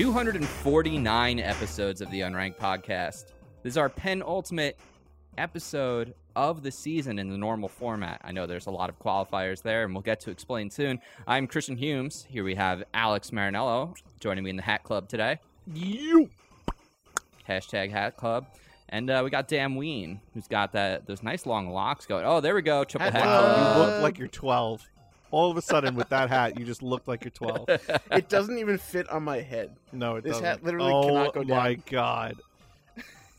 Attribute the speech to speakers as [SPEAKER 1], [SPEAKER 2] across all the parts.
[SPEAKER 1] 249 episodes of the Unranked Podcast. This is our penultimate episode of the season in the normal format. I know there's a lot of qualifiers there, and we'll get to explain soon. I'm Christian Humes. Here we have Alex Marinello joining me in the Hat Club today.
[SPEAKER 2] You.
[SPEAKER 1] Hashtag Hat Club. And uh, we got Dan Ween, who's got that those nice long locks going. Oh, there we go. Triple hat.
[SPEAKER 2] Wow, you
[SPEAKER 1] club.
[SPEAKER 3] Um,
[SPEAKER 2] look like you're 12. All of a sudden, with that hat, you just look like you're 12.
[SPEAKER 3] It doesn't even fit on my head.
[SPEAKER 2] No, it
[SPEAKER 3] This
[SPEAKER 2] doesn't.
[SPEAKER 3] hat literally
[SPEAKER 2] oh,
[SPEAKER 3] cannot go down.
[SPEAKER 2] my god.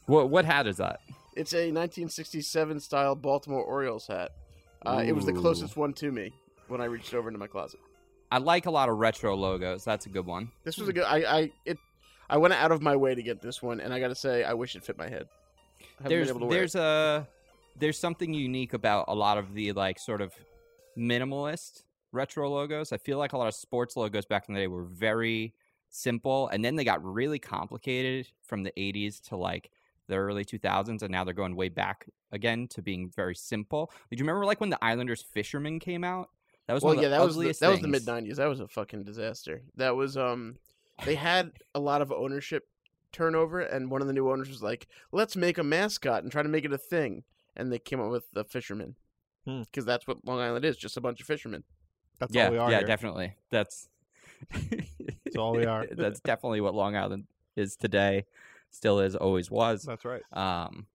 [SPEAKER 1] What, what hat is that?
[SPEAKER 3] It's a 1967 style Baltimore Orioles hat. Uh, it was the
[SPEAKER 1] Ooh.
[SPEAKER 3] closest one to me when I reached over into my closet.
[SPEAKER 1] I like a lot of retro logos. That's a good one.
[SPEAKER 3] This was a good. I I it. I went out of my way to get this one, and I gotta say, I wish it fit my head. I haven't been
[SPEAKER 1] there's
[SPEAKER 3] able to wear
[SPEAKER 1] there's
[SPEAKER 3] it.
[SPEAKER 1] a there's something unique about a lot of the like sort of minimalist retro logos. I feel like a lot of sports logos back in the day were very simple and then they got really complicated from the 80s to like the early 2000s and now they're going way back again to being very simple. Did you remember like when the Islanders Fisherman came out? That was
[SPEAKER 3] well,
[SPEAKER 1] one of
[SPEAKER 3] yeah,
[SPEAKER 1] the
[SPEAKER 3] that was the,
[SPEAKER 1] ugliest
[SPEAKER 3] that was the
[SPEAKER 1] things.
[SPEAKER 3] mid '90s. That was a fucking disaster. That was um, they had a lot of ownership turnover, and one of the new owners was like, "Let's make a mascot and try to make it a thing," and they came up with the fisherman,
[SPEAKER 2] Hmm.
[SPEAKER 3] because that's what Long Island is—just a bunch of fishermen.
[SPEAKER 2] That's
[SPEAKER 1] yeah,
[SPEAKER 2] all we are.
[SPEAKER 1] yeah,
[SPEAKER 2] here.
[SPEAKER 1] definitely. That's
[SPEAKER 2] That's all we are.
[SPEAKER 1] That's definitely what Long Island is today, still is, always was.
[SPEAKER 2] That's right.
[SPEAKER 1] Um,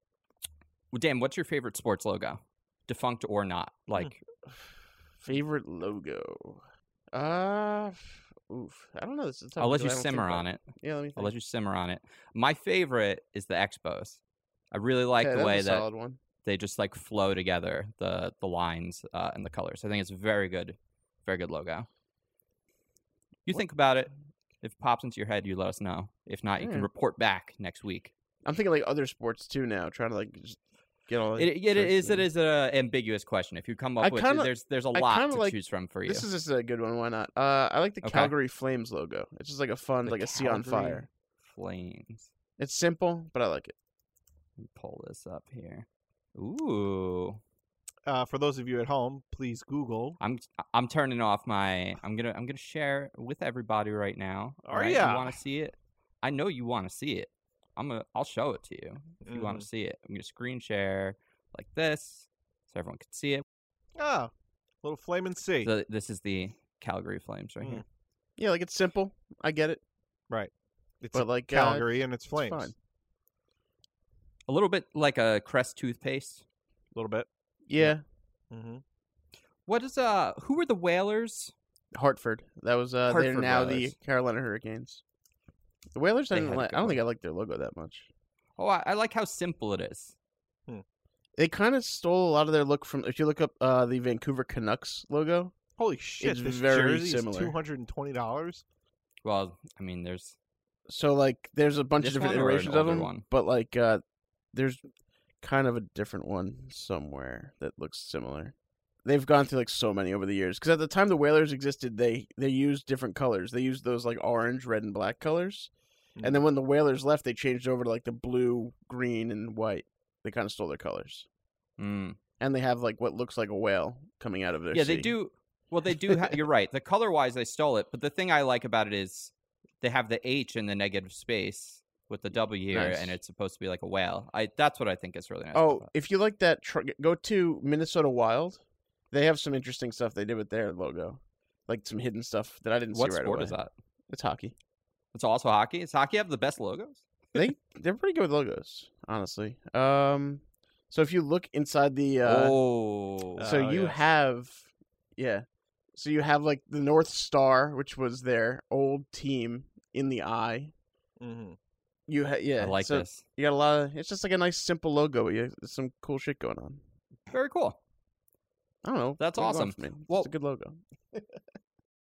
[SPEAKER 1] well, Dan, what's your favorite sports logo, defunct or not?
[SPEAKER 2] Hmm,
[SPEAKER 1] Like,
[SPEAKER 3] Favorite logo? Uh, f- oof. I don't know. This is tough
[SPEAKER 1] I'll let you
[SPEAKER 3] because I don't think
[SPEAKER 1] simmer
[SPEAKER 3] about-
[SPEAKER 1] on it.
[SPEAKER 3] Yeah, let me. Think.
[SPEAKER 1] I'll let you simmer on it. My favorite is the Expos. I really like
[SPEAKER 3] Okay,
[SPEAKER 1] the
[SPEAKER 3] that's
[SPEAKER 1] way
[SPEAKER 3] a
[SPEAKER 1] that
[SPEAKER 3] solid one.
[SPEAKER 1] they just like flow together the the lines uh, and the colors. I think it's a very good, very good logo. You
[SPEAKER 3] What-
[SPEAKER 1] think about it. If it pops into your head, you let us know. If not, you can
[SPEAKER 3] Alright.
[SPEAKER 1] report back next week.
[SPEAKER 3] I'm thinking like other sports too now. Trying to like just get all.
[SPEAKER 1] It, it is it
[SPEAKER 3] Interesting.
[SPEAKER 1] is an ambiguous question. If you come up
[SPEAKER 3] I
[SPEAKER 1] with
[SPEAKER 3] kinda-
[SPEAKER 1] there's there's a
[SPEAKER 3] I
[SPEAKER 1] lot
[SPEAKER 3] kinda
[SPEAKER 1] to
[SPEAKER 3] like-
[SPEAKER 1] choose from for you.
[SPEAKER 3] This is just a good one. Why not? Uh, I like the
[SPEAKER 1] Okay.
[SPEAKER 3] Calgary Flames logo. It's just like a fun,
[SPEAKER 1] The
[SPEAKER 3] like a sea on
[SPEAKER 1] Calgary
[SPEAKER 3] fire.
[SPEAKER 1] Flames.
[SPEAKER 3] It's simple, but I like it.
[SPEAKER 1] Let me pull this up here. Ooh,
[SPEAKER 2] Uh, for those of you at home, please Google.
[SPEAKER 1] I'm I'm turning off my. I'm gonna I'm gonna share with everybody right now.
[SPEAKER 2] Are
[SPEAKER 1] alright?
[SPEAKER 2] ya?
[SPEAKER 1] You want to see it? I know you want to see it. I'm gonna I'll show it to you if you want
[SPEAKER 2] Mhm.
[SPEAKER 1] to see it. I'm gonna screen share like this so everyone can see it.
[SPEAKER 2] Ah, little flame and sea.
[SPEAKER 1] So this is the Calgary Flames right
[SPEAKER 2] Mm.
[SPEAKER 1] here.
[SPEAKER 3] Yeah, like it's simple. I get it.
[SPEAKER 2] it's
[SPEAKER 3] But like uh,
[SPEAKER 2] Calgary and it's flames.
[SPEAKER 3] fine.
[SPEAKER 1] A little bit like a Crest toothpaste.
[SPEAKER 2] A little bit.
[SPEAKER 3] yeah,
[SPEAKER 2] Mm-hmm.
[SPEAKER 1] What is uh? Who were the Whalers?
[SPEAKER 3] Hartford. That was uh, they're
[SPEAKER 1] Hartford
[SPEAKER 3] now
[SPEAKER 1] Whalers.
[SPEAKER 3] the Carolina Hurricanes. The Whalers. I
[SPEAKER 1] They
[SPEAKER 3] didn't
[SPEAKER 1] had a
[SPEAKER 3] like.
[SPEAKER 1] good
[SPEAKER 3] I don't
[SPEAKER 1] one.
[SPEAKER 3] think I like their logo that much.
[SPEAKER 1] Oh, I, I like how simple it is.
[SPEAKER 3] They kind of stole a lot of their look from. If you look up uh, the Vancouver Canucks logo,
[SPEAKER 2] Holy shit!
[SPEAKER 3] It's
[SPEAKER 2] this
[SPEAKER 3] very
[SPEAKER 2] jersey
[SPEAKER 3] similar.
[SPEAKER 2] is two hundred and twenty dollars.
[SPEAKER 1] Well, I mean, there's
[SPEAKER 3] so like there's a bunch
[SPEAKER 1] This
[SPEAKER 3] of different
[SPEAKER 1] one or an
[SPEAKER 3] iterations of
[SPEAKER 1] older
[SPEAKER 3] them.
[SPEAKER 1] one?
[SPEAKER 3] But like uh, there's kind of a different one somewhere that looks similar. They've gone through like so many over the years because at the time the Whalers existed, they they used different colors. They used those like orange, red, and black colors.
[SPEAKER 2] Mhm.
[SPEAKER 3] And
[SPEAKER 1] Mm.
[SPEAKER 3] then when the Whalers left, they changed over to like the blue, green, and white. They kind of stole their colors,
[SPEAKER 1] mm.
[SPEAKER 3] and they have like what looks like a whale coming out of their
[SPEAKER 1] yeah, they
[SPEAKER 3] sea.
[SPEAKER 1] do. Well, they do. Ha- you're right. The color wise, they stole it. But the thing I like about it is they have the H in the negative space with the W here,
[SPEAKER 3] Nice.
[SPEAKER 1] and it's supposed to be like a whale. I that's what I think is really nice. about
[SPEAKER 3] Oh, if you like that, tr- go to Minnesota Wild. They have some interesting stuff they did with their logo, like some hidden stuff that I
[SPEAKER 1] it.
[SPEAKER 3] didn't
[SPEAKER 1] what
[SPEAKER 3] see right
[SPEAKER 1] sport
[SPEAKER 3] away.
[SPEAKER 1] is that?
[SPEAKER 3] It's hockey.
[SPEAKER 1] It's also hockey. Does hockey have the best logos?
[SPEAKER 3] They they're pretty good with logos, honestly. Um, so if you look inside the, uh,
[SPEAKER 1] oh,
[SPEAKER 2] Uh,
[SPEAKER 3] so
[SPEAKER 2] Oh,
[SPEAKER 3] you
[SPEAKER 2] yes.
[SPEAKER 3] have, yeah, so you have like the North Star, which was their old team in the eye.
[SPEAKER 2] Mm-hmm.
[SPEAKER 3] You ha- yeah,
[SPEAKER 1] I like
[SPEAKER 3] so
[SPEAKER 1] this.
[SPEAKER 3] You got a lot of. It's just like a nice simple logo. But you some cool shit going on.
[SPEAKER 1] Very cool.
[SPEAKER 3] I don't know.
[SPEAKER 1] That's
[SPEAKER 3] what do you want
[SPEAKER 1] awesome.
[SPEAKER 3] from me? It's just
[SPEAKER 1] Well-
[SPEAKER 3] a good logo.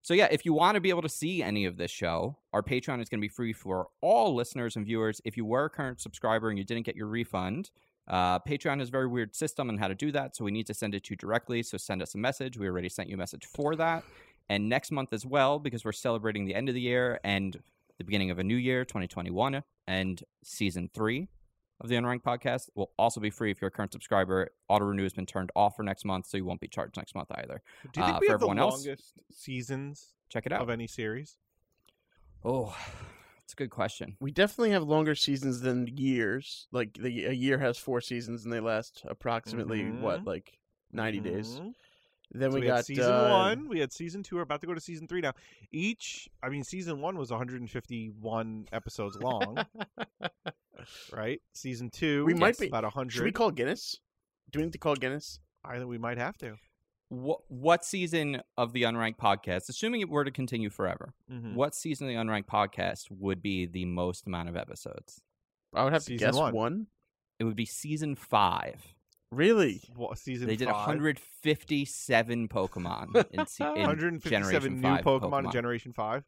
[SPEAKER 1] So yeah, if you want to be able to see any of this show, our Patreon is going to be free for all listeners and viewers. If you were a current subscriber and you didn't get your refund, uh, Patreon has a very weird system on how to do that. So we need to send it to you directly. So send us a message. We already sent you a message for that. And next month as well, because we're celebrating the end of the year and the beginning of a new year, 2021, and season three of the Unranked podcast will also be free if you're a current subscriber. Auto renew has been turned off for next month, so you won't be charged next month either.
[SPEAKER 2] Do you think
[SPEAKER 1] Uh,
[SPEAKER 2] we
[SPEAKER 1] for
[SPEAKER 2] have the
[SPEAKER 1] everyone else?
[SPEAKER 2] longest seasons
[SPEAKER 1] Check it out.
[SPEAKER 2] of any series?
[SPEAKER 1] Oh, It's a good question.
[SPEAKER 3] We definitely have longer seasons than years. Like the, a year has four seasons, and they last approximately what,
[SPEAKER 4] Mhm.
[SPEAKER 1] Mm-hmm.
[SPEAKER 3] like ninety
[SPEAKER 2] Mm-hmm.
[SPEAKER 3] days.
[SPEAKER 4] Mhm.
[SPEAKER 3] Then
[SPEAKER 4] So
[SPEAKER 3] we,
[SPEAKER 4] we,
[SPEAKER 3] got
[SPEAKER 4] had season
[SPEAKER 3] uh,
[SPEAKER 4] one. We had season two. We're about to go to season three now. Each, I mean, season one was 151 episodes long, right? Season two,
[SPEAKER 3] We might
[SPEAKER 4] yes,
[SPEAKER 3] be-
[SPEAKER 4] about 100.
[SPEAKER 3] Should we call Guinness? Do we need to call Guinness?
[SPEAKER 4] I think we might have to.
[SPEAKER 1] What what season of the Unranked podcast, assuming it were to continue forever,
[SPEAKER 4] Mhm.
[SPEAKER 1] what season of the Unranked podcast would be the most amount of episodes?
[SPEAKER 3] I would have to
[SPEAKER 4] Season
[SPEAKER 3] guess
[SPEAKER 4] one.
[SPEAKER 1] It would be season five.
[SPEAKER 3] Really?
[SPEAKER 4] Wha- season
[SPEAKER 1] They did
[SPEAKER 4] five.
[SPEAKER 1] 157 Pokemon in, se- in
[SPEAKER 4] 157
[SPEAKER 1] Generation
[SPEAKER 4] new
[SPEAKER 1] five
[SPEAKER 4] Pokemon, in Generation 5.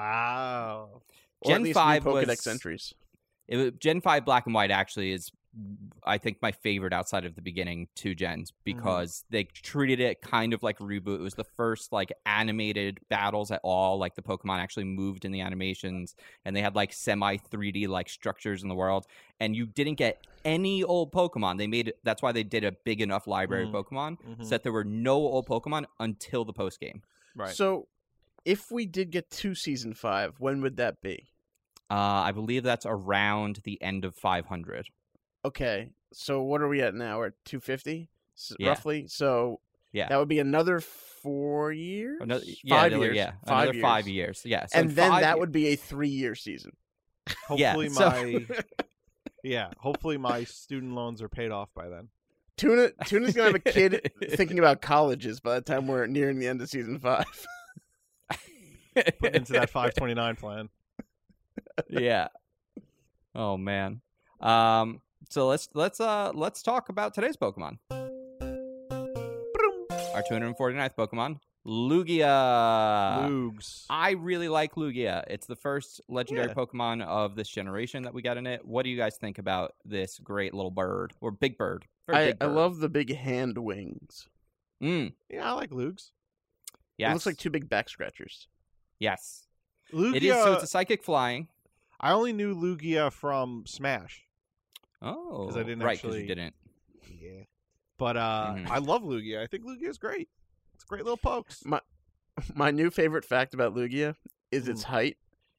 [SPEAKER 4] Wow.
[SPEAKER 3] Or at
[SPEAKER 1] Gen
[SPEAKER 3] least new
[SPEAKER 1] five
[SPEAKER 3] Pokedex
[SPEAKER 1] was-
[SPEAKER 3] entries.
[SPEAKER 1] It was, Gen 5 Black and White actually is, I think, my favorite outside of the beginning two gens because they treated it kind of like a reboot. It was the first like animated battles at all. Like the Pokemon actually moved in the animations and they had like semi 3D like structures in the world. And you didn't get any old Pokemon. They made that's why they did a big enough library of Pokemon
[SPEAKER 4] Mm-hmm.
[SPEAKER 1] so that there were no old Pokemon until the post game.
[SPEAKER 4] Right.
[SPEAKER 3] So, if we did get to season five, when would that be?
[SPEAKER 1] Uh, I believe that's around the end of 500.
[SPEAKER 3] Okay. So what are we at now? We're at two fifty,
[SPEAKER 1] Yeah.
[SPEAKER 3] roughly. So
[SPEAKER 1] Yeah.
[SPEAKER 3] that would be another four years.
[SPEAKER 1] Another, yeah,
[SPEAKER 3] five
[SPEAKER 1] another-
[SPEAKER 3] years.
[SPEAKER 1] Yeah,
[SPEAKER 3] five
[SPEAKER 1] another
[SPEAKER 3] years.
[SPEAKER 1] five years. Yeah. So
[SPEAKER 3] and
[SPEAKER 1] in
[SPEAKER 3] then
[SPEAKER 1] five
[SPEAKER 3] that
[SPEAKER 1] ye-
[SPEAKER 3] would be a three-year season.
[SPEAKER 1] Yeah,
[SPEAKER 4] Hopefully
[SPEAKER 1] so-
[SPEAKER 4] my yeah, hopefully my student loans are paid off by then.
[SPEAKER 3] Tuna, Tuna's gonna have a kid thinking about colleges by the time we're nearing the end of season five.
[SPEAKER 4] Put into that 529 plan.
[SPEAKER 1] yeah. Oh man. Um. So let's let's uh let's talk about today's Pokemon. Our 249th Pokemon, Lugia.
[SPEAKER 4] Lugs.
[SPEAKER 1] Uh, I really like Lugia. It's the first legendary
[SPEAKER 4] Yeah.
[SPEAKER 1] Pokemon of this generation that we got in it. What do you guys think about this great little bird or big bird? Very
[SPEAKER 3] I,
[SPEAKER 1] big
[SPEAKER 3] I
[SPEAKER 1] bird.
[SPEAKER 3] love the big hand wings.
[SPEAKER 1] Mm,
[SPEAKER 4] Yeah, I like Lugs.
[SPEAKER 1] yes.
[SPEAKER 3] It looks like two big back scratchers.
[SPEAKER 1] yes.
[SPEAKER 4] Lugia.
[SPEAKER 1] It is. So it's a psychic flying.
[SPEAKER 4] I only knew Lugia from Smash.
[SPEAKER 1] Oh,
[SPEAKER 4] didn't
[SPEAKER 1] right. Because
[SPEAKER 4] actually-
[SPEAKER 1] you didn't.
[SPEAKER 4] Yeah. But uh
[SPEAKER 1] Mhm.
[SPEAKER 4] I love Lugia. I think Lugia is great. It's great little pokes.
[SPEAKER 3] My new favorite fact about Lugia is
[SPEAKER 1] Mm.
[SPEAKER 3] its height,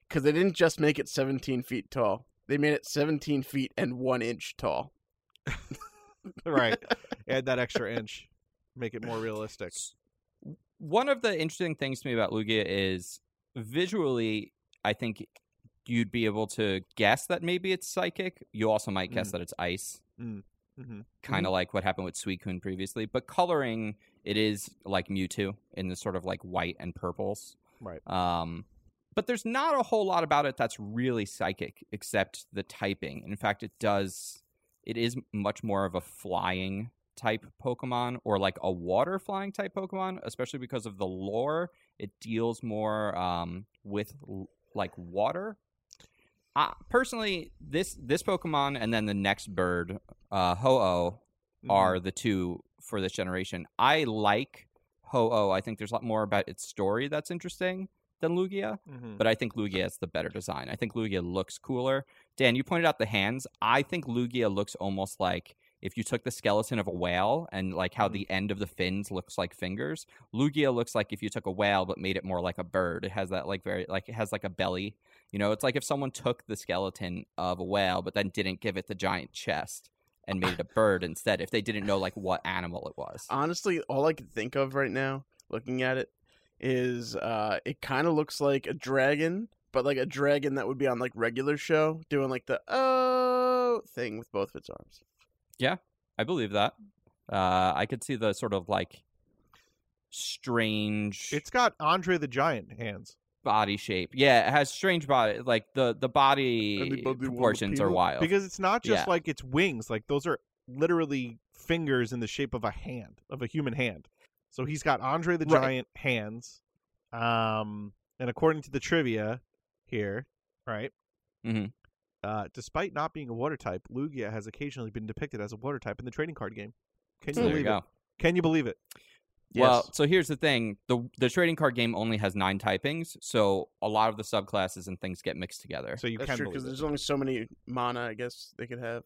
[SPEAKER 3] because they didn't just make it 17 feet tall; they made it 17 feet and one inch tall.
[SPEAKER 4] right. Add that extra inch. Make it more realistic.
[SPEAKER 1] One of the interesting things to me about Lugia is visually, I think you'd be able to guess that maybe it's psychic. You also might guess
[SPEAKER 4] Mm.
[SPEAKER 1] that it's ice,
[SPEAKER 4] hmm
[SPEAKER 1] kind of like what happened with Suicune previously. But coloring, it is like Mewtwo in the sort of like white and purples.
[SPEAKER 4] Right.
[SPEAKER 1] Um, but there's not a whole lot about it that's really psychic except the typing. In fact, it does, it is much more of a flying type Pokemon or like a water flying type Pokemon, especially because of the lore. It deals more um, with l- like water. I, personally, this this Pokemon and then the next bird, uh, Ho-Oh,
[SPEAKER 4] Mm-hmm.
[SPEAKER 1] are the two for this generation. I like Ho-Oh. I think there's a lot more about its story that's interesting than Lugia,
[SPEAKER 4] Mhm.
[SPEAKER 1] but I think Lugia is the better design. I think Lugia looks cooler. Dan, you pointed out the hands. I think Lugia looks almost like if you took the skeleton of a whale and like how
[SPEAKER 4] Mhm.
[SPEAKER 1] the end of the fins looks like fingers, Lugia looks like if you took a whale but made it more like a bird. It has that like very like it has like a belly. You know, it's like if someone took the skeleton of a whale but then didn't give it the giant chest and made it a bird instead if they didn't know like what animal it was.
[SPEAKER 3] Honestly, all I can think of right now, looking at it, is uh, it kind of looks like a dragon, but like a dragon that would be on like regular show, doing like the oh thing with both of its arms.
[SPEAKER 1] I believe that. Uh I could see the sort of like strange
[SPEAKER 4] It's got Andre the Giant hands.
[SPEAKER 1] body shape. Yeah, it has strange body like the the
[SPEAKER 3] And
[SPEAKER 1] body
[SPEAKER 3] they both do one
[SPEAKER 1] proportions are
[SPEAKER 3] appeal?
[SPEAKER 1] wild.
[SPEAKER 4] Because it's not just
[SPEAKER 1] Yeah.
[SPEAKER 4] like its wings. Like those are literally fingers in the shape of a hand, of a human hand. So he's got Andre the
[SPEAKER 1] Right.
[SPEAKER 4] Giant hands. Um, and according to the trivia here, right?
[SPEAKER 1] Mhm.
[SPEAKER 4] Uh, despite not being a water type, Lugia has occasionally been depicted as a water type in the trading card game. Can you
[SPEAKER 1] so there you
[SPEAKER 4] believe
[SPEAKER 1] go.
[SPEAKER 4] it? Can you believe it?
[SPEAKER 1] Well, so here's the thing: the the trading card game only has nine typings, so a lot of the subclasses and things get mixed together.
[SPEAKER 4] So you
[SPEAKER 3] That's
[SPEAKER 4] can
[SPEAKER 3] true
[SPEAKER 4] believe
[SPEAKER 3] because
[SPEAKER 4] it.
[SPEAKER 3] there's only so many mana. I guess they could have.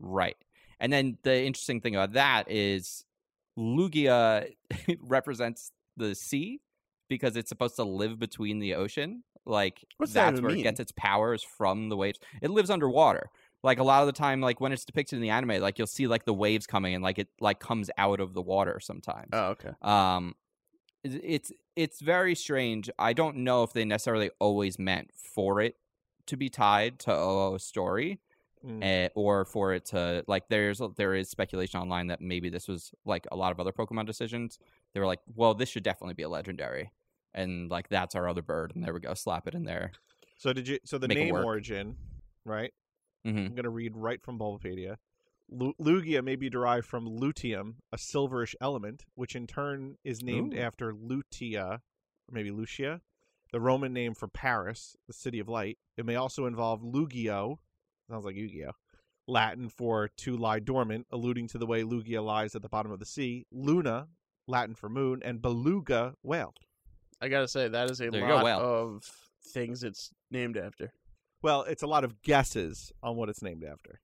[SPEAKER 1] Right. And then the interesting thing about that is Lugia represents the sea because it's supposed to live between the ocean. Like
[SPEAKER 3] What's that
[SPEAKER 1] that's
[SPEAKER 3] even
[SPEAKER 1] where it
[SPEAKER 3] mean?
[SPEAKER 1] gets its powers from the waves. It lives underwater. Like a lot of the time, like when it's depicted in the anime, like you'll see like the waves coming and like it like comes out of the water sometimes.
[SPEAKER 3] Oh, okay.
[SPEAKER 1] Um, it- it's it's very strange. I don't know if they necessarily always meant for it to be tied to OO's story,
[SPEAKER 4] Mm.
[SPEAKER 1] eh, or for it to like. There's there is speculation online that maybe this was like a lot of other Pokemon decisions. They were like, well, this should definitely be a legendary, and like that's our other bird, and there we go, slap it in there.
[SPEAKER 4] So did you? So the
[SPEAKER 1] Make it
[SPEAKER 4] name
[SPEAKER 1] work.
[SPEAKER 4] origin, right?
[SPEAKER 1] hmm
[SPEAKER 4] I'm gonna read right from Bulbapedia. Lu- Lugia may be derived from lutium, a silverish element, which in turn is named
[SPEAKER 1] Ooh.
[SPEAKER 4] after Lutia, or maybe Lucia, the Roman name for Paris, the city of light. It may also involve Lugio, sounds like Yu-Gi-Oh, Latin for to lie dormant, alluding to the way Lugia lies at the bottom of the sea. Luna, Latin for moon, and beluga whale.
[SPEAKER 3] I gotta say that is a
[SPEAKER 1] There you go,
[SPEAKER 3] lot
[SPEAKER 1] whale.
[SPEAKER 3] of things it's named after.
[SPEAKER 4] Well, it's a lot of guesses on what it's named after.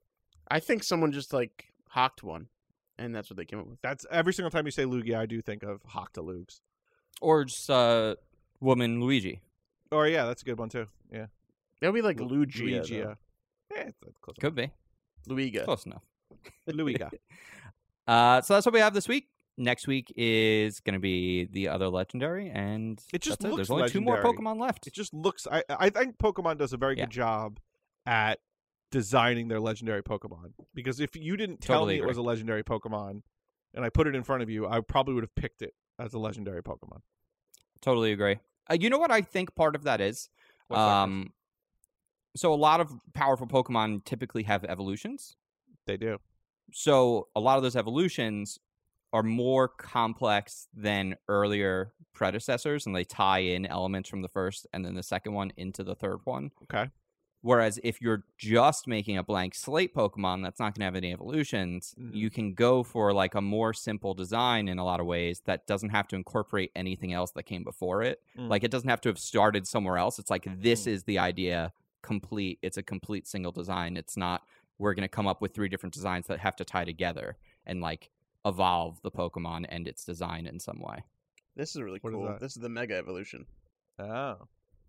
[SPEAKER 3] I think someone just like hawked one, and that's what they came up with.
[SPEAKER 4] That's every single time you say Lugia, I do think of Hoctolugs.
[SPEAKER 1] Or just uh, woman Luigi
[SPEAKER 4] Or yeah, that's a good one too. Yeah,
[SPEAKER 3] That would be like
[SPEAKER 4] Lu-
[SPEAKER 3] Lugia.
[SPEAKER 4] Luigia.
[SPEAKER 3] Lugia.
[SPEAKER 4] Yeah, it's- that's close
[SPEAKER 1] could be
[SPEAKER 3] Luiga.
[SPEAKER 1] close enough.
[SPEAKER 4] enough. Luiga.
[SPEAKER 1] Uh, so that's what we have this week. Next week is going to be the other legendary, and
[SPEAKER 4] It just
[SPEAKER 1] that's
[SPEAKER 4] looks
[SPEAKER 1] There's only two more
[SPEAKER 4] legendary.
[SPEAKER 1] Pokemon left.
[SPEAKER 4] It just looks. I I think Pokemon does a very
[SPEAKER 1] Yeah.
[SPEAKER 4] good job at designing their legendary Pokemon because if you didn't tell
[SPEAKER 1] Totally
[SPEAKER 4] me it was a legendary Pokemon, and I put it in front of you, I probably would have picked it as a legendary Pokemon.
[SPEAKER 1] Totally agree. Uh, you know what I think part of that is?
[SPEAKER 4] What's that, Chris?
[SPEAKER 1] um, so a lot of powerful Pokemon typically have evolutions.
[SPEAKER 4] they do.
[SPEAKER 1] So a lot of those evolutions are more complex than earlier predecessors, and they tie in elements from the first and then the second one into the third one.
[SPEAKER 4] Okay.
[SPEAKER 1] Whereas if you're just making a blank slate Pokemon that's not going to have any evolutions,
[SPEAKER 4] Mhm.
[SPEAKER 1] you can go for like a more simple design in a lot of ways that doesn't have to incorporate anything else that came before it.
[SPEAKER 4] Mm.
[SPEAKER 1] Like it doesn't have to have started somewhere else. It's like this is the idea complete. It's a complete single design. It's not we're going to come up with three different designs that have to tie together and like evolve the Pokemon and its design in some way.
[SPEAKER 3] This is really
[SPEAKER 4] What is
[SPEAKER 3] cool.
[SPEAKER 4] that?
[SPEAKER 3] this is the Mega Evolution.
[SPEAKER 4] Oh,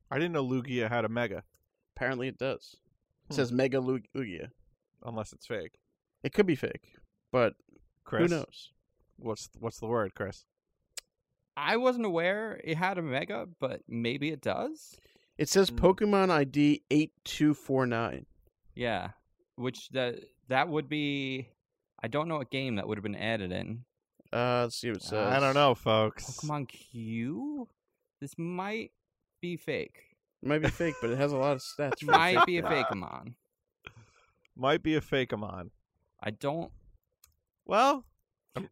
[SPEAKER 4] I didn't know Lugia had a Mega
[SPEAKER 3] Apparently, it does. It
[SPEAKER 4] Hmm.
[SPEAKER 3] says Mega Lu- Lugia.
[SPEAKER 4] unless it's fake.
[SPEAKER 3] It could be fake, but
[SPEAKER 4] Chris,
[SPEAKER 3] who knows?
[SPEAKER 4] what's what's the word, Chris?
[SPEAKER 1] I wasn't aware it had a mega, but maybe it does.
[SPEAKER 3] It says
[SPEAKER 4] Hmm.
[SPEAKER 3] Pokemon ID eight two four nine.
[SPEAKER 1] Yeah, which that that would be. I don't know what game that would have been added in.
[SPEAKER 3] Uh, let's see what it says.
[SPEAKER 4] I don't know, folks.
[SPEAKER 1] Pokemon Q. This might be fake.
[SPEAKER 3] It might be fake, but it has a lot of stats. for
[SPEAKER 1] Might be a
[SPEAKER 3] game.
[SPEAKER 1] fakeamon.
[SPEAKER 4] Might be a Fakemon.
[SPEAKER 1] I don't.
[SPEAKER 4] Well,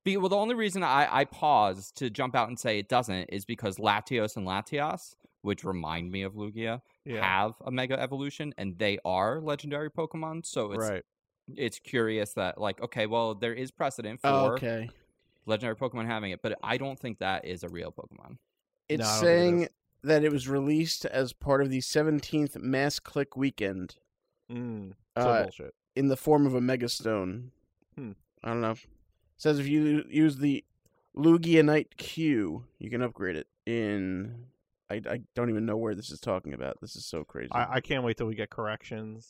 [SPEAKER 1] Be, well, the only reason I, I paused to jump out and say it doesn't is because Latios and Latias, which remind me of Lugia,
[SPEAKER 4] yeah,
[SPEAKER 1] have a Mega Evolution, and they are legendary Pokemon. So it's
[SPEAKER 4] right.
[SPEAKER 1] it's curious that like okay, well there is precedent for
[SPEAKER 3] Oh, okay.
[SPEAKER 1] legendary Pokemon having it, but I don't think that is a real Pokemon.
[SPEAKER 3] It's
[SPEAKER 4] No, I don't think it
[SPEAKER 3] saying
[SPEAKER 4] is.
[SPEAKER 3] that it was released as part of the 17th Mass Click Weekend
[SPEAKER 4] Mm, so
[SPEAKER 3] uh,
[SPEAKER 4] bullshit.
[SPEAKER 3] in the form of a Mega Stone.
[SPEAKER 4] Hmm.
[SPEAKER 3] I don't know. It says if you use the Lugia Knight Q, you can upgrade it in. I, I don't even know where this is talking about. This is so crazy.
[SPEAKER 4] I, I can't wait till we get corrections.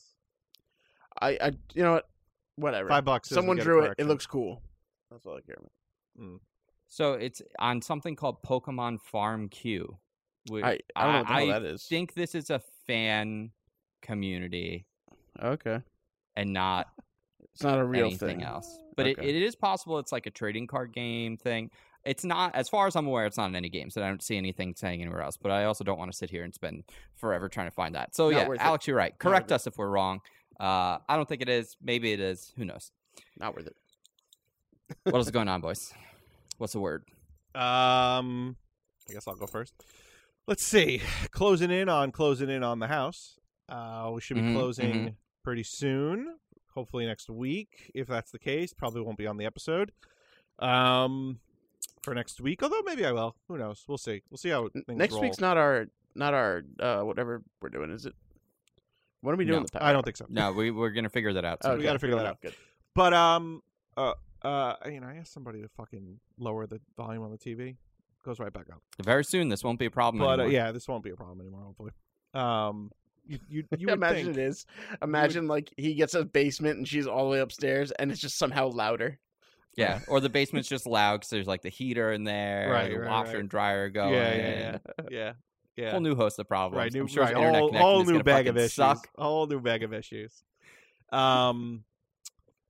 [SPEAKER 3] I, I you know what? Whatever.
[SPEAKER 4] Five bucks.
[SPEAKER 3] Someone drew it. It looks cool. That's all I care about.
[SPEAKER 1] So it's on something called Pokemon Farm Q. Which
[SPEAKER 3] I, I don't know what the
[SPEAKER 1] I-
[SPEAKER 3] hell
[SPEAKER 1] I
[SPEAKER 3] that is.
[SPEAKER 1] think this is a fan community
[SPEAKER 3] Okay.
[SPEAKER 1] and not
[SPEAKER 3] It's not a real
[SPEAKER 1] anything
[SPEAKER 3] thing.
[SPEAKER 1] else. But
[SPEAKER 3] Okay.
[SPEAKER 1] it, it is possible it's like a trading card game thing. It's not, as far as I'm aware, it's not in any games, and I don't see anything saying anywhere else. But I also don't want to sit here and spend forever trying to find that. So
[SPEAKER 3] Not
[SPEAKER 1] yeah,
[SPEAKER 3] worth it.
[SPEAKER 1] Alex, you're right.
[SPEAKER 3] worth
[SPEAKER 1] Correct
[SPEAKER 3] it.
[SPEAKER 1] us if we're wrong. Uh, I don't think it is. Maybe it is. Who knows?
[SPEAKER 3] Not worth it.
[SPEAKER 1] What else is going on, boys? What's the word?
[SPEAKER 4] Um, I guess I'll go first. Let's see. Closing in on closing in on the house. Uh, we should be
[SPEAKER 1] Mhm,
[SPEAKER 4] closing pretty soon. Hopefully next week. If that's the case, probably won't be on the episode. Um, for next week. Although maybe I will. Who knows? We'll see. We'll see how
[SPEAKER 3] N-
[SPEAKER 4] things
[SPEAKER 3] Next
[SPEAKER 4] roll.
[SPEAKER 3] week's not our not our uh whatever we're doing, is it? What are we doing?
[SPEAKER 1] No.
[SPEAKER 3] the power
[SPEAKER 4] I don't think so.
[SPEAKER 1] No, we we're gonna figure that out.
[SPEAKER 3] hour?
[SPEAKER 1] soon.
[SPEAKER 4] we gotta figure
[SPEAKER 3] good
[SPEAKER 4] that
[SPEAKER 3] enough,
[SPEAKER 4] But um, uh, uh, you know, I asked somebody to fucking lower the volume on the TV. Goes right back up.
[SPEAKER 1] Very soon, this won't be a problem.
[SPEAKER 4] But uh,
[SPEAKER 1] anymore.
[SPEAKER 4] yeah, this won't be a problem anymore. Hopefully. Um, you you, you would
[SPEAKER 3] Imagine
[SPEAKER 4] think,
[SPEAKER 3] it is. Imagine like he gets a basement and she's all the way upstairs, and it's just somehow louder.
[SPEAKER 1] Yeah, or the basement's just loud because there's like the heater in there,
[SPEAKER 4] Right,
[SPEAKER 1] the
[SPEAKER 4] right,
[SPEAKER 1] washer
[SPEAKER 4] right.
[SPEAKER 1] and dryer going.
[SPEAKER 4] yeah, yeah, yeah, yeah, yeah.
[SPEAKER 1] Whole new host of problems.
[SPEAKER 4] Right, new,
[SPEAKER 1] I'm sure his
[SPEAKER 4] right,
[SPEAKER 1] internet
[SPEAKER 4] all,
[SPEAKER 1] connection
[SPEAKER 4] all
[SPEAKER 1] is
[SPEAKER 4] new
[SPEAKER 1] gonna
[SPEAKER 4] bag of
[SPEAKER 1] fucking
[SPEAKER 4] issues.
[SPEAKER 1] Suck.
[SPEAKER 4] All new bag of issues. Um,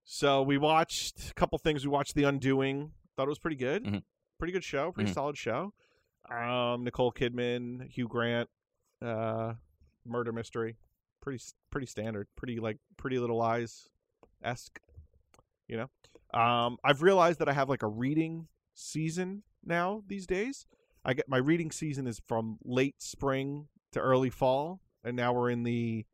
[SPEAKER 4] so we watched a couple things. We watched The Undoing. Thought it was pretty good.
[SPEAKER 1] Mhm.
[SPEAKER 4] Pretty good show. Pretty
[SPEAKER 1] Mhm.
[SPEAKER 4] solid show. Um, Nicole Kidman, Hugh Grant, uh, murder mystery. Pretty s- pretty standard. Pretty like Pretty Little Lies esque. You know. Um, I've realized that I have like a reading season now these days. I get my reading season is from late spring to early fall, and now we're in the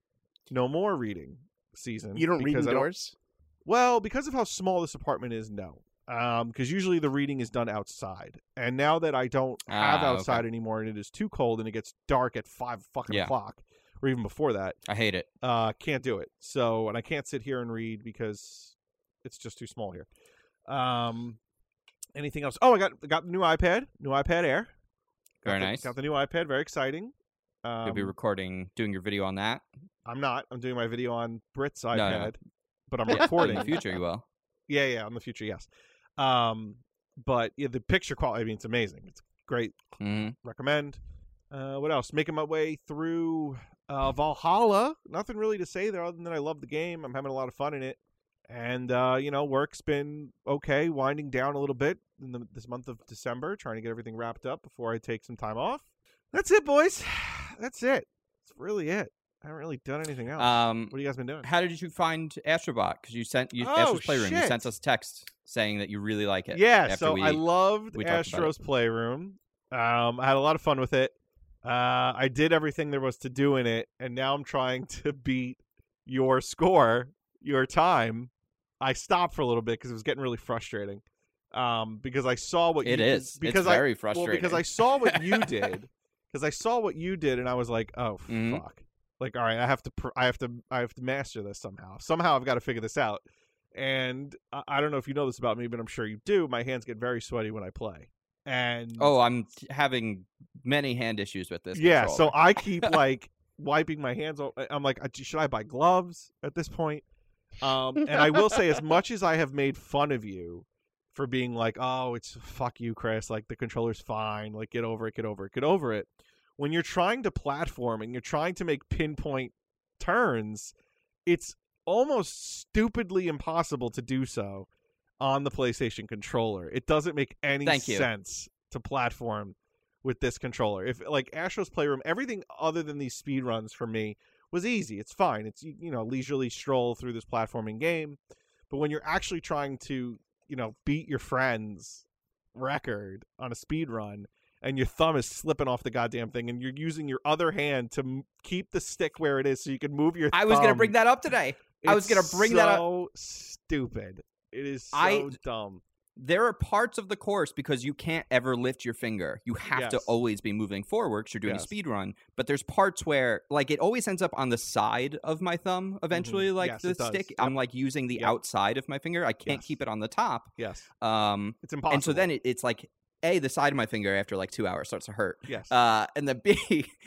[SPEAKER 4] no more reading
[SPEAKER 1] Mm,
[SPEAKER 4] season.
[SPEAKER 3] You don't read
[SPEAKER 4] because I
[SPEAKER 3] indoors.
[SPEAKER 4] well, because of how small this apartment is, no. Um, because usually the reading is done outside, and now that I don't have
[SPEAKER 1] Ah, okay.
[SPEAKER 4] outside anymore, and it is too cold, and it gets dark at five fucking
[SPEAKER 1] Yeah.
[SPEAKER 4] o'clock, or even before that,
[SPEAKER 1] I hate it.
[SPEAKER 4] uh, can't do it. So, and I can't sit here and read because it's just too small here. Um, anything else? Oh, I got I got new iPad, new iPad Air. Got
[SPEAKER 1] Very
[SPEAKER 4] the-
[SPEAKER 1] nice.
[SPEAKER 4] Got the new iPad. Very exciting. Um,
[SPEAKER 1] You'll be recording, doing your video on that.
[SPEAKER 4] I'm not. I'm doing my video on Brit's
[SPEAKER 1] no.
[SPEAKER 4] iPad, but I'm
[SPEAKER 1] Yeah,
[SPEAKER 4] recording.
[SPEAKER 1] in the future, you will.
[SPEAKER 4] Yeah, yeah, on the future, yes. Um, but yeah, the picture quality, I mean, it's amazing. It's great.
[SPEAKER 1] hmm
[SPEAKER 4] Recommend. Uh, what else? Making my way through uh, Valhalla. Nothing really to say there other than I love the game. I'm having a lot of fun in it. And, uh, you know, work's been okay, winding down a little bit in the, this month of December, trying to get everything wrapped up before I take some time off. That's it, boys. That's it. That's really it. I haven't really done anything else.
[SPEAKER 1] Um,
[SPEAKER 4] Oh, what have you guys been doing?
[SPEAKER 1] how did you find Astrobot? Because you sent you
[SPEAKER 4] Oh,
[SPEAKER 1] Astro's Playroom. You
[SPEAKER 4] shit.
[SPEAKER 1] sent us a text saying that you really like it.
[SPEAKER 4] Yeah,
[SPEAKER 1] after
[SPEAKER 4] so I
[SPEAKER 1] we-
[SPEAKER 4] loved
[SPEAKER 1] we talked about it.
[SPEAKER 4] Astro's Playroom. Um, I had a lot of fun with it. Uh, I did everything there was to do in it, and now I'm trying to beat your score, your time. I stopped for a little bit because it was getting really frustrating. Um, because I saw what
[SPEAKER 1] it
[SPEAKER 4] you
[SPEAKER 1] is.
[SPEAKER 4] because
[SPEAKER 1] it's
[SPEAKER 4] I
[SPEAKER 1] very frustrating.
[SPEAKER 4] well, because I saw what you did. Because I saw what you did, and I was like, "Oh
[SPEAKER 1] Mhm.
[SPEAKER 4] fuck!" Like, all right, I have to, pr- I have to, I have to master this somehow. Somehow, I've got to figure this out. And I-, I don't know if you know this about me, but I'm sure you do. My hands get very sweaty when I play. And
[SPEAKER 1] oh, I'm having many hand issues with this.
[SPEAKER 4] yeah,
[SPEAKER 1] controller.
[SPEAKER 4] so I keep like wiping my hands. o- I'm like, "Uh, should I buy gloves at this point? Um, and I will say, as much as I have made fun of you for being like, "Oh, it's fuck you, Chris," like the controller's fine, like get over it, get over it, get over it. When you're trying to platform and you're trying to make pinpoint turns, it's almost stupidly impossible to do so on the PlayStation controller. It doesn't make any
[SPEAKER 1] Thank you.
[SPEAKER 4] sense to platform with this controller. If like Astro's Playroom, everything other than these speed runs for me was easy. It's fine. It's you you know, leisurely stroll through this platforming game. But when you're actually trying to, you know, beat your friends record on a speed run and your thumb is slipping off the goddamn thing and you're using your other hand to m- keep the stick where it is so you can move your
[SPEAKER 1] I was gonna
[SPEAKER 4] thumb.
[SPEAKER 1] bring that up today. I was gonna bring that up-
[SPEAKER 4] So stupid. It is so
[SPEAKER 1] I-
[SPEAKER 4] dumb.
[SPEAKER 1] There are parts of the course because you can't ever lift your finger. You have to
[SPEAKER 4] Yes.
[SPEAKER 1] always be moving forward 'cause you're doing
[SPEAKER 4] Yes.
[SPEAKER 1] a speed run. But there's parts where, like, it always ends up on the side of my thumb. Eventually, like
[SPEAKER 4] Mm-hmm. Yes,
[SPEAKER 1] the
[SPEAKER 4] it does.
[SPEAKER 1] stick,
[SPEAKER 4] Yep.
[SPEAKER 1] I'm like using the
[SPEAKER 4] Yep.
[SPEAKER 1] outside of my finger. I can't
[SPEAKER 4] Yes.
[SPEAKER 1] keep it on the top.
[SPEAKER 4] Yes,
[SPEAKER 1] Um,
[SPEAKER 4] it's impossible.
[SPEAKER 1] and so then it, it's like a the side of my finger after like two hours starts to hurt.
[SPEAKER 4] yes,
[SPEAKER 1] Uh, and the B,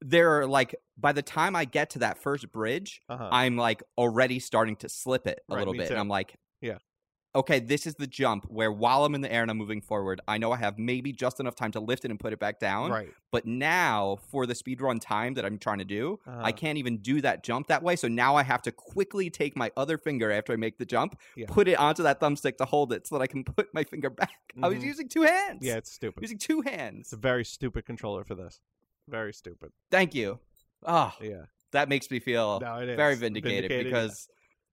[SPEAKER 1] there are like by the time I get to that first bridge,
[SPEAKER 4] uh-huh.
[SPEAKER 1] I'm like already starting to slip it a
[SPEAKER 4] Right,
[SPEAKER 1] little
[SPEAKER 4] me
[SPEAKER 1] bit.
[SPEAKER 4] too.
[SPEAKER 1] And I'm like,
[SPEAKER 4] Yeah.
[SPEAKER 1] Okay, this is the jump where while I'm in the air and I'm moving forward, I know I have maybe just enough time to lift it and put it back down.
[SPEAKER 4] right.
[SPEAKER 1] But now for the speed run time that I'm trying to do,
[SPEAKER 4] Uh-huh.
[SPEAKER 1] I can't even do that jump that way. So now I have to quickly take my other finger after I make the jump,
[SPEAKER 4] Yeah.
[SPEAKER 1] put it onto that thumbstick to hold it so that I can put my finger back. I was
[SPEAKER 4] Mhm.
[SPEAKER 1] using two hands.
[SPEAKER 4] Yeah, it's stupid.
[SPEAKER 1] Using two
[SPEAKER 4] It's
[SPEAKER 1] hands.
[SPEAKER 4] a very stupid controller for this. Very stupid.
[SPEAKER 1] Thank you. Oh,
[SPEAKER 4] Yeah.
[SPEAKER 1] that makes me feel
[SPEAKER 4] No, it is
[SPEAKER 1] very vindicated,
[SPEAKER 4] yeah.
[SPEAKER 1] because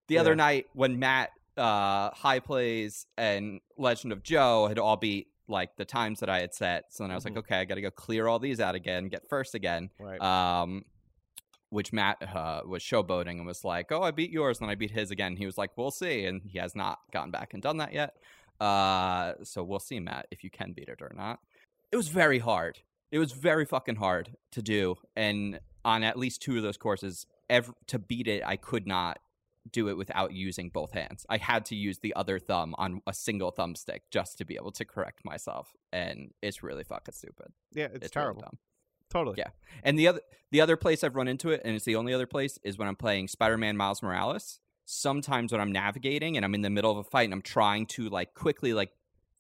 [SPEAKER 1] the other
[SPEAKER 4] Yeah.
[SPEAKER 1] night when Matt uh, High Plays and Legend of Joe had all beat like the times that I had set, so then I was
[SPEAKER 4] Mhm.
[SPEAKER 1] like, okay, I got to go clear all these out again, get first again.
[SPEAKER 4] right.
[SPEAKER 1] Um, which Matt uh, was showboating and was like, "Oh, I beat yours, and then I beat his again." He was like, "We'll see," and he has not gotten back and done that yet. Uh, so we'll see, Matt, if you can beat it or not. It was very hard. It was very fucking hard to do, and on at least two of those courses, ev- to beat it, I could not do it without using both hands. I had to use the other thumb on a single thumbstick just to be able to correct myself, and it's really fucking stupid.
[SPEAKER 4] yeah, it's,
[SPEAKER 1] really
[SPEAKER 4] terrible.
[SPEAKER 1] dumb.
[SPEAKER 4] Totally.
[SPEAKER 1] Yeah. And the other the other place I've run into it, and it's the only other place, is when I'm playing Spider Man Miles Morales. Sometimes when I'm navigating and I'm in the middle of a fight and I'm trying to like quickly like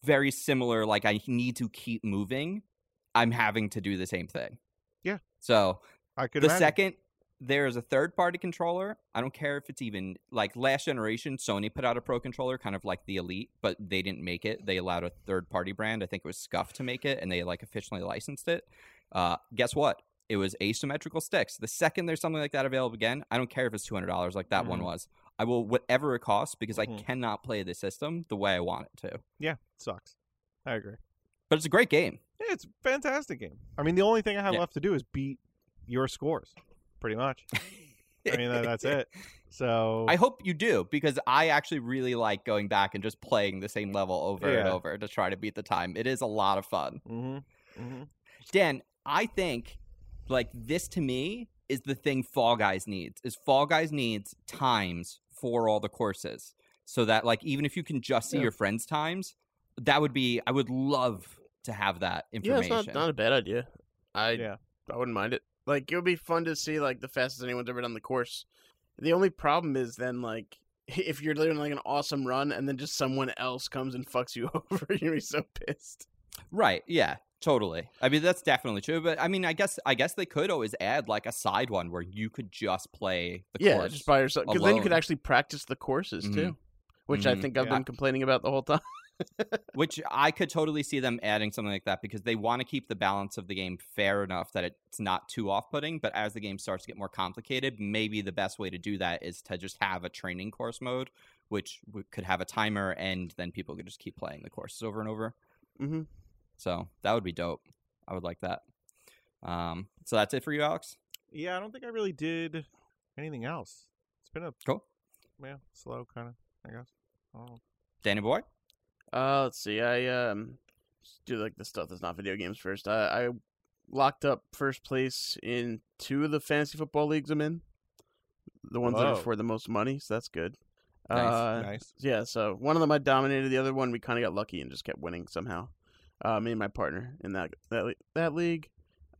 [SPEAKER 1] very similar like I need to keep moving, I'm having to do the same thing.
[SPEAKER 4] Yeah.
[SPEAKER 1] So
[SPEAKER 4] I could
[SPEAKER 1] the
[SPEAKER 4] imagine.
[SPEAKER 1] second there is a third party controller, I don't care if it's even like last generation, Sony put out a pro controller, kind of like the Elite, but they didn't make it. They allowed a third party brand. I think it was Scuff to make it, and they like officially licensed it. Uh, guess what? It was asymmetrical sticks. The second there's something like that available again, I don't care if it's two hundred dollars like that one
[SPEAKER 4] Mhm.
[SPEAKER 1] was. I will whatever it costs because I
[SPEAKER 4] Mhm.
[SPEAKER 1] cannot play the system the way I want it to.
[SPEAKER 4] Yeah, sucks. I agree.
[SPEAKER 1] But it's a great game.
[SPEAKER 4] Yeah, it's a fantastic game. I mean, the only thing I have
[SPEAKER 1] Yeah.
[SPEAKER 4] left to do is beat your scores, pretty much. I mean, that- that's it. So
[SPEAKER 1] I hope you do because I actually really like going back and just playing the same level over and
[SPEAKER 4] Yeah.
[SPEAKER 1] over to try to beat the time. It is a lot of fun.
[SPEAKER 4] hmm hmm
[SPEAKER 1] Dan, I think like this to me is the thing Fall Guys needs. Is Fall Guys needs times for all the courses so that like even if you can just see
[SPEAKER 3] Yeah.
[SPEAKER 1] your friends' times, that would be I would love to have that
[SPEAKER 3] Yeah,
[SPEAKER 1] information.
[SPEAKER 3] it's not, not a bad idea. I
[SPEAKER 4] Yeah.
[SPEAKER 3] I wouldn't mind it. Like it would be fun to see like the fastest anyone's ever done the course. The only problem is then like if you're doing like an awesome run and then just someone else comes and fucks you over, you're gonna be so pissed.
[SPEAKER 1] Right. Yeah. Totally. I mean, that's definitely true. But I mean, I guess I guess they could always add like a side one where you could just play the
[SPEAKER 3] yeah,
[SPEAKER 1] course.
[SPEAKER 3] just by yourself because then you could
[SPEAKER 1] alone.
[SPEAKER 3] actually practice the courses
[SPEAKER 1] Mhm.
[SPEAKER 3] too, which I
[SPEAKER 1] Mhm.
[SPEAKER 3] think I've
[SPEAKER 1] Yeah.
[SPEAKER 3] been complaining about the whole time.
[SPEAKER 1] which I could totally see them adding something like that because they want to keep the balance of the game fair enough that it's not too off-putting. But as the game starts to get more complicated, maybe the best way to do that is to just have a training course mode, which w- could have a timer, and then people could just keep playing the courses over and over.
[SPEAKER 3] Mhm.
[SPEAKER 1] So that would be dope. I would like that. Um, so that's it for you, Alex.
[SPEAKER 4] yeah, I don't think I really did anything else. It's been a
[SPEAKER 1] Cool.
[SPEAKER 4] yeah slow kind of I guess. I don't know.
[SPEAKER 1] Danny boy.
[SPEAKER 3] Uh, let's see. I um just do like the stuff that's not video games first. I, I locked up first place in two of the fantasy football leagues I'm in. The ones that are
[SPEAKER 4] Whoa.
[SPEAKER 3] for the most money, so that's good.
[SPEAKER 1] Nice,
[SPEAKER 3] Uh,
[SPEAKER 4] nice.
[SPEAKER 3] Yeah, so one of them I dominated. The other one we kind of got lucky and just kept winning somehow. Uh, me and my partner in that that le- that league.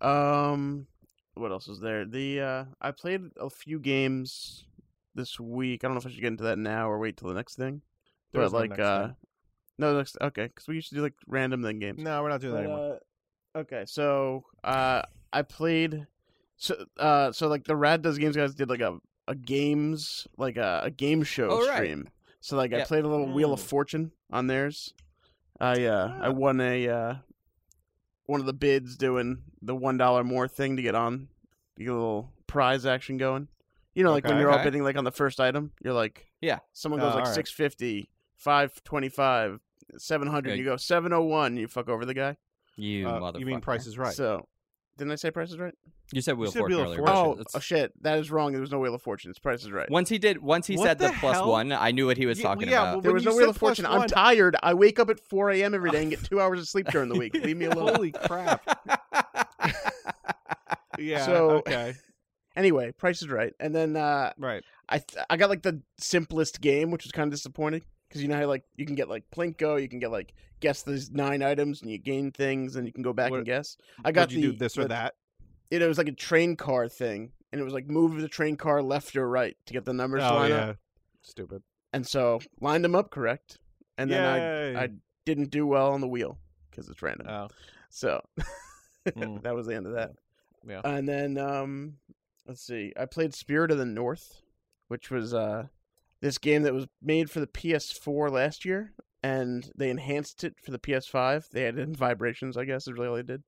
[SPEAKER 3] Um, what else is there? The uh, I played a few games this week. I don't know if I should get into that now or wait till the next thing.
[SPEAKER 4] There is
[SPEAKER 3] but
[SPEAKER 4] no
[SPEAKER 3] like,
[SPEAKER 4] next
[SPEAKER 3] uh,
[SPEAKER 4] thing.
[SPEAKER 3] no next. Okay, because we used to do like random then games.
[SPEAKER 4] no, we're not doing that
[SPEAKER 3] But,
[SPEAKER 4] anymore.
[SPEAKER 3] uh, okay, so uh, I played. So uh, so like the Rad Does Games guys did like a, a games like a, a game show
[SPEAKER 1] Oh, right.
[SPEAKER 3] stream. So like I
[SPEAKER 1] Yep.
[SPEAKER 3] played a little Wheel of
[SPEAKER 4] Mm.
[SPEAKER 3] Fortune on theirs. I uh,
[SPEAKER 1] Ah.
[SPEAKER 3] I won a uh, one of the bids doing the one dollar more thing to get on to get a little prize action going. You know, like when
[SPEAKER 4] Okay.
[SPEAKER 3] you're all
[SPEAKER 1] Okay.
[SPEAKER 3] bidding like on the first item, you're like
[SPEAKER 1] Yeah. Uh,
[SPEAKER 3] Someone
[SPEAKER 4] Oh,
[SPEAKER 3] goes like
[SPEAKER 4] alright.
[SPEAKER 3] 650, 525, 700,
[SPEAKER 1] Yeah.
[SPEAKER 3] you go 701, you fuck over the guy.
[SPEAKER 1] You
[SPEAKER 4] Uh,
[SPEAKER 1] motherfucker.
[SPEAKER 4] you mean Price is Right?
[SPEAKER 3] So, didn't I say Price is Right?
[SPEAKER 1] You said Wheel of
[SPEAKER 4] said Wheel
[SPEAKER 1] Fortune
[SPEAKER 4] of
[SPEAKER 1] earlier.
[SPEAKER 4] Fortune.
[SPEAKER 1] Bullshit.
[SPEAKER 3] Oh,
[SPEAKER 1] That's-
[SPEAKER 3] oh, shit, that is wrong. There was no Wheel of Fortune. It's Price is Right.
[SPEAKER 1] Once he did, once he
[SPEAKER 4] What
[SPEAKER 1] said the,
[SPEAKER 4] the
[SPEAKER 1] plus
[SPEAKER 4] hell?
[SPEAKER 1] one, I knew what he was
[SPEAKER 4] Yeah, well,
[SPEAKER 1] talking
[SPEAKER 4] yeah,
[SPEAKER 1] about.
[SPEAKER 4] well,
[SPEAKER 3] There
[SPEAKER 4] When
[SPEAKER 3] was
[SPEAKER 4] you
[SPEAKER 3] no Wheel
[SPEAKER 4] said
[SPEAKER 3] of Fortune.
[SPEAKER 4] plus
[SPEAKER 3] I'm
[SPEAKER 4] one-
[SPEAKER 3] tired. I wake up at 4 a.m. every day and get two hours of sleep during the week. Leave me alone.
[SPEAKER 4] Holy crap! Yeah.
[SPEAKER 3] So-
[SPEAKER 4] okay.
[SPEAKER 3] Anyway, Price is Right. And then uh,
[SPEAKER 4] Right.
[SPEAKER 3] I th- I got like the simplest game, which was kind of disappointing because you know how like you can get like Plinko, you can get like guess these nine items and you gain things and you can go back
[SPEAKER 4] What-
[SPEAKER 3] and guess. I got
[SPEAKER 4] Would you
[SPEAKER 3] the-
[SPEAKER 4] do this or
[SPEAKER 3] the-
[SPEAKER 4] that.
[SPEAKER 3] It, it was like a train car thing, and it was like move the train car left or right to get the numbers to
[SPEAKER 4] Oh
[SPEAKER 3] line up.
[SPEAKER 4] yeah. Stupid.
[SPEAKER 3] And so lined them up correct, and then I
[SPEAKER 4] Yay.
[SPEAKER 3] I didn't do well on the wheel because it's random.
[SPEAKER 4] Oh.
[SPEAKER 3] so
[SPEAKER 4] Mm.
[SPEAKER 3] that was the end of that.
[SPEAKER 4] Yeah.
[SPEAKER 3] And then um, let's see. I played Spirit of the North, which was uh, this game that was made for the PS4 last year, and they enhanced it for the PS5. They added in vibrations, I guess, is really all they did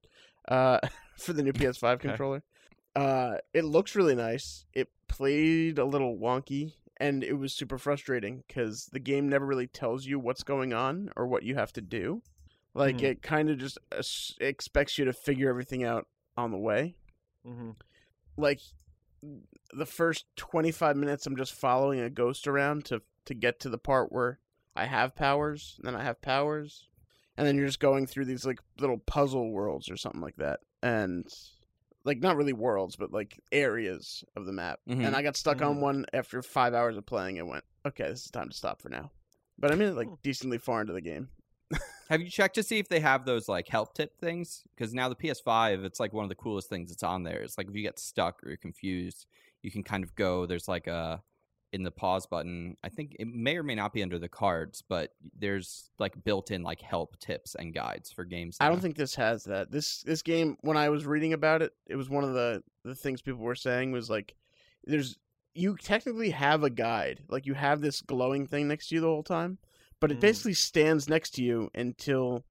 [SPEAKER 3] uh, for the new PS5
[SPEAKER 4] Okay.
[SPEAKER 3] controller. Uh, it looks really nice. It played a little wonky, and it was super frustrating because the game never really tells you what's going on or what you have to do. Like
[SPEAKER 4] Hmm.
[SPEAKER 3] it kind of just uh, expects you to figure everything out on the way.
[SPEAKER 4] hmm
[SPEAKER 3] Like the first 25 minutes I'm just following a ghost around to to get to the part where I have powers, and then I have powers, and then you're just going through these like little puzzle worlds or something like that. And like not really worlds, but like areas of the map.
[SPEAKER 1] Mhm.
[SPEAKER 3] And I got stuck on
[SPEAKER 4] Mhm.
[SPEAKER 3] one after 5 hours of playing and went, "Okay, this is time to stop for now." But I'm in like
[SPEAKER 4] Hmm.
[SPEAKER 3] decently far into the game.
[SPEAKER 1] Have you checked to see if they have those like help tip things? Because now the PS5, it's like one of the coolest things that's on there. It's like if you get stuck or you're confused, you can kind of go. There's like a in the pause button. I think it may or may not be under the cards, but there's like built-in like help tips and guides for games.
[SPEAKER 3] I
[SPEAKER 1] now.
[SPEAKER 3] don't think this has that. This this game, when I was reading about it, it was one of the the things people were saying was like, there's you technically have a guide, like you have this glowing thing next to you the whole time, but it
[SPEAKER 4] Mm.
[SPEAKER 3] basically stands next to you until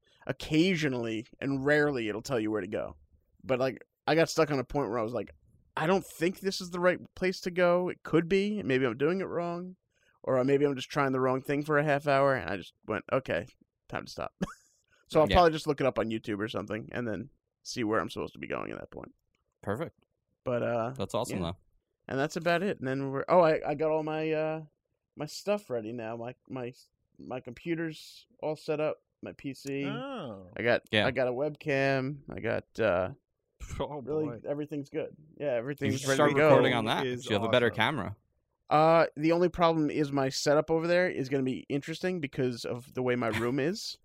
[SPEAKER 3] occasionally and rarely it'll tell you where to go. But like, I got stuck on a point where I was like, I don't think this is the right place to go. It could be. Maybe I'm doing it wrong, or maybe I'm just trying the wrong thing for a half hour, and I just went, okay, time to stop. so I'll
[SPEAKER 1] Yeah.
[SPEAKER 3] probably just look it up on YouTube or something, and then see where I'm supposed to be going at that point.
[SPEAKER 1] Perfect.
[SPEAKER 3] But uh,
[SPEAKER 1] That's awesome
[SPEAKER 3] Yeah.
[SPEAKER 1] though.
[SPEAKER 3] and that's about it. And then we're oh, I, I got all my uh my stuff ready now. My my my computer's all set up. My PC.
[SPEAKER 4] Oh,
[SPEAKER 3] I got
[SPEAKER 1] Yeah.
[SPEAKER 3] I got a webcam. I got uh
[SPEAKER 4] oh
[SPEAKER 3] really
[SPEAKER 4] boy.
[SPEAKER 3] everything's good. Yeah,
[SPEAKER 1] You
[SPEAKER 3] everything's
[SPEAKER 1] should
[SPEAKER 3] ready
[SPEAKER 1] start
[SPEAKER 3] to go.
[SPEAKER 1] recording on that. You
[SPEAKER 4] is
[SPEAKER 1] have a better
[SPEAKER 4] awesome.
[SPEAKER 1] camera.
[SPEAKER 3] Uh, the only problem is my setup over there is going to be interesting because of the way my room is.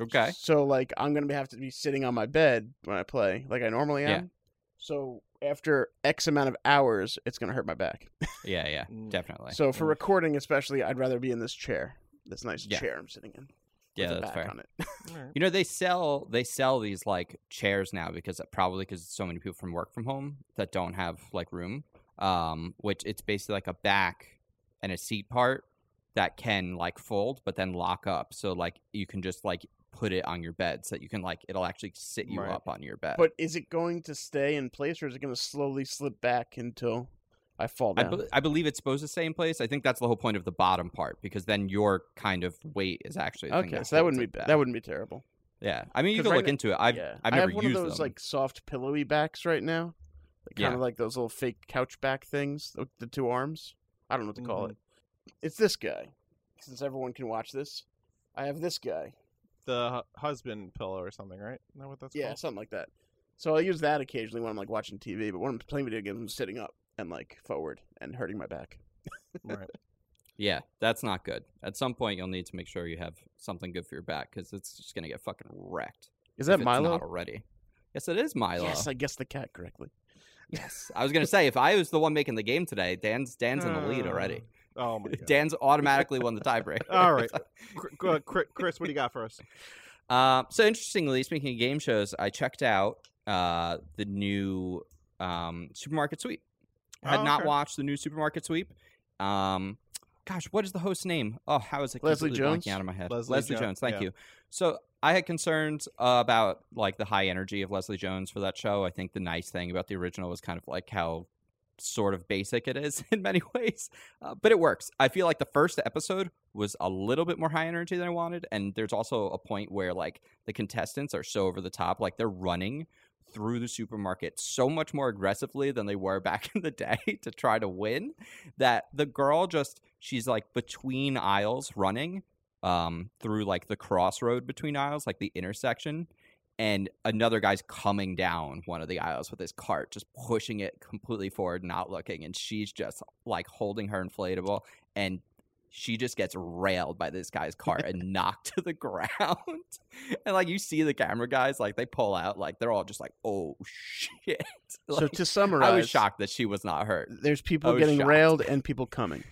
[SPEAKER 1] Okay.
[SPEAKER 3] So like I'm going to have to be sitting on my bed when I play, like I normally am.
[SPEAKER 1] Yeah.
[SPEAKER 3] So after X amount of hours, it's going to hurt my back.
[SPEAKER 1] Yeah, yeah,
[SPEAKER 4] Mm.
[SPEAKER 1] definitely.
[SPEAKER 3] so for
[SPEAKER 4] yeah.
[SPEAKER 3] recording, especially, I'd rather be in this chair, this nice
[SPEAKER 1] Yeah.
[SPEAKER 3] chair I'm sitting in.
[SPEAKER 1] yeah,
[SPEAKER 3] with a
[SPEAKER 1] that's
[SPEAKER 3] back
[SPEAKER 1] fair.
[SPEAKER 3] On it.
[SPEAKER 4] Alright.
[SPEAKER 1] You know they sell they sell these like chairs now because uh, probably because so many people from work from home that don't have like room, um, which it's basically like a back and a seat part that can like fold but then lock up, so like you can just like put it on your bed so that you can like it'll actually sit you
[SPEAKER 4] Right.
[SPEAKER 1] up on your bed.
[SPEAKER 3] But is it going to stay in place, or is it going to slowly slip back until I fall
[SPEAKER 1] I,
[SPEAKER 3] down?
[SPEAKER 1] bel- I believe it's supposed to stay in place. I think that's the whole point of the bottom part because then your kind of weight is actually the thing
[SPEAKER 3] okay, so that
[SPEAKER 1] holds
[SPEAKER 3] wouldn't
[SPEAKER 1] it
[SPEAKER 3] be
[SPEAKER 1] back.
[SPEAKER 3] that wouldn't be terrible.
[SPEAKER 1] Yeah, I mean you
[SPEAKER 3] 'Cause
[SPEAKER 1] can
[SPEAKER 3] right
[SPEAKER 1] look
[SPEAKER 3] now-
[SPEAKER 1] into it. I've
[SPEAKER 3] yeah.
[SPEAKER 1] I've
[SPEAKER 3] I
[SPEAKER 1] never
[SPEAKER 3] have one
[SPEAKER 1] used
[SPEAKER 3] of those
[SPEAKER 1] them.
[SPEAKER 3] like soft pillowy backs right now, kind
[SPEAKER 1] Yeah.
[SPEAKER 3] of like those little fake couch back things, the, the two arms. I don't know what to call
[SPEAKER 1] Mm-hmm.
[SPEAKER 4] Mm-hmm.
[SPEAKER 3] it. It's this guy. Since everyone can watch this, I have this guy.
[SPEAKER 4] The hu- husband pillow or something, right? Isn't that what that's
[SPEAKER 3] yeah,
[SPEAKER 4] called?
[SPEAKER 3] something like that. So I use that occasionally when I'm like watching TV, but when I'm playing video games, I'm sitting up and like forward and hurting my back.
[SPEAKER 4] Right.
[SPEAKER 1] Yeah, that's not good. At some point, you'll need to make sure you have something good for your back because it's just gonna get fucking wrecked. if
[SPEAKER 3] Is that
[SPEAKER 1] it's
[SPEAKER 3] Milo?
[SPEAKER 1] Not already. Yes, it is Milo.
[SPEAKER 3] Yes, I guessed the cat correctly.
[SPEAKER 1] Yes. I was gonna say if I was the one making the game today, Dan's Dan's in the lead already.
[SPEAKER 4] Oh my god.
[SPEAKER 1] Dan's automatically won the tiebreaker.
[SPEAKER 4] All right. Cr- go- Cri- Chris, what do you got for us?
[SPEAKER 1] Um, so interestingly, speaking of game shows, I checked out uh, the new um, Supermarket Sweep. I had
[SPEAKER 4] Oh,
[SPEAKER 1] not
[SPEAKER 4] okay.
[SPEAKER 1] watched the new Supermarket Sweep. Um, gosh, what is the host's name? Oh, how is it?
[SPEAKER 3] Leslie
[SPEAKER 1] completely
[SPEAKER 3] Jones?
[SPEAKER 1] Blanking out of my head.
[SPEAKER 4] Leslie
[SPEAKER 1] Leslie,
[SPEAKER 4] Jo-
[SPEAKER 1] Jones. Thank
[SPEAKER 4] yeah.
[SPEAKER 1] you. So I had concerns about like the high energy of Leslie Jones for that show. I think the nice thing about the original was kind of like how sort of basic it is in many ways, uh, but it works. I feel like the first episode was a little bit more high energy than I wanted, and there's also a point where like the contestants are so over the top, like they're running through the supermarket so much more aggressively than they were back in the day to try to win that the girl just she's like between aisles running um through like the crossroad between aisles like the intersection and another guy's coming down one of the aisles with his cart just pushing it completely forward not looking and she's just like holding her inflatable and she just gets railed by this guy's cart and knocked to the ground and like you see the camera guys like they pull out like they're all just like oh shit
[SPEAKER 3] so
[SPEAKER 1] Like,
[SPEAKER 3] to summarize,
[SPEAKER 1] i was shocked that she was not hurt
[SPEAKER 3] There's people
[SPEAKER 1] was
[SPEAKER 3] getting
[SPEAKER 1] shocked.
[SPEAKER 3] railed and people coming.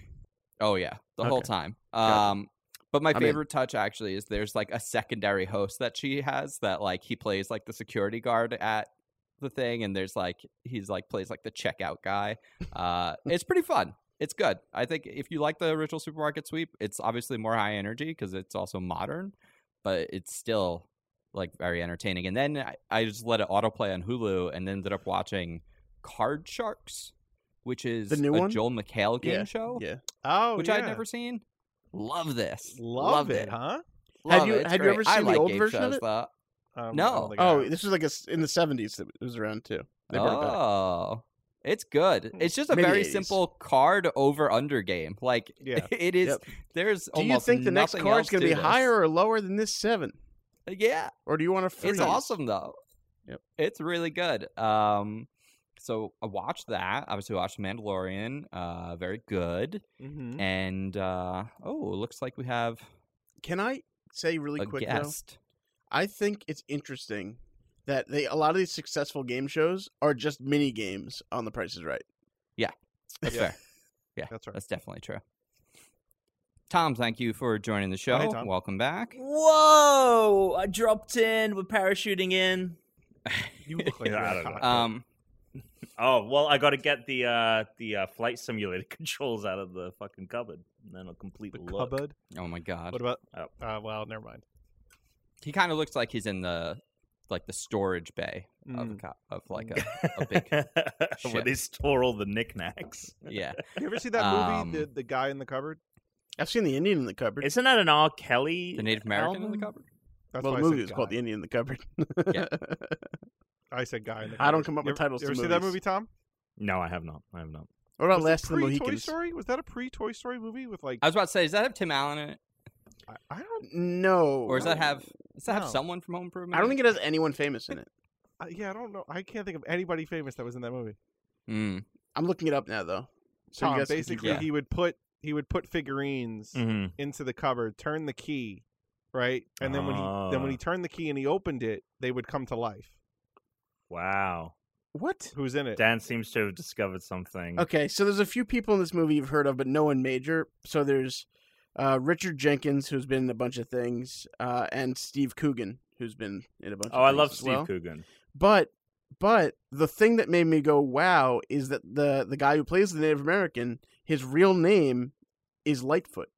[SPEAKER 1] Oh yeah, the whole
[SPEAKER 3] Okay.
[SPEAKER 1] time.
[SPEAKER 3] Gotcha.
[SPEAKER 1] Um, but my
[SPEAKER 3] I'm in.
[SPEAKER 1] favorite touch actually is there's like a secondary host that she has that like he plays like the security guard at the thing, and there's like he's like plays like the checkout guy. Uh, it's pretty fun. It's good. I think if you like the original supermarket sweep, it's obviously more high energy because it's also modern, but it's still like very entertaining. And then I, I just let it autoplay on Hulu and ended up watching Card Sharks, which is
[SPEAKER 3] The new
[SPEAKER 1] a
[SPEAKER 3] one?
[SPEAKER 1] Joel McHale game
[SPEAKER 3] Yeah,
[SPEAKER 1] show
[SPEAKER 3] Yeah.
[SPEAKER 4] Oh,
[SPEAKER 1] which
[SPEAKER 4] yeah.
[SPEAKER 1] I'd never seen. Love this.
[SPEAKER 4] love, it, huh?
[SPEAKER 1] Love
[SPEAKER 3] Have you-
[SPEAKER 1] it. It's
[SPEAKER 3] have you
[SPEAKER 1] great.
[SPEAKER 3] ever
[SPEAKER 1] I
[SPEAKER 3] seen the
[SPEAKER 1] like
[SPEAKER 3] old
[SPEAKER 1] game
[SPEAKER 3] version of
[SPEAKER 1] shows,
[SPEAKER 3] it?
[SPEAKER 1] though.
[SPEAKER 4] Um, I
[SPEAKER 1] No.
[SPEAKER 4] don't think I
[SPEAKER 3] Oh,
[SPEAKER 4] have.
[SPEAKER 3] this was like a s in the 70s that it was around too. They Mm. brought it back.
[SPEAKER 1] oh, it's good. It's just a
[SPEAKER 3] Maybe
[SPEAKER 1] very
[SPEAKER 3] 80s.
[SPEAKER 1] simple card over under game. Like
[SPEAKER 4] Yeah.
[SPEAKER 1] it is.
[SPEAKER 3] Yep.
[SPEAKER 1] There's
[SPEAKER 3] Do you
[SPEAKER 1] almost
[SPEAKER 3] think the next
[SPEAKER 1] nothing
[SPEAKER 3] card's
[SPEAKER 1] else
[SPEAKER 3] going
[SPEAKER 1] to
[SPEAKER 3] to be
[SPEAKER 1] this.
[SPEAKER 3] higher or lower than this seven?
[SPEAKER 1] Yeah,
[SPEAKER 3] Or do you want to freeze?
[SPEAKER 1] it's awesome though.
[SPEAKER 3] Yep.
[SPEAKER 1] It's really good. Um, so I watched that. Obviously, watched Mandalorian. Uh, very good.
[SPEAKER 3] Mm.
[SPEAKER 4] Mhm.
[SPEAKER 1] And uh, oh, looks like we have
[SPEAKER 3] Can I say really
[SPEAKER 1] a
[SPEAKER 3] quick though?
[SPEAKER 1] guest.
[SPEAKER 3] I think it's interesting that they a lot of these successful game shows are just mini games on The Price is Right.
[SPEAKER 1] That's
[SPEAKER 4] Yeah.
[SPEAKER 1] fair. Yeah,
[SPEAKER 4] That's right.
[SPEAKER 1] That's definitely true. Tom, thank you for joining the show.
[SPEAKER 3] Oh,
[SPEAKER 4] hey, Tom.
[SPEAKER 1] Welcome back.
[SPEAKER 5] Whoa! I dropped in. We're parachuting in.
[SPEAKER 4] You look like
[SPEAKER 6] Yeah,
[SPEAKER 4] you're
[SPEAKER 6] I
[SPEAKER 4] a
[SPEAKER 6] don't know.
[SPEAKER 4] cockroach.
[SPEAKER 1] Um,
[SPEAKER 6] Oh well, I got to get the uh, the uh, flight simulator controls out of the fucking cupboard, and then I'll complete
[SPEAKER 4] the
[SPEAKER 6] the, look.
[SPEAKER 4] cupboard.
[SPEAKER 1] oh my God,
[SPEAKER 4] What about?
[SPEAKER 6] Oh.
[SPEAKER 4] Uh, well, never mind.
[SPEAKER 1] he kind of looks like he's in the like the storage bay
[SPEAKER 3] Hmm.
[SPEAKER 1] of a
[SPEAKER 4] Mm.
[SPEAKER 1] co- of like a, a Oh, big
[SPEAKER 6] Where
[SPEAKER 1] ship.
[SPEAKER 6] they store all the knickknacks.
[SPEAKER 1] yeah.
[SPEAKER 4] You ever see that movie,
[SPEAKER 1] Um,
[SPEAKER 4] the the guy in the cupboard?
[SPEAKER 3] I've seen the Indian in the cupboard.
[SPEAKER 6] Isn't that an R. Kelly?
[SPEAKER 1] The Native American in the
[SPEAKER 6] album?
[SPEAKER 1] cupboard.
[SPEAKER 4] That's
[SPEAKER 3] well,
[SPEAKER 4] why
[SPEAKER 3] the
[SPEAKER 4] I said
[SPEAKER 3] movie is called
[SPEAKER 4] guy.
[SPEAKER 3] The Indian in the cupboard.
[SPEAKER 1] Yeah.
[SPEAKER 4] I said guy in the.
[SPEAKER 3] I don't
[SPEAKER 4] cupboard.
[SPEAKER 3] come up
[SPEAKER 4] You
[SPEAKER 3] with
[SPEAKER 4] ever-
[SPEAKER 3] titles
[SPEAKER 4] You
[SPEAKER 3] to
[SPEAKER 4] ever see that
[SPEAKER 3] movies.
[SPEAKER 4] movie, Tom?
[SPEAKER 6] No, I have not. I have not.
[SPEAKER 3] What about
[SPEAKER 4] Was it
[SPEAKER 3] Last of the
[SPEAKER 4] pre-Toy
[SPEAKER 3] Mohicans?
[SPEAKER 4] Story? Was that a pre Toy Story movie with like?
[SPEAKER 1] I was about to say, does that have Tim Allen in it,
[SPEAKER 4] I, I don't.
[SPEAKER 3] No.
[SPEAKER 1] or does that have does that
[SPEAKER 4] No.
[SPEAKER 1] have someone from Home Improvement?
[SPEAKER 3] I don't think it has anyone famous in it.
[SPEAKER 4] I, yeah, I don't know. I can't think of anybody famous that was in that movie.
[SPEAKER 1] Mm.
[SPEAKER 3] I'm looking it up now though. So you Mm.
[SPEAKER 4] Tom,
[SPEAKER 3] guys can keep
[SPEAKER 4] basically,
[SPEAKER 1] yeah.
[SPEAKER 4] he would put he would put figurines
[SPEAKER 6] Mm-hmm.
[SPEAKER 4] into the cupboard, turn the key, right, and then when he then when he
[SPEAKER 6] Ah.
[SPEAKER 4] turned the key and he opened it, they would come to life.
[SPEAKER 6] Wow,
[SPEAKER 4] What? Who's in it?
[SPEAKER 6] Dan seems to have discovered something.
[SPEAKER 3] Okay, so there's a few people in this movie you've heard of, but no one major. So there's uh, Richard Jenkins, who's been in a bunch of things, uh, and Steve Coogan, who's been in a bunch.
[SPEAKER 6] Oh,
[SPEAKER 3] of
[SPEAKER 6] I
[SPEAKER 3] things
[SPEAKER 6] love
[SPEAKER 3] as
[SPEAKER 6] Steve
[SPEAKER 3] well.
[SPEAKER 6] Coogan.
[SPEAKER 3] But but the thing that made me go wow is that the the guy who plays the Native American, his real name is Lightfoot,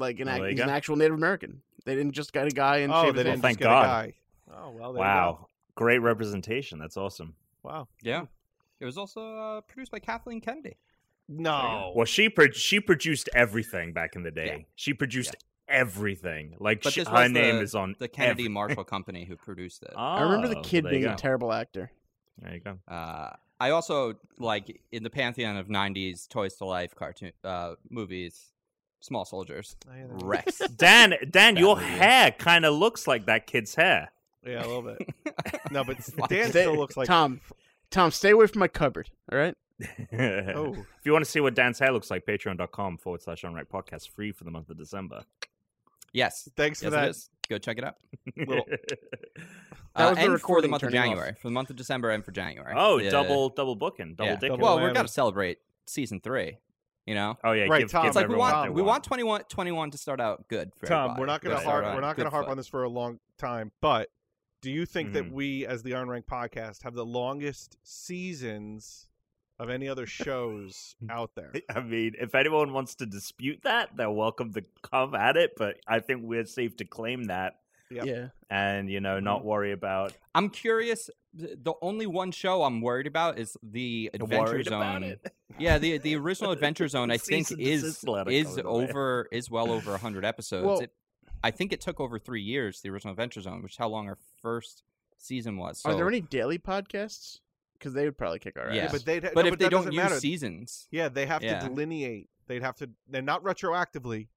[SPEAKER 3] like an
[SPEAKER 6] Oh,
[SPEAKER 3] act,
[SPEAKER 6] there you
[SPEAKER 3] he's an
[SPEAKER 6] go.
[SPEAKER 3] actual Native American. They didn't just get a guy and
[SPEAKER 4] oh,
[SPEAKER 3] shave
[SPEAKER 4] they
[SPEAKER 3] his head.
[SPEAKER 4] didn't.
[SPEAKER 6] Well, thank
[SPEAKER 4] just get a
[SPEAKER 6] God.
[SPEAKER 4] guy. Oh well. there you go.
[SPEAKER 6] Wow, great representation. That's awesome.
[SPEAKER 4] Wow.
[SPEAKER 1] Yeah.
[SPEAKER 3] Hmm.
[SPEAKER 1] It was also uh, produced by Kathleen Kennedy.
[SPEAKER 4] No.
[SPEAKER 6] Well, she pro- she produced everything back in the day. She produced everything. Like
[SPEAKER 1] But
[SPEAKER 6] she,
[SPEAKER 1] this
[SPEAKER 6] her
[SPEAKER 1] was
[SPEAKER 6] name is on
[SPEAKER 1] The Kennedy
[SPEAKER 6] every-
[SPEAKER 1] Marshall Company who produced it.
[SPEAKER 6] Oh,
[SPEAKER 3] I remember the
[SPEAKER 6] well,
[SPEAKER 3] kid
[SPEAKER 6] there you
[SPEAKER 3] being a
[SPEAKER 6] go.
[SPEAKER 3] terrible actor.
[SPEAKER 6] There you go.
[SPEAKER 1] Uh, I also like in the pantheon of '90s Toys to Life cartoon uh, movies, Small Soldiers,
[SPEAKER 4] I hear that.
[SPEAKER 1] Rex.
[SPEAKER 6] Dan, Dan,
[SPEAKER 1] That
[SPEAKER 6] your
[SPEAKER 1] movie.
[SPEAKER 6] hair kind of looks like that kid's hair.
[SPEAKER 4] Yeah, a little bit. No, but s-
[SPEAKER 1] Like,
[SPEAKER 4] Dan
[SPEAKER 3] Stay-
[SPEAKER 4] still looks like
[SPEAKER 3] Tom. Tom, stay away from my cupboard. All right.
[SPEAKER 4] Oh,
[SPEAKER 6] If you want to see what Dan's hair looks like, patreon.com forward slash unranked podcast, free for the month of December.
[SPEAKER 1] yes,
[SPEAKER 4] thanks for
[SPEAKER 1] yes, it
[SPEAKER 4] that.
[SPEAKER 1] is. Go check it out.
[SPEAKER 4] Little-
[SPEAKER 3] That
[SPEAKER 1] Uh,
[SPEAKER 3] was the
[SPEAKER 1] and for the
[SPEAKER 3] recording
[SPEAKER 1] month of
[SPEAKER 3] turning off.
[SPEAKER 1] January, for the month of December, and for January.
[SPEAKER 6] oh,
[SPEAKER 1] Yeah.
[SPEAKER 6] double double booking, double
[SPEAKER 1] Yeah.
[SPEAKER 6] dicking.
[SPEAKER 4] Double
[SPEAKER 1] Well, we're
[SPEAKER 4] whammy.
[SPEAKER 1] gonna celebrate season three. You know,
[SPEAKER 6] oh yeah,
[SPEAKER 4] Right,
[SPEAKER 6] give,
[SPEAKER 4] Tom.
[SPEAKER 6] give
[SPEAKER 1] it's like we
[SPEAKER 6] everyone what
[SPEAKER 1] want
[SPEAKER 6] they
[SPEAKER 1] we want 21, 21 to start out good. For
[SPEAKER 6] Tom,
[SPEAKER 1] everybody.
[SPEAKER 4] we're not going
[SPEAKER 1] Good
[SPEAKER 4] to
[SPEAKER 6] Right,
[SPEAKER 4] harp.
[SPEAKER 1] start
[SPEAKER 4] We're
[SPEAKER 1] on
[SPEAKER 4] not going
[SPEAKER 1] good
[SPEAKER 4] to harp
[SPEAKER 1] foot.
[SPEAKER 4] on this for a long time, but do you think that
[SPEAKER 1] Mm-hmm.
[SPEAKER 6] Mhm.
[SPEAKER 4] we, as the Unranked Podcast, have the longest seasons of any other shows
[SPEAKER 1] Mm.
[SPEAKER 4] out there?
[SPEAKER 6] I mean, if anyone wants to dispute that, they're welcome to come at it. But I think we're safe to claim that,
[SPEAKER 4] Yep.
[SPEAKER 3] Yeah.
[SPEAKER 6] and you know,
[SPEAKER 1] Mm-hmm.
[SPEAKER 6] not worry about
[SPEAKER 1] I'm curious. th- The only one show I'm worried about is the Adventure
[SPEAKER 6] worried
[SPEAKER 1] Zone.
[SPEAKER 6] about it.
[SPEAKER 1] Yeah, the the original Adventure Zone I think
[SPEAKER 6] Cease and
[SPEAKER 1] is
[SPEAKER 6] desist letter
[SPEAKER 1] is
[SPEAKER 6] coming to me.
[SPEAKER 1] over is well over 100 episodes.
[SPEAKER 3] Well-
[SPEAKER 1] it, I think it took over 3 years the original Adventure Zone, which is how long our first season was. So
[SPEAKER 3] Are there any daily podcasts? Because they would probably kick our
[SPEAKER 1] Yeah.
[SPEAKER 3] ass.
[SPEAKER 4] Yeah, but they. But,
[SPEAKER 1] But
[SPEAKER 4] no,
[SPEAKER 1] if
[SPEAKER 4] but
[SPEAKER 1] they
[SPEAKER 4] that
[SPEAKER 1] don't
[SPEAKER 4] doesn't
[SPEAKER 1] use
[SPEAKER 4] matter.
[SPEAKER 1] seasons.
[SPEAKER 4] yeah, they have
[SPEAKER 1] Yeah.
[SPEAKER 4] to delineate. They'd have to. They're not retroactively.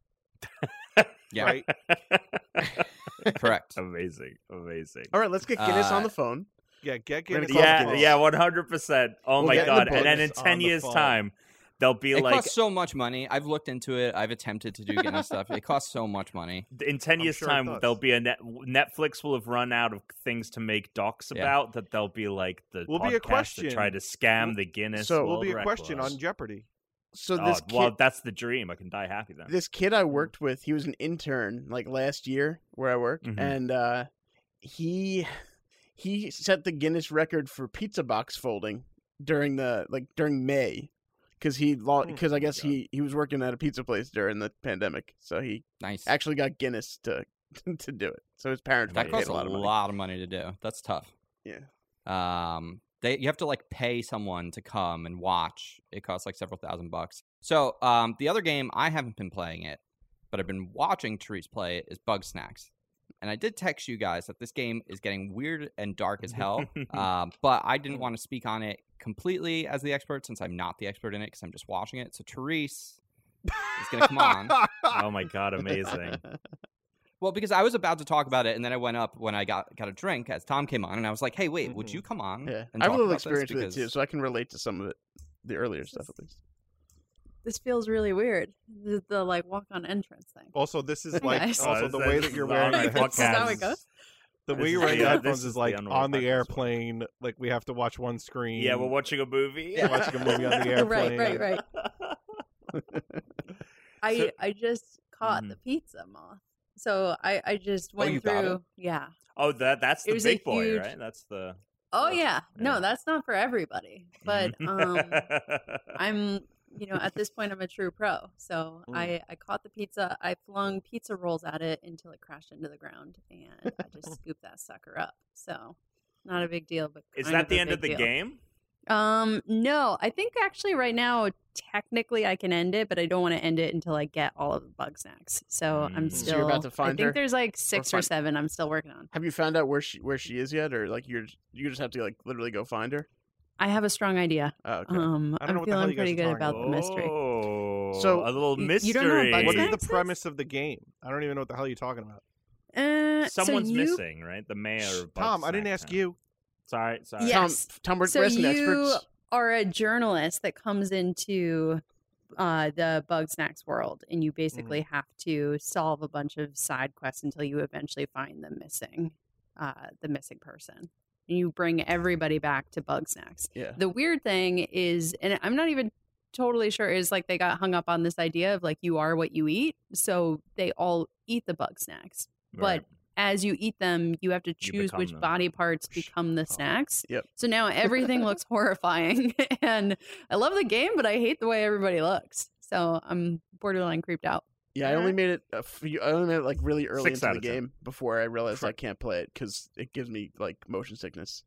[SPEAKER 1] Yeah.
[SPEAKER 4] Right.
[SPEAKER 1] Correct.
[SPEAKER 6] amazing, amazing.
[SPEAKER 3] All right, let's get Guinness on the phone.
[SPEAKER 4] Yeah. Get
[SPEAKER 3] We're gonna
[SPEAKER 4] Guinness.
[SPEAKER 3] call
[SPEAKER 4] on
[SPEAKER 6] yeah,
[SPEAKER 4] the phone.
[SPEAKER 6] yeah, one hundred percent. Oh
[SPEAKER 3] We'll
[SPEAKER 6] my
[SPEAKER 3] get the
[SPEAKER 6] god! and then in
[SPEAKER 4] bonus on
[SPEAKER 6] ten
[SPEAKER 4] the
[SPEAKER 6] years'
[SPEAKER 4] phone.
[SPEAKER 6] time, they'll be
[SPEAKER 1] It
[SPEAKER 6] like,
[SPEAKER 1] costs so much money. I've looked into it. I've attempted to do Guinness stuff. It costs so much money.
[SPEAKER 6] in ten
[SPEAKER 4] I'm
[SPEAKER 6] years'
[SPEAKER 4] sure it
[SPEAKER 6] time,
[SPEAKER 4] does.
[SPEAKER 6] there'll be a net, Netflix will have run out of things to make docs
[SPEAKER 1] Yeah.
[SPEAKER 6] about. That they'll be like the
[SPEAKER 4] Will be a
[SPEAKER 6] podcast
[SPEAKER 4] question.
[SPEAKER 6] to try to scam
[SPEAKER 3] Will-
[SPEAKER 6] the Guinness.
[SPEAKER 3] so-
[SPEAKER 6] So
[SPEAKER 4] Will be a question on Jeopardy.
[SPEAKER 3] So this kid,
[SPEAKER 6] uh, well, that's the dream. I can die happy then.
[SPEAKER 3] this kid I worked with, he was an intern like last year where I work,
[SPEAKER 6] Mhm.
[SPEAKER 3] and uh, he he set the Guinness record for pizza box folding during the like during May because he
[SPEAKER 4] Oh
[SPEAKER 3] lost because
[SPEAKER 4] my
[SPEAKER 3] I guess
[SPEAKER 4] God.
[SPEAKER 3] he he was working at a pizza place during the pandemic, so he
[SPEAKER 1] Nice.
[SPEAKER 3] actually got Guinness to to do it. So his parents
[SPEAKER 1] that
[SPEAKER 3] probably
[SPEAKER 1] costs
[SPEAKER 3] paid a lot of money.
[SPEAKER 1] to do. That's tough.
[SPEAKER 3] Yeah.
[SPEAKER 1] Um, they you have to like pay someone to come and watch. It costs like several thousand bucks. So, um, the other game I haven't been playing it, but I've been watching Therese play it is Bug Snacks, and I did text you guys that this game is getting weird and dark as hell. um, but I didn't want to speak on it completely as the expert since I'm not the expert in it because I'm just watching it. So Therese is gonna come on.
[SPEAKER 6] oh my god, amazing!
[SPEAKER 1] Well, because I was about to talk about it, and then I went up when I got got a drink as Tom came on, and I was like, "Hey, wait, would
[SPEAKER 4] Mhm.
[SPEAKER 1] you come on?"
[SPEAKER 3] Yeah,
[SPEAKER 1] and
[SPEAKER 3] I
[SPEAKER 1] talk
[SPEAKER 3] have a little
[SPEAKER 1] about this?"
[SPEAKER 3] experience with it
[SPEAKER 1] Because-
[SPEAKER 3] too, so I can relate to some of it, the earlier stuff at least.
[SPEAKER 7] This feels really weird. The, the like walk on entrance thing.
[SPEAKER 4] Also, this is like
[SPEAKER 7] Nice.
[SPEAKER 4] also the way that you're wearing
[SPEAKER 7] alright
[SPEAKER 4] the
[SPEAKER 7] podcast. Is that how it
[SPEAKER 4] headphones.
[SPEAKER 7] goes?
[SPEAKER 4] The
[SPEAKER 6] This
[SPEAKER 4] way you're
[SPEAKER 6] is
[SPEAKER 4] wearing
[SPEAKER 6] the,
[SPEAKER 4] the
[SPEAKER 6] uh, this
[SPEAKER 4] headphones
[SPEAKER 6] is
[SPEAKER 4] is
[SPEAKER 6] the
[SPEAKER 4] like
[SPEAKER 6] Unroll
[SPEAKER 4] on the
[SPEAKER 6] podcast one.
[SPEAKER 4] airplane. Like we have to watch one screen.
[SPEAKER 6] Yeah, we're watching a movie.
[SPEAKER 4] We're watching a movie on the
[SPEAKER 7] right,
[SPEAKER 4] airplane.
[SPEAKER 7] right, right. I
[SPEAKER 6] So- Mm-hmm.
[SPEAKER 7] I just caught the pizza moth. So I I just went
[SPEAKER 1] you got it?
[SPEAKER 7] through. Yeah.
[SPEAKER 6] Oh, that that's
[SPEAKER 7] It
[SPEAKER 6] the
[SPEAKER 7] was a
[SPEAKER 6] big boy,
[SPEAKER 7] huge-
[SPEAKER 6] right? That's the
[SPEAKER 7] Oh
[SPEAKER 6] Yeah.
[SPEAKER 7] yeah.
[SPEAKER 6] Yeah. Mm-hmm.
[SPEAKER 7] No, that's not for everybody. But um I'm you know at this point I'm a true pro. So
[SPEAKER 4] Mm.
[SPEAKER 7] I I caught the pizza. I flung pizza rolls at it until it crashed into the ground, and I just scooped that sucker up. So not a big deal, but
[SPEAKER 6] Is
[SPEAKER 7] kind
[SPEAKER 6] that the
[SPEAKER 7] a
[SPEAKER 6] end of the
[SPEAKER 7] big deal.
[SPEAKER 6] game?
[SPEAKER 7] Um no, I think actually right now technically I can end it, but I don't want to end it until I get all of the bug snacks. So I'm
[SPEAKER 6] Mm.
[SPEAKER 7] still
[SPEAKER 6] So
[SPEAKER 3] you're about to
[SPEAKER 7] I
[SPEAKER 3] find
[SPEAKER 7] think
[SPEAKER 3] her
[SPEAKER 7] there's like six or
[SPEAKER 3] find-
[SPEAKER 7] seven I'm still working on.
[SPEAKER 3] Have you found out where she where she is yet, or like you're you just have to like literally go find her?
[SPEAKER 7] I have a strong idea.
[SPEAKER 3] Oh, okay.
[SPEAKER 7] Um
[SPEAKER 4] I don't know
[SPEAKER 7] I'm
[SPEAKER 4] what the hell
[SPEAKER 7] feeling
[SPEAKER 4] you guys
[SPEAKER 7] pretty
[SPEAKER 4] are
[SPEAKER 7] good
[SPEAKER 4] talking
[SPEAKER 7] about the mystery.
[SPEAKER 6] Oh,
[SPEAKER 3] So,
[SPEAKER 6] a little
[SPEAKER 7] y-
[SPEAKER 6] mystery.
[SPEAKER 7] you don't know what
[SPEAKER 4] What is
[SPEAKER 7] Bugs
[SPEAKER 4] the
[SPEAKER 7] Snacks is?
[SPEAKER 4] premise of the game? I don't even know what the hell you're talking about.
[SPEAKER 7] Uh, so
[SPEAKER 6] Someone's
[SPEAKER 7] you-
[SPEAKER 6] missing, right? The mayor.
[SPEAKER 4] Shh,
[SPEAKER 6] Of Bugs
[SPEAKER 4] Tom, I didn't
[SPEAKER 6] Snack
[SPEAKER 4] ask
[SPEAKER 6] Town.
[SPEAKER 4] you.
[SPEAKER 6] Sorry, sorry.
[SPEAKER 7] Yeah. Yes.
[SPEAKER 3] Tom, Tom, we're
[SPEAKER 7] So
[SPEAKER 3] wrestling
[SPEAKER 7] you
[SPEAKER 3] experts.
[SPEAKER 7] are a journalist that comes into uh, the bug snacks world, and you basically have to solve a bunch of side quests until you eventually find the missing, uh, the missing person. And you bring everybody back to bug snacks.
[SPEAKER 3] Yeah.
[SPEAKER 7] The weird thing is, and I'm not even totally sure, is like they got hung up on this idea of like you are what you eat, so they all eat the bug snacks.
[SPEAKER 6] Right.
[SPEAKER 7] As you eat them, you have to
[SPEAKER 6] You
[SPEAKER 7] choose
[SPEAKER 6] become
[SPEAKER 7] which
[SPEAKER 6] them.
[SPEAKER 7] body parts
[SPEAKER 3] Shh.
[SPEAKER 7] become the
[SPEAKER 3] Oh.
[SPEAKER 7] snacks.
[SPEAKER 3] Yep.
[SPEAKER 7] So now everything looks horrifying, and I love the game, but I hate the way everybody looks. So I'm borderline creeped out.
[SPEAKER 3] Yeah, I
[SPEAKER 7] Uh-huh.
[SPEAKER 3] only made it. A few, I only made it like really early
[SPEAKER 6] Six
[SPEAKER 3] into
[SPEAKER 6] out
[SPEAKER 3] the
[SPEAKER 6] of ten.
[SPEAKER 3] game before I realized I
[SPEAKER 4] Correct.
[SPEAKER 3] can't play it because it gives me like motion sickness.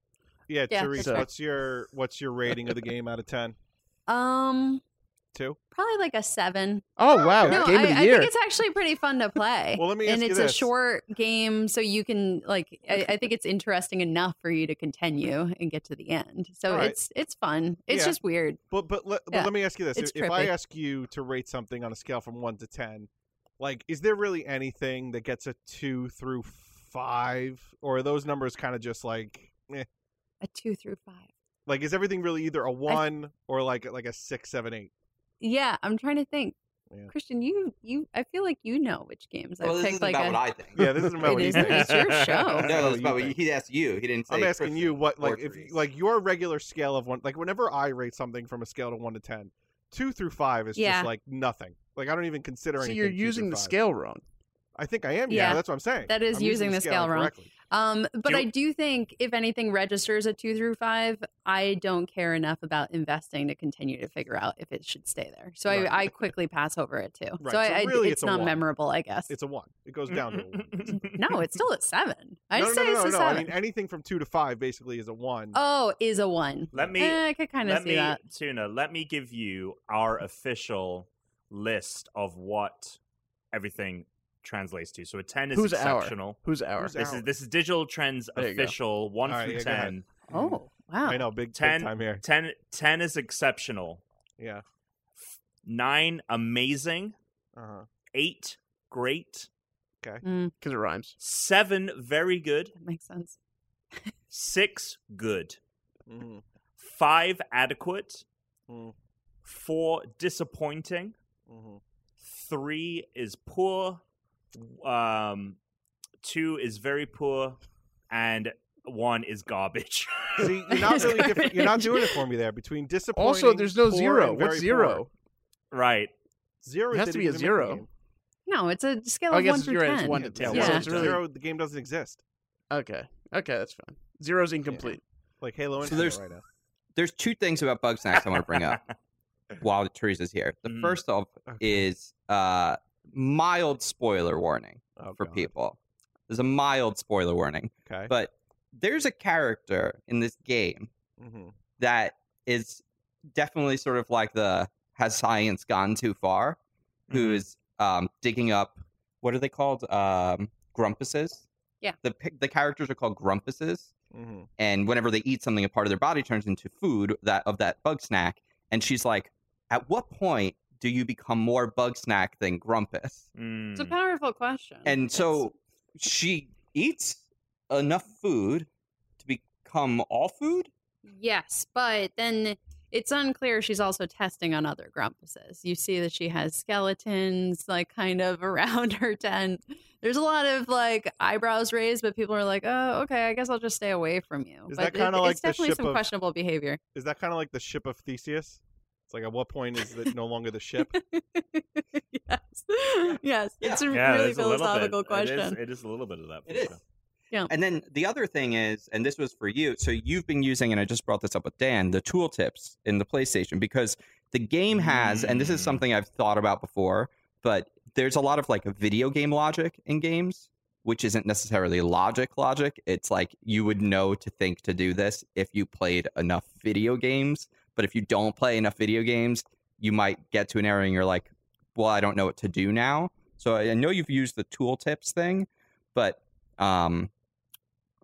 [SPEAKER 4] Yeah,
[SPEAKER 7] Yeah,
[SPEAKER 4] Therese,
[SPEAKER 3] that's right.
[SPEAKER 4] what's your what's your rating of the game out of ten?
[SPEAKER 7] Um,
[SPEAKER 4] Two.
[SPEAKER 7] probably like a seven.
[SPEAKER 3] Oh wow,
[SPEAKER 7] no,
[SPEAKER 3] game
[SPEAKER 7] I,
[SPEAKER 3] of the
[SPEAKER 7] I
[SPEAKER 3] year.
[SPEAKER 7] think it's actually pretty fun to play.
[SPEAKER 4] Well, let me ask
[SPEAKER 7] and
[SPEAKER 4] you
[SPEAKER 7] it's
[SPEAKER 4] this.
[SPEAKER 7] a short game, so you can like. I, I think it's interesting enough for you to continue and get to the end. So
[SPEAKER 4] All right.
[SPEAKER 7] it's it's fun. It's
[SPEAKER 4] Yeah.
[SPEAKER 7] just weird.
[SPEAKER 4] But but let, but
[SPEAKER 7] Yeah,
[SPEAKER 4] let me ask you this: if,
[SPEAKER 7] it's
[SPEAKER 4] if I
[SPEAKER 7] trippy.
[SPEAKER 4] ask you to rate something on a scale from one to ten, like is there really anything that gets a two through five, or are those numbers kind of just like eh?
[SPEAKER 7] A two through five.
[SPEAKER 4] like is everything really either a one or like like a six, seven, eight?
[SPEAKER 7] Yeah, I'm trying to think.
[SPEAKER 4] Yeah.
[SPEAKER 7] Christian, you you I feel like you know which games
[SPEAKER 8] Well,
[SPEAKER 7] I
[SPEAKER 8] this
[SPEAKER 7] picked.
[SPEAKER 8] isn't
[SPEAKER 7] Like
[SPEAKER 8] about
[SPEAKER 7] a,
[SPEAKER 8] what I think.
[SPEAKER 4] Yeah, this isn't about
[SPEAKER 7] It
[SPEAKER 4] what you
[SPEAKER 7] is-
[SPEAKER 4] think.
[SPEAKER 7] it's your show.
[SPEAKER 8] No,
[SPEAKER 7] I
[SPEAKER 8] that's
[SPEAKER 4] Oh, you
[SPEAKER 8] about what
[SPEAKER 4] think.
[SPEAKER 8] he asked you. He didn't say.
[SPEAKER 4] I'm asking you
[SPEAKER 8] Kristen
[SPEAKER 4] what like
[SPEAKER 8] or
[SPEAKER 4] if
[SPEAKER 8] Therese.
[SPEAKER 4] like your regular scale of one like whenever I rate something from a scale to one to ten, two through five is
[SPEAKER 7] Yeah.
[SPEAKER 4] just like nothing. Like I don't even consider
[SPEAKER 3] So
[SPEAKER 4] anything.
[SPEAKER 3] you're
[SPEAKER 4] two through
[SPEAKER 3] using the
[SPEAKER 4] five.
[SPEAKER 3] scale wrong.
[SPEAKER 4] I think I am. Yeah,
[SPEAKER 7] Yeah.
[SPEAKER 4] that's what I'm saying.
[SPEAKER 7] That is
[SPEAKER 4] I'm
[SPEAKER 7] using the scale wrong.
[SPEAKER 4] incorrectly.
[SPEAKER 7] um but
[SPEAKER 6] Do-
[SPEAKER 7] I do think if anything registers a two through five, I don't care enough about investing to continue to figure out if it should stay there. So
[SPEAKER 4] Right.
[SPEAKER 7] I, I quickly pass over it too.
[SPEAKER 4] Right.
[SPEAKER 7] So I,
[SPEAKER 4] So
[SPEAKER 7] I
[SPEAKER 4] really
[SPEAKER 7] it's,
[SPEAKER 4] it's a
[SPEAKER 7] not
[SPEAKER 4] one.
[SPEAKER 7] memorable, I guess.
[SPEAKER 4] It's a one. It goes down to a one.
[SPEAKER 7] no, it's still a seven. I
[SPEAKER 4] no,
[SPEAKER 7] just
[SPEAKER 4] no,
[SPEAKER 7] say
[SPEAKER 4] no, no,
[SPEAKER 7] it's a
[SPEAKER 4] no. I
[SPEAKER 7] seven.
[SPEAKER 4] mean, anything from two to five basically is a one.
[SPEAKER 7] oh, is a one.
[SPEAKER 6] Let me
[SPEAKER 7] Eh, I could kind of
[SPEAKER 6] let
[SPEAKER 7] see
[SPEAKER 6] me
[SPEAKER 7] that.
[SPEAKER 6] tuna. Let me give you our official list of what everything translates to. So a ten is
[SPEAKER 3] Who's our?
[SPEAKER 6] exceptional.
[SPEAKER 3] Who's our?
[SPEAKER 4] Who's
[SPEAKER 6] This
[SPEAKER 4] our?
[SPEAKER 6] is this is Digital Trends
[SPEAKER 3] There you go.
[SPEAKER 6] official one
[SPEAKER 4] All right,
[SPEAKER 6] through
[SPEAKER 4] yeah, go ahead.
[SPEAKER 6] ten.
[SPEAKER 7] Oh, wow.
[SPEAKER 4] I know, big,
[SPEAKER 6] Ten.
[SPEAKER 4] big time here.
[SPEAKER 6] 10, 10 is exceptional.
[SPEAKER 4] Yeah.
[SPEAKER 6] Nine amazing.
[SPEAKER 4] Uh-huh.
[SPEAKER 6] Eight great.
[SPEAKER 7] Mm,
[SPEAKER 3] Because it rhymes.
[SPEAKER 6] Seven very good.
[SPEAKER 7] that makes sense.
[SPEAKER 6] Six good.
[SPEAKER 3] Mm-hmm,
[SPEAKER 4] hmm
[SPEAKER 6] Five adequate. Hmm.
[SPEAKER 4] Mm.
[SPEAKER 6] Four disappointing.
[SPEAKER 4] hmm
[SPEAKER 3] mm-hmm.
[SPEAKER 6] Three is poor. Um, two is very poor, and one is garbage.
[SPEAKER 4] See, you're not
[SPEAKER 7] It's
[SPEAKER 4] really different. You're not
[SPEAKER 7] garbage.
[SPEAKER 4] doing it for me there. Between disappointing.
[SPEAKER 3] Also, there's no
[SPEAKER 4] poor,
[SPEAKER 3] zero.
[SPEAKER 4] and
[SPEAKER 3] What's
[SPEAKER 4] very
[SPEAKER 3] zero?
[SPEAKER 4] Poor.
[SPEAKER 6] right.
[SPEAKER 4] Zero
[SPEAKER 3] It has to
[SPEAKER 4] didn't
[SPEAKER 3] be a
[SPEAKER 4] even make the
[SPEAKER 3] zero.
[SPEAKER 4] game.
[SPEAKER 7] No, it's a scale
[SPEAKER 3] Oh, I
[SPEAKER 7] of
[SPEAKER 3] guess
[SPEAKER 7] one
[SPEAKER 3] it's-
[SPEAKER 7] through
[SPEAKER 3] you're right,
[SPEAKER 7] ten.
[SPEAKER 3] it's one
[SPEAKER 4] Yeah,
[SPEAKER 3] to ten.
[SPEAKER 4] one
[SPEAKER 7] Yeah.
[SPEAKER 4] to
[SPEAKER 3] It's really-
[SPEAKER 4] zero. The game doesn't exist.
[SPEAKER 3] Okay. Okay, that's fine. Zero's incomplete.
[SPEAKER 4] Like Halo
[SPEAKER 1] So
[SPEAKER 4] Infinite
[SPEAKER 1] there's-
[SPEAKER 4] right now.
[SPEAKER 1] There's two things about bug snacks I want to bring up while Teresa's here. The
[SPEAKER 8] Mm-hmm.
[SPEAKER 6] Mm.
[SPEAKER 1] first of
[SPEAKER 4] Okay.
[SPEAKER 1] is uh, mild spoiler warning
[SPEAKER 4] Oh,
[SPEAKER 1] for
[SPEAKER 4] God.
[SPEAKER 1] people. There's a mild spoiler warning,
[SPEAKER 4] Okay.
[SPEAKER 1] but there's a character in this game
[SPEAKER 4] hmm
[SPEAKER 1] that is definitely sort of like the has science gone too far
[SPEAKER 6] Mm-hmm.
[SPEAKER 1] who is um, digging up what are they called um, grumpuses
[SPEAKER 7] Yeah.
[SPEAKER 1] the pic- the characters are called grumpuses
[SPEAKER 4] hmm
[SPEAKER 3] Mm-hmm.
[SPEAKER 1] and whenever they eat something a part of their body turns into food that of that bug snack and she's like at what point do you become more bug snack than grumpus
[SPEAKER 6] Mm.
[SPEAKER 7] It's a powerful question.
[SPEAKER 1] and
[SPEAKER 7] It's-
[SPEAKER 1] so she eats enough food to become all food
[SPEAKER 7] yes, but then It's unclear she's also testing on other grumpuses. You see that she has skeletons like kind of around her tent. There's a lot of like eyebrows raised, but people are like, "Oh, okay, I guess I'll just stay away from you."
[SPEAKER 4] Is
[SPEAKER 7] but
[SPEAKER 4] that kinda
[SPEAKER 7] it-
[SPEAKER 4] like
[SPEAKER 7] it's
[SPEAKER 4] the
[SPEAKER 7] definitely
[SPEAKER 4] ship
[SPEAKER 7] some
[SPEAKER 4] of-
[SPEAKER 7] questionable behavior.
[SPEAKER 4] Is that kind of like the ship of Theseus? It's like at what point is it no longer the ship?
[SPEAKER 7] yes, yes,
[SPEAKER 1] Yeah.
[SPEAKER 7] it's a
[SPEAKER 6] yeah,
[SPEAKER 7] really
[SPEAKER 6] there's a little bit.
[SPEAKER 7] philosophical question.
[SPEAKER 6] It is, it is a little bit of that. for
[SPEAKER 1] It is.
[SPEAKER 6] sure.
[SPEAKER 7] Yeah.
[SPEAKER 1] And then the other thing is, and this was for you, so you've been using, and I just brought this up with Dan, the tooltips in the PlayStation because the game has, and this is
[SPEAKER 6] Mm.
[SPEAKER 1] something I've thought about before, but there's a lot of like video game logic in games, which isn't necessarily logic logic. It's like you would know to think to do this if you played enough video games, but if you don't play enough video games, you might get to an area and you're like, well, I don't know what to do now. So I I know you've used the tooltips thing, but um,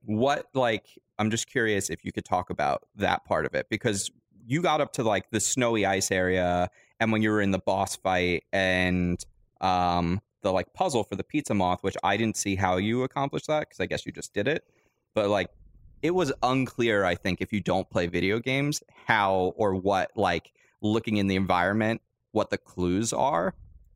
[SPEAKER 1] what like i'm just curious if you could talk about that part of it because you got up to like the snowy ice area and when you were in the boss fight and um the like puzzle for the pizza moth which i didn't see how you accomplished that because i guess you just did it but like it was unclear i think if you don't play video games how or what like looking in the environment what the clues are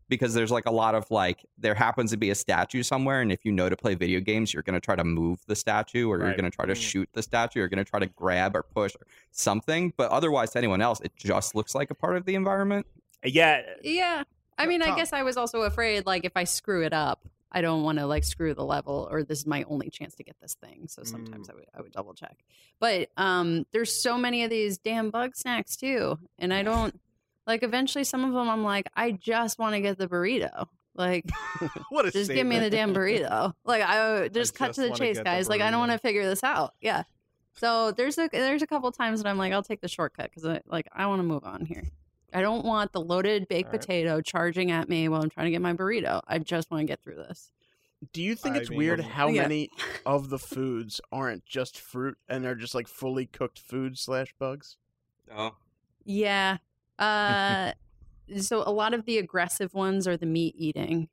[SPEAKER 1] because there's like a lot of like there happens to be a statue somewhere and if you know to play video games you're going to try to move the statue or you're
[SPEAKER 6] Right.
[SPEAKER 1] going to try to
[SPEAKER 4] Mm.
[SPEAKER 1] shoot the statue you're going to try to grab or push or something but otherwise to anyone else it just looks like a part of the environment
[SPEAKER 6] Yeah,
[SPEAKER 7] Yeah. I
[SPEAKER 4] Yeah,
[SPEAKER 7] mean, I
[SPEAKER 4] Tom.
[SPEAKER 7] guess I was also afraid, like, if I screw it up, I don't want to, like, screw the level, or this is my only chance to get this thing. So sometimes I, would, I would double check. But um, there's so many of these damn bug snacks, too. And I don't, like, eventually some of them I'm like, I just want to get the burrito. Like,
[SPEAKER 4] what a
[SPEAKER 7] just give me the damn burrito. Like I just cut
[SPEAKER 4] just
[SPEAKER 7] to the
[SPEAKER 4] wanna
[SPEAKER 7] chase,
[SPEAKER 4] get the
[SPEAKER 7] guys. Like I don't want to
[SPEAKER 4] burrito.
[SPEAKER 7] figure this out. Yeah. So there's a there's a couple times that I'm like I'll take the shortcut because like I want to move on here. I don't want the loaded baked
[SPEAKER 4] All right.
[SPEAKER 7] potato charging at me while I'm trying to get my burrito. I just want to get through this.
[SPEAKER 3] Do you think
[SPEAKER 4] I
[SPEAKER 3] it's
[SPEAKER 4] mean-
[SPEAKER 3] weird how
[SPEAKER 7] Yeah.
[SPEAKER 3] many of the foods aren't just fruit and are just like fully cooked food slash bugs?
[SPEAKER 1] oh
[SPEAKER 7] Yeah. Uh, so a lot of the aggressive ones are the meat eating,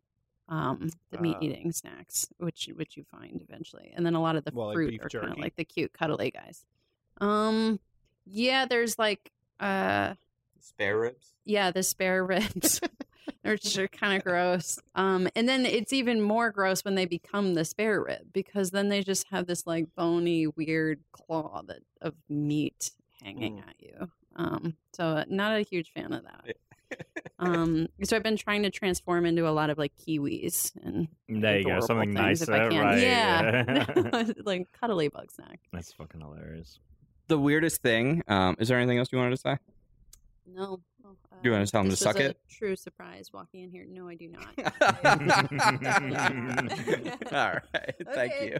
[SPEAKER 7] um, the meat
[SPEAKER 4] Ah.
[SPEAKER 7] eating snacks, which which you find eventually, and then a lot of the
[SPEAKER 4] Well, like
[SPEAKER 7] fruit
[SPEAKER 4] beef
[SPEAKER 7] are kind of
[SPEAKER 4] jerky?
[SPEAKER 7] like the cute cuddly guys. Um, yeah, there's like uh,
[SPEAKER 1] spare ribs
[SPEAKER 7] yeah, the spare ribs. Which are kind of gross. Um, and then it's even more gross when they become the spare rib because then they just have this like bony, weird claw that of meat hanging
[SPEAKER 4] Mm.
[SPEAKER 7] at you. Um, so not a huge fan of that. um, so I've been trying to transform into a lot of like kiwis and
[SPEAKER 6] there you go.
[SPEAKER 7] adorable
[SPEAKER 6] Something
[SPEAKER 7] things
[SPEAKER 6] nicer,
[SPEAKER 7] if I can.
[SPEAKER 6] right?
[SPEAKER 7] Yeah, like cuddly bug snack.
[SPEAKER 6] That's fucking hilarious.
[SPEAKER 1] the weirdest thing um is there anything else you wanted to say
[SPEAKER 7] No. Oh, Uh,
[SPEAKER 1] You wanna tell 'em
[SPEAKER 7] this
[SPEAKER 1] to
[SPEAKER 7] was
[SPEAKER 1] suck
[SPEAKER 7] a
[SPEAKER 1] it?
[SPEAKER 7] True surprise walking in here. No, I do not.
[SPEAKER 1] All right. Thank
[SPEAKER 7] Okay.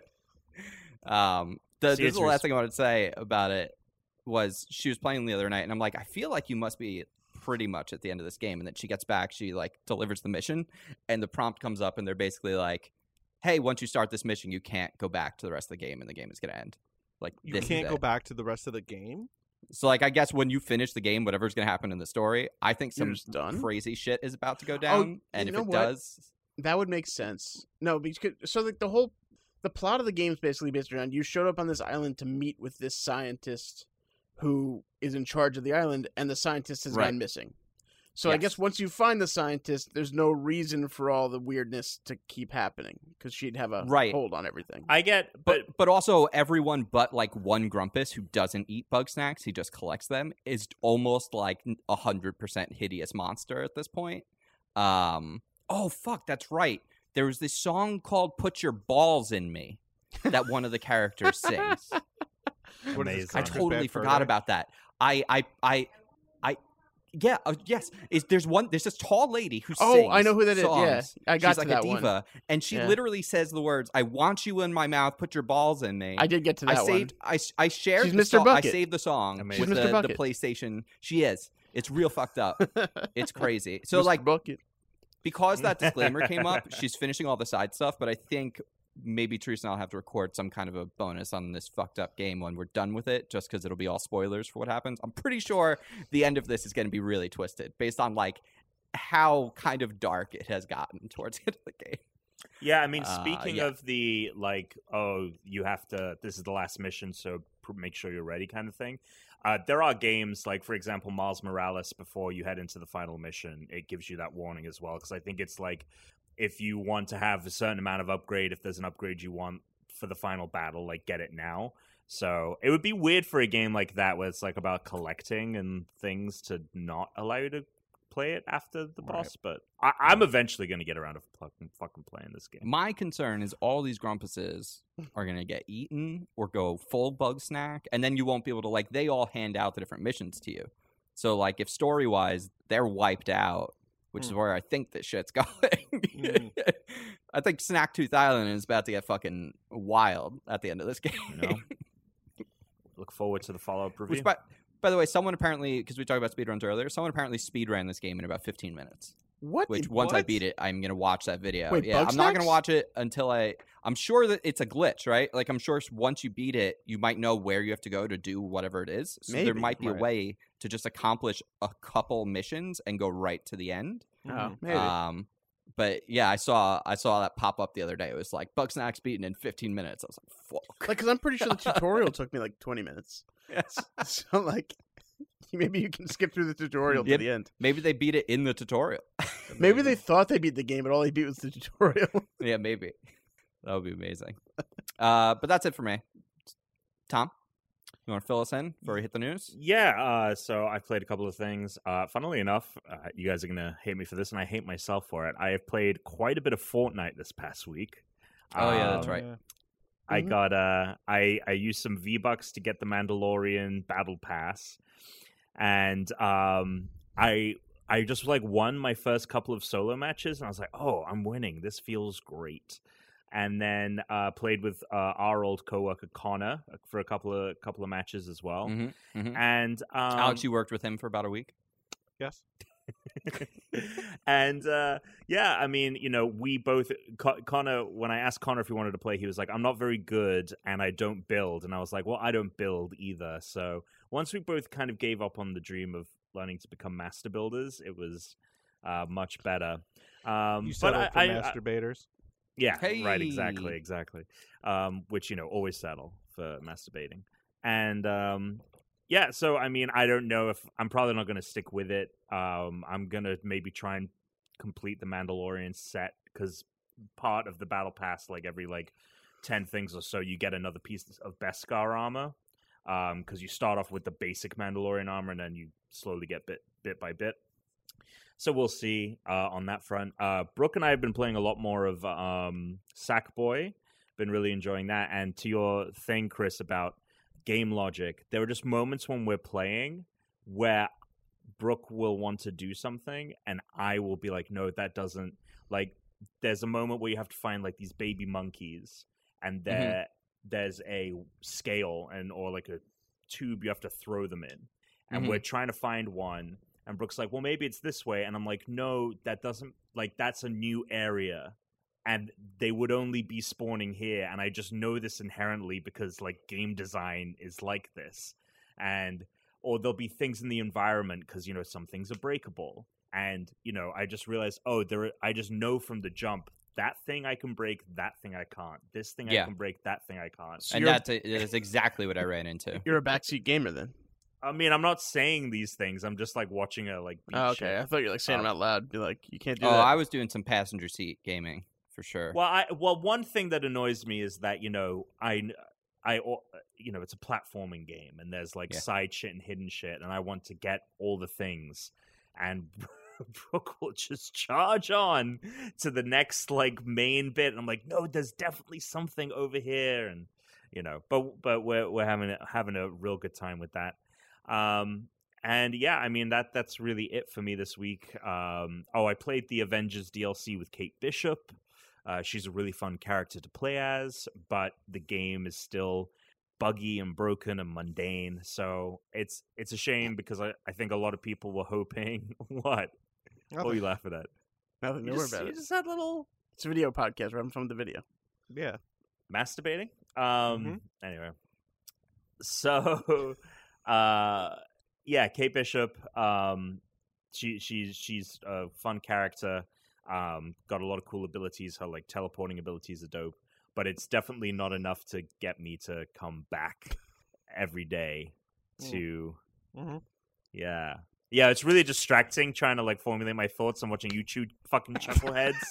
[SPEAKER 1] you. Um, the,
[SPEAKER 6] See,
[SPEAKER 1] this is
[SPEAKER 6] it's
[SPEAKER 1] the last
[SPEAKER 6] res-
[SPEAKER 1] thing I wanted to say about it was she was playing the other night, and I'm like, I feel like you must be pretty much at the end of this game. And then she gets back, she like delivers the mission, and the prompt comes up, and they're basically like, "Hey, once you start this mission, you can't go back to the rest of the game, and the game is gonna end." Like
[SPEAKER 4] You
[SPEAKER 1] this is
[SPEAKER 4] can't go
[SPEAKER 1] it.
[SPEAKER 4] back to the rest of the game.
[SPEAKER 1] So like, I guess when you finish the game, whatever's gonna happen in the story, I think
[SPEAKER 3] You're
[SPEAKER 1] some
[SPEAKER 3] just done?
[SPEAKER 1] crazy shit is about to go down, and
[SPEAKER 3] Oh, you
[SPEAKER 1] if
[SPEAKER 3] know
[SPEAKER 1] it
[SPEAKER 3] what?
[SPEAKER 1] does,
[SPEAKER 3] That would make sense. No, because so like the whole the plot of the game is basically based around you showed up on this island to meet with this scientist who is in charge of the island, and the scientist has
[SPEAKER 1] Right.
[SPEAKER 3] gone missing. So I
[SPEAKER 1] Yes.
[SPEAKER 3] guess once you find the scientist, there's no reason for all the weirdness to keep happening because she'd have a
[SPEAKER 1] Right.
[SPEAKER 3] hold on everything.
[SPEAKER 6] I get, but
[SPEAKER 1] but but also everyone but like one grumpus who doesn't eat bug snacks he just collects them is almost like a hundred percent hideous monster at this point um oh fuck that's right there was this song called put your balls in me that one of the characters sings
[SPEAKER 4] What is
[SPEAKER 6] Amazing.
[SPEAKER 4] this
[SPEAKER 1] i
[SPEAKER 6] Sounds like
[SPEAKER 1] totally
[SPEAKER 4] Bad Fur
[SPEAKER 1] forgot
[SPEAKER 4] Day?
[SPEAKER 1] about that i i i i yeah uh, yes is there's one there's this tall lady who
[SPEAKER 3] oh,
[SPEAKER 1] sings
[SPEAKER 3] I know who that is. Yeah,
[SPEAKER 1] songs.
[SPEAKER 3] I got
[SPEAKER 1] She's
[SPEAKER 3] to
[SPEAKER 1] like
[SPEAKER 3] that
[SPEAKER 1] a diva,
[SPEAKER 3] one.
[SPEAKER 1] and she
[SPEAKER 3] Yeah.
[SPEAKER 1] literally says the words, "I want you in my mouth, put your balls in me."
[SPEAKER 3] I did get to that
[SPEAKER 1] I saved.
[SPEAKER 3] one.
[SPEAKER 1] I s- I shared.
[SPEAKER 3] She's
[SPEAKER 1] the
[SPEAKER 3] Mr.
[SPEAKER 1] song- I
[SPEAKER 3] Bucket.
[SPEAKER 1] saved the song
[SPEAKER 6] Amazing.
[SPEAKER 1] with
[SPEAKER 3] She's Mr.
[SPEAKER 1] the, the
[SPEAKER 3] Bucket.
[SPEAKER 1] PlayStation. She is. It's real fucked up. It's crazy. So
[SPEAKER 3] Mr.
[SPEAKER 1] like
[SPEAKER 3] bucket.
[SPEAKER 1] because that disclaimer came up, she's finishing all the side stuff. But I think maybe Teresa and I'll have to record some kind of a bonus on this fucked up game when we're done with it, just because it'll be all spoilers for what happens. I'm pretty sure the end of this is going to be really twisted based on like how kind of dark it has gotten towards the end of the game.
[SPEAKER 6] yeah, I mean,
[SPEAKER 1] Uh,
[SPEAKER 6] speaking
[SPEAKER 1] yeah.
[SPEAKER 6] of the like, oh, you have to. This is the last mission, so pr- make sure you're ready, kind of thing. Uh, there are games like, for example, Miles Morales. Before you head into the final mission, it gives you that warning as well because I think it's like if you want to have a certain amount of upgrade, if there's an upgrade you want for the final battle, like get it now. So it would be weird for a game like that where it's like about collecting and things to not allow you to play it after the
[SPEAKER 1] Right.
[SPEAKER 6] boss. But I- I'm eventually going to get around to fucking fucking playing this game.
[SPEAKER 1] My concern is all these grumpuses are going to get eaten or go full bug snack, and then you won't be able to, like, they all hand out the different missions to you. So, like, if story wise, they're wiped out, which is
[SPEAKER 4] Hmm.
[SPEAKER 1] where I think this shit's going. I think Snack Tooth Island is about to get fucking wild at the end of this game.
[SPEAKER 6] You know? Look forward to the follow up review.
[SPEAKER 1] Which, by, by the way, someone apparently, because we talked about speedruns earlier, someone apparently speedran this game in about 15 minutes.
[SPEAKER 3] What?
[SPEAKER 1] Which
[SPEAKER 3] in-
[SPEAKER 1] once I
[SPEAKER 3] what?
[SPEAKER 1] beat it, I'm gonna watch that video.
[SPEAKER 3] Wait,
[SPEAKER 1] yeah,
[SPEAKER 3] Bugsnax?
[SPEAKER 1] I'm not gonna watch it until I. I'm sure that it's a glitch, right? Like I'm sure s- once you beat it, you might know where you have to go to do whatever it is. So there
[SPEAKER 3] Maybe,
[SPEAKER 1] might be
[SPEAKER 3] right.
[SPEAKER 1] a way to just accomplish a couple missions and go right to the end.
[SPEAKER 4] Mhm.
[SPEAKER 3] Maybe.
[SPEAKER 1] Um, but yeah, I saw I saw that pop up the other day. It was like Bugsnax beaten in 15 minutes. I was like, fuck.
[SPEAKER 3] like, cause I'm pretty sure the tutorial took me like 20 minutes.
[SPEAKER 1] Yes.
[SPEAKER 3] So I'm like, maybe you can skip through the tutorial
[SPEAKER 1] Yep.
[SPEAKER 3] to the end.
[SPEAKER 1] Maybe they beat it in the tutorial.
[SPEAKER 3] Maybe they thought they beat the game, but all they beat was the tutorial.
[SPEAKER 1] yeah, maybe that would be amazing. Uh, but that's it for me. Tom, you want to fill us in before we hit the news?
[SPEAKER 6] Yeah, uh, so I've played a couple of things. Uh, funnily enough, uh, you guys are going to hate me for this, and I hate myself for it. I have played quite a bit of Fortnite this past week.
[SPEAKER 1] Oh, yeah, that's
[SPEAKER 6] Um,
[SPEAKER 1] right.
[SPEAKER 4] Yeah.
[SPEAKER 6] I
[SPEAKER 3] Mhm.
[SPEAKER 6] got uh I I used some V Bucks to get the Mandalorian battle pass. And um I I just like won my first couple of solo matches and I was like, "Oh, I'm winning. This feels great." And then uh played with uh, our old coworker Connor uh, for a couple of couple of matches as well.
[SPEAKER 1] Mhm, mhm.
[SPEAKER 6] And um
[SPEAKER 1] Alex, you worked with him for about a week.
[SPEAKER 4] Yes.
[SPEAKER 6] and uh, yeah, I mean, you know, we both Co- Connor. When I asked Connor if he wanted to play, he was like, "I'm not very good, and I don't build." And I was like, "Well, I don't build either." So once we both kind of gave up on the dream of learning to become master builders, it was uh, much better. Um,
[SPEAKER 4] you
[SPEAKER 6] but
[SPEAKER 4] settled
[SPEAKER 6] I,
[SPEAKER 4] for
[SPEAKER 6] I- I-
[SPEAKER 4] masturbators.
[SPEAKER 6] yeah, right. Exactly,
[SPEAKER 1] Hey.
[SPEAKER 6] exactly. Um, which you know always settle for masturbating, and um, yeah. So I mean, I don't know if I'm probably not going to stick with it. Um, I'm gonna maybe try and complete the Mandalorian set because part of the battle pass, like every like ten things or so, you get another piece of Beskar armor. Um, because you start off with the basic Mandalorian armor and then you slowly get bit bit by bit. So we'll see uh, on that front. Uh, Brooke and I have been playing a lot more of um, Sackboy. Been really enjoying that. And to your thing, Chris, about game logic, there are just moments when we're playing where Brooke will want to do something, and I will be like, "No, that doesn't." Like, there's a moment where you have to find like these baby monkeys, and there there's a scale and or like a tube you have to throw them in, and
[SPEAKER 1] Mhm.
[SPEAKER 6] we're trying to find one. And Brooke's like, well, maybe it's this way. And I'm like, no, that doesn't, like, that's a new area. And they would only be spawning here. And I just know this inherently because, like, game design is like this. And, or there'll be things in the environment because, you know, some things are breakable. And, you know, I just realized, oh, there, are- I just know from the jump that thing I can break, that thing I can't. This thing I
[SPEAKER 1] Yeah.
[SPEAKER 6] can break, that thing I can't.
[SPEAKER 3] So
[SPEAKER 1] And
[SPEAKER 3] you're,
[SPEAKER 1] that's, that's exactly what I ran into.
[SPEAKER 3] you're a backseat gamer then.
[SPEAKER 6] I mean, I'm not saying these things. I'm just, like, watching her, like, beat
[SPEAKER 3] Oh,
[SPEAKER 6] shit.
[SPEAKER 3] okay. I thought you were like saying
[SPEAKER 6] Um,
[SPEAKER 3] them out loud. Be like, you can't do
[SPEAKER 1] Oh,
[SPEAKER 3] that.
[SPEAKER 1] I was doing some passenger seat gaming for sure.
[SPEAKER 6] Well, I well one thing that annoys me is that you know I I al- uh, you know it's a platforming game and there's like
[SPEAKER 1] Yeah.
[SPEAKER 6] side shit and hidden shit and I want to get all the things and Brooke will just charge on to the next like main bit and I'm like no there's definitely something over here and you know but but we're we're having a, having a real good time with that. Um, and yeah, I mean that that's really it for me this week. Um, oh, I played the Avengers DLC with Kate Bishop. Uh, she's a really fun character to play as, but the game is still buggy and broken and mundane. So it's it's a shame because I, I think a lot of people were hoping what? What were you laughing at?
[SPEAKER 3] Nothing
[SPEAKER 6] You
[SPEAKER 3] to worry
[SPEAKER 6] just,
[SPEAKER 3] about
[SPEAKER 6] you
[SPEAKER 3] it.
[SPEAKER 6] just had little
[SPEAKER 3] It's a video podcast. We're having fun with the video.
[SPEAKER 4] Yeah.
[SPEAKER 6] masturbating. Um anyway. So uh yeah, Kate Bishop, um she she's she's a fun character. Um got a lot of cool abilities. Her like teleporting abilities are dope, but it's definitely not enough to get me to come back every day
[SPEAKER 4] Mm.
[SPEAKER 6] to
[SPEAKER 4] hmm
[SPEAKER 6] yeah. Yeah, it's really distracting trying to like formulate my thoughts on watching YouTube fucking chuckleheads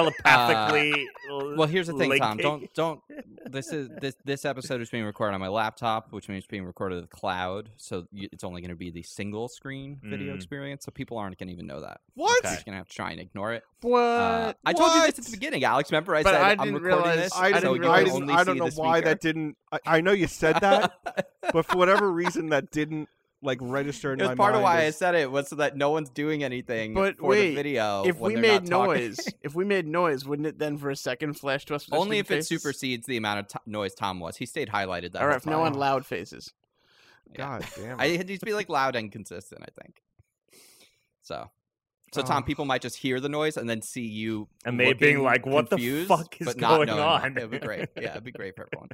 [SPEAKER 6] telepathically.
[SPEAKER 1] Well, here's the thing, Tom.
[SPEAKER 6] linking.
[SPEAKER 1] Don't don't. This is this this episode is being recorded on my laptop, which means it's being recorded to the cloud. So you, it's only going to be the single screen video
[SPEAKER 6] Mm.
[SPEAKER 1] experience. So people aren't going to even know that.
[SPEAKER 4] What?
[SPEAKER 1] You're just going to have to try and ignore it.
[SPEAKER 3] What?
[SPEAKER 1] Uh, I told you this at the beginning, Alex. Remember, I
[SPEAKER 3] But
[SPEAKER 1] said
[SPEAKER 3] I
[SPEAKER 1] am
[SPEAKER 3] didn't
[SPEAKER 1] recording
[SPEAKER 3] realize-
[SPEAKER 1] this.
[SPEAKER 2] I
[SPEAKER 3] I
[SPEAKER 2] didn't.
[SPEAKER 1] so
[SPEAKER 3] didn't
[SPEAKER 1] you
[SPEAKER 2] I,
[SPEAKER 3] realize-
[SPEAKER 1] can
[SPEAKER 2] didn't,
[SPEAKER 1] only
[SPEAKER 2] I
[SPEAKER 1] see
[SPEAKER 2] don't know
[SPEAKER 1] the
[SPEAKER 2] why
[SPEAKER 1] speaker.
[SPEAKER 2] that didn't. I, I know you said that, but for whatever reason, that didn't like register in
[SPEAKER 1] It was
[SPEAKER 2] my
[SPEAKER 1] part
[SPEAKER 2] mind.
[SPEAKER 1] of why I
[SPEAKER 2] as-
[SPEAKER 1] said it was so that no one's doing anything
[SPEAKER 3] But
[SPEAKER 1] for
[SPEAKER 3] wait,
[SPEAKER 1] the video.
[SPEAKER 3] if
[SPEAKER 1] when
[SPEAKER 3] we
[SPEAKER 1] they're not
[SPEAKER 3] made
[SPEAKER 1] talking.
[SPEAKER 3] noise, if we made noise, wouldn't it then for a second flash to us? with our
[SPEAKER 1] only if
[SPEAKER 3] stupid
[SPEAKER 1] it
[SPEAKER 3] faces?
[SPEAKER 1] supersedes the amount of t- noise Tom was. He stayed highlighted that.
[SPEAKER 3] All
[SPEAKER 1] whole
[SPEAKER 3] right, from now
[SPEAKER 1] time.
[SPEAKER 3] on, loud faces.
[SPEAKER 1] Yeah.
[SPEAKER 4] God damn
[SPEAKER 1] I
[SPEAKER 4] it.
[SPEAKER 1] it needs to be like loud and consistent, I think. So so
[SPEAKER 4] Oh.
[SPEAKER 1] Tom, people might just hear the noise and then see you
[SPEAKER 6] And they being
[SPEAKER 1] looking
[SPEAKER 6] like, "What the
[SPEAKER 1] confused,
[SPEAKER 6] fuck is
[SPEAKER 1] but not
[SPEAKER 6] going
[SPEAKER 1] knowing
[SPEAKER 6] on?"
[SPEAKER 1] why. It'd be great. Yeah, it'd be great for everyone.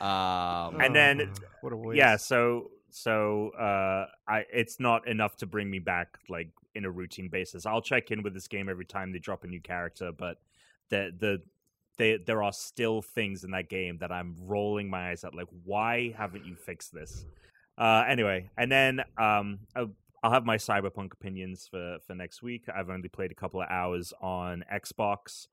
[SPEAKER 1] Um,
[SPEAKER 6] And then-
[SPEAKER 4] Ugh, what a waste.
[SPEAKER 6] yeah so so uh i it's not enough to bring me back like in a routine basis i'll check in with this game every time they drop a new character but the the they, there are still things in that game that i'm rolling my eyes at like why haven't you fixed this uh anyway and then um I'll, I'll have my cyberpunk opinions for for next week i've only played a couple of hours on xbox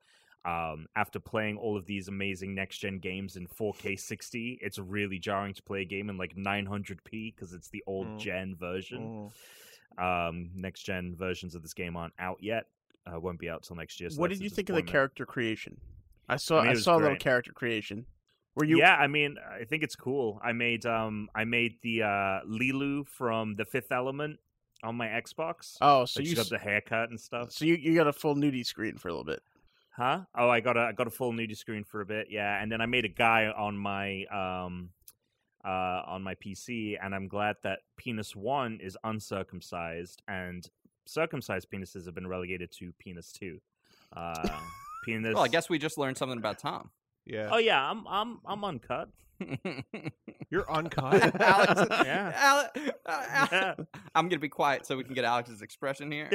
[SPEAKER 6] um, after playing all of these amazing next gen games in 4K 60, it's really jarring to play a game in like 900p because it's the old
[SPEAKER 4] Mm.
[SPEAKER 6] gen version.
[SPEAKER 4] Mm.
[SPEAKER 6] Um, next gen versions of this game aren't out yet. Uh, won't be out till next year. So
[SPEAKER 3] what
[SPEAKER 6] that's
[SPEAKER 3] did
[SPEAKER 6] a
[SPEAKER 3] you think of the
[SPEAKER 6] disappointment.
[SPEAKER 3] character creation? I saw.
[SPEAKER 6] I
[SPEAKER 3] I,
[SPEAKER 6] mean, it was
[SPEAKER 3] saw a little
[SPEAKER 6] great.
[SPEAKER 3] character creation. Were you?
[SPEAKER 6] Yeah, I mean, I think it's cool. I made um, I made the uh, Lilu from The Fifth Element on my Xbox.
[SPEAKER 3] Oh, so
[SPEAKER 6] Like,
[SPEAKER 3] you.
[SPEAKER 6] she got
[SPEAKER 3] s-
[SPEAKER 6] the haircut and stuff.
[SPEAKER 3] So you, you got a full nudie screen for a little bit.
[SPEAKER 6] Huh? Oh, I got a I got a full nudie screen for a bit, yeah. And then I made a guy on my um uh on my PC, and I'm glad that penis one is uncircumcised, and circumcised penises have been relegated to penis two. Uh, penis.
[SPEAKER 1] well, I guess we just learned something about Tom.
[SPEAKER 4] yeah,
[SPEAKER 6] Oh yeah, I'm I'm I'm uncut.
[SPEAKER 4] you're uncut.
[SPEAKER 1] Alex,
[SPEAKER 6] Yeah.
[SPEAKER 1] Ale- uh, Ale- I'm gonna be quiet so we can get Alex's expression here.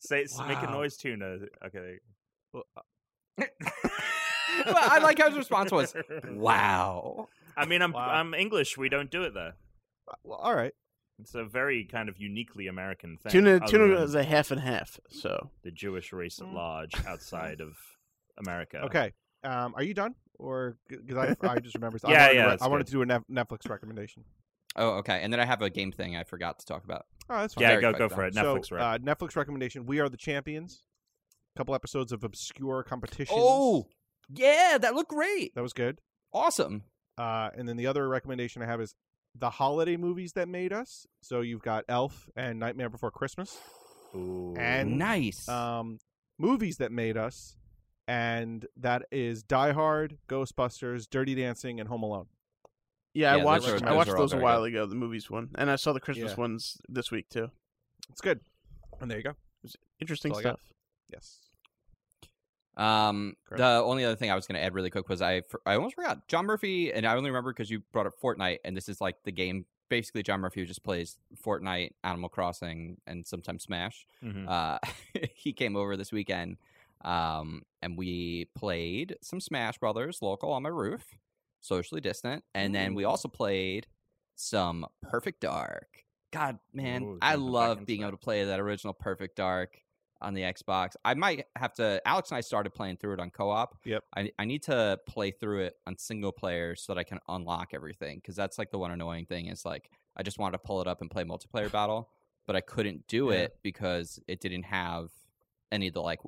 [SPEAKER 6] Say s- make a
[SPEAKER 4] Wow.
[SPEAKER 6] noise tune. uh, Okay.
[SPEAKER 1] well, I like how his response was, "Wow."
[SPEAKER 6] I mean, I'm
[SPEAKER 4] Wow.
[SPEAKER 6] I'm English. We don't do it there.
[SPEAKER 4] well, all right.
[SPEAKER 6] It's a very kind of uniquely American thing.
[SPEAKER 3] Tuna
[SPEAKER 6] other
[SPEAKER 3] tuna
[SPEAKER 6] than-
[SPEAKER 3] is a half and half. So
[SPEAKER 6] the Jewish race at
[SPEAKER 4] Mm.
[SPEAKER 6] large outside of America.
[SPEAKER 4] Okay. Um, are you done? Or because I, I just remember. I
[SPEAKER 6] Yeah,
[SPEAKER 4] wanted to
[SPEAKER 6] yeah,
[SPEAKER 4] re-
[SPEAKER 6] that's
[SPEAKER 4] I wanted
[SPEAKER 6] good.
[SPEAKER 4] to do a Nef- Netflix recommendation.
[SPEAKER 1] Oh, okay. And then I have a game thing I forgot to talk about.
[SPEAKER 4] Oh, that's fine.
[SPEAKER 6] Yeah,
[SPEAKER 1] Very
[SPEAKER 6] go
[SPEAKER 1] quick,
[SPEAKER 6] go for
[SPEAKER 1] though.
[SPEAKER 6] it. Netflix
[SPEAKER 4] so,
[SPEAKER 6] right.
[SPEAKER 4] Uh, Netflix recommendation: We are the champions. A couple episodes of obscure competitions.
[SPEAKER 1] Oh, yeah, that looked great.
[SPEAKER 4] that was good.
[SPEAKER 1] Awesome.
[SPEAKER 4] Uh, and then the other recommendation I have is the holiday movies that made us. So you've got Elf and Nightmare Before Christmas,
[SPEAKER 6] Ooh.
[SPEAKER 4] and
[SPEAKER 1] Nice.
[SPEAKER 4] um, movies that made us, and that is Die Hard, Ghostbusters, Dirty Dancing, and Home Alone.
[SPEAKER 3] yeah,
[SPEAKER 1] Yeah,
[SPEAKER 3] I
[SPEAKER 1] those
[SPEAKER 3] watched
[SPEAKER 4] are- those
[SPEAKER 3] I
[SPEAKER 4] are
[SPEAKER 3] watched
[SPEAKER 1] all
[SPEAKER 3] those a
[SPEAKER 1] very
[SPEAKER 3] while ago. The movies one, and I saw the Christmas
[SPEAKER 4] Yeah.
[SPEAKER 3] ones this week too.
[SPEAKER 4] It's good. And there you go.
[SPEAKER 3] Interesting
[SPEAKER 4] That's all I
[SPEAKER 3] stuff.
[SPEAKER 4] got. Yes.
[SPEAKER 1] Um,
[SPEAKER 4] Correct.
[SPEAKER 1] the only other thing I was going to add really quick was I for- I almost forgot John Murphy, and I only remember because you brought up Fortnite, and this is like the game. Basically, John Murphy who just plays Fortnite, Animal Crossing, and sometimes Smash.
[SPEAKER 6] Mhm.
[SPEAKER 1] Uh, he came over this weekend, um, and we played some Smash Brothers local on my roof, socially distant, and then
[SPEAKER 6] Mm.
[SPEAKER 1] we also played some Perfect Dark. God, man,
[SPEAKER 6] Ooh,
[SPEAKER 1] I
[SPEAKER 6] jumping back
[SPEAKER 1] love
[SPEAKER 6] into
[SPEAKER 1] being able
[SPEAKER 6] that.
[SPEAKER 1] to play that original Perfect Dark on the Xbox. I might have to. Alex and I started playing through it on co-op.
[SPEAKER 4] Yep.
[SPEAKER 1] I I need to play through it on single player so that I can unlock everything because that's like the one annoying thing is like I just wanted to pull it up and play multiplayer battle, but I couldn't do
[SPEAKER 4] Yeah.
[SPEAKER 1] it because it didn't have any of the like.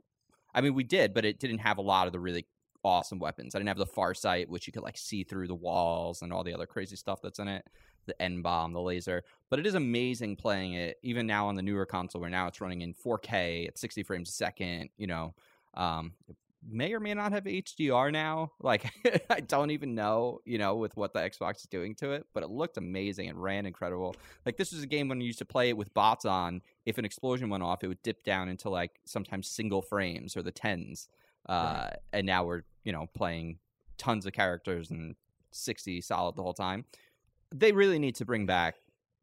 [SPEAKER 1] I mean, we did, but it didn't have a lot of the really awesome weapons. I didn't have the far sight, which you could like see through the walls and all the other crazy stuff that's in it. The N bomb, the laser, but it is amazing playing it even now on the newer console where now it's running in 4K at 60 frames a second. You know, um, it may or may not have HDR now. Like I don't even know, you know, with what the Xbox is doing to it, but it looked amazing and ran incredible. Like this was a game when you used to play it with bots on. If an explosion went off, it would dip down into like sometimes single frames or the tens. Uh, And now we're you know playing tons of characters and 60 solid the whole time. They really need to bring back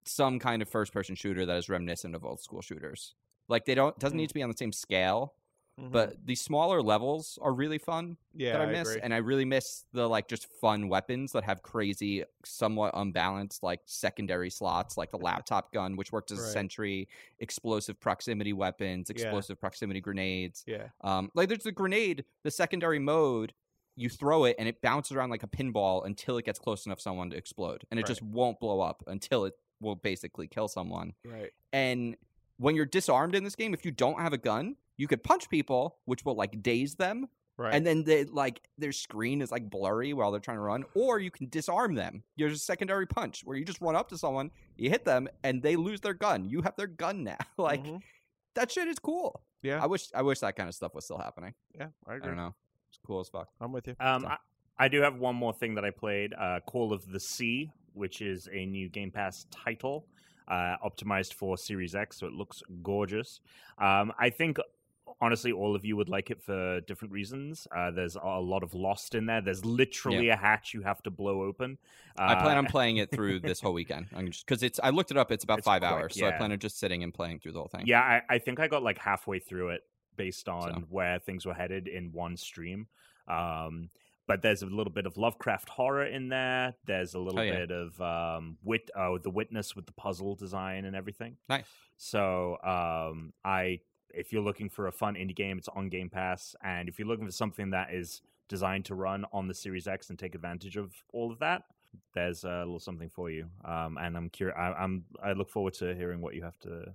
[SPEAKER 1] some kind of first person shooter that is reminiscent of old school shooters. Like they don't doesn't need to be on the same scale,
[SPEAKER 4] Mhm.
[SPEAKER 1] But the smaller levels are really fun
[SPEAKER 4] yeah,
[SPEAKER 1] that I,
[SPEAKER 4] I
[SPEAKER 1] miss,
[SPEAKER 4] agree.
[SPEAKER 1] and I really miss the like just fun weapons that have crazy, somewhat unbalanced like secondary slots, like the laptop gun, which worked as a
[SPEAKER 4] Right.
[SPEAKER 1] sentry, explosive proximity weapons,
[SPEAKER 4] Yeah.
[SPEAKER 1] explosive proximity grenades.
[SPEAKER 4] yeah,
[SPEAKER 1] Um, like there's the grenade, the secondary mode. You throw it and it bounces around like a pinball until it gets close enough someone to explode, and it
[SPEAKER 4] Right.
[SPEAKER 1] just won't blow up until it will basically kill someone.
[SPEAKER 4] right.
[SPEAKER 1] And when you're disarmed in this game, if you don't have a gun, you could punch people, which will like daze them,
[SPEAKER 4] Right.
[SPEAKER 1] and then they like their screen is like blurry while they're trying to run. Or you can disarm them. There's a secondary punch where you just run up to someone, you hit them, and they lose their gun. You have their gun now. like
[SPEAKER 6] Mm-hmm.
[SPEAKER 4] Mhm.
[SPEAKER 1] that shit is cool.
[SPEAKER 4] Yeah.
[SPEAKER 1] I wish I wish that kind of stuff was still happening.
[SPEAKER 4] yeah, I
[SPEAKER 1] I
[SPEAKER 4] agree.
[SPEAKER 1] don't know. It's cool as fuck.
[SPEAKER 4] I'm with you.
[SPEAKER 6] Um,
[SPEAKER 1] So-
[SPEAKER 6] I, I do have one more thing that I played uh, Call of the Sea, which is a new Game Pass title uh, optimized for Series X, so it looks gorgeous. Um, I think. Honestly, all of you would like it for different reasons. Uh, there's a lot of lost in there. There's literally a hatch you have to blow open.
[SPEAKER 1] I
[SPEAKER 6] Uh,
[SPEAKER 1] plan on playing it through this whole weekend. I'm just because it's I looked it up. It's about
[SPEAKER 6] It's
[SPEAKER 1] five
[SPEAKER 6] quick,
[SPEAKER 1] hours, so I
[SPEAKER 6] yeah.
[SPEAKER 1] plan on just sitting and playing through the whole thing.
[SPEAKER 6] Yeah, I, I think I got like halfway through it based on
[SPEAKER 1] So.
[SPEAKER 6] where things were headed in one stream. Um, but there's a little bit of Lovecraft horror in there. There's a little
[SPEAKER 1] Oh, yeah.
[SPEAKER 6] bit of um, wit. Oh, the witness with the puzzle design and everything.
[SPEAKER 1] Nice.
[SPEAKER 6] So um, I, if you're looking for a fun indie game, it's on Game Pass, and if you're looking for something that is designed to run on the Series X and take advantage of all of that, there's a little something for you. Um, and I'm curious. I, I'm I look forward to hearing what you have to,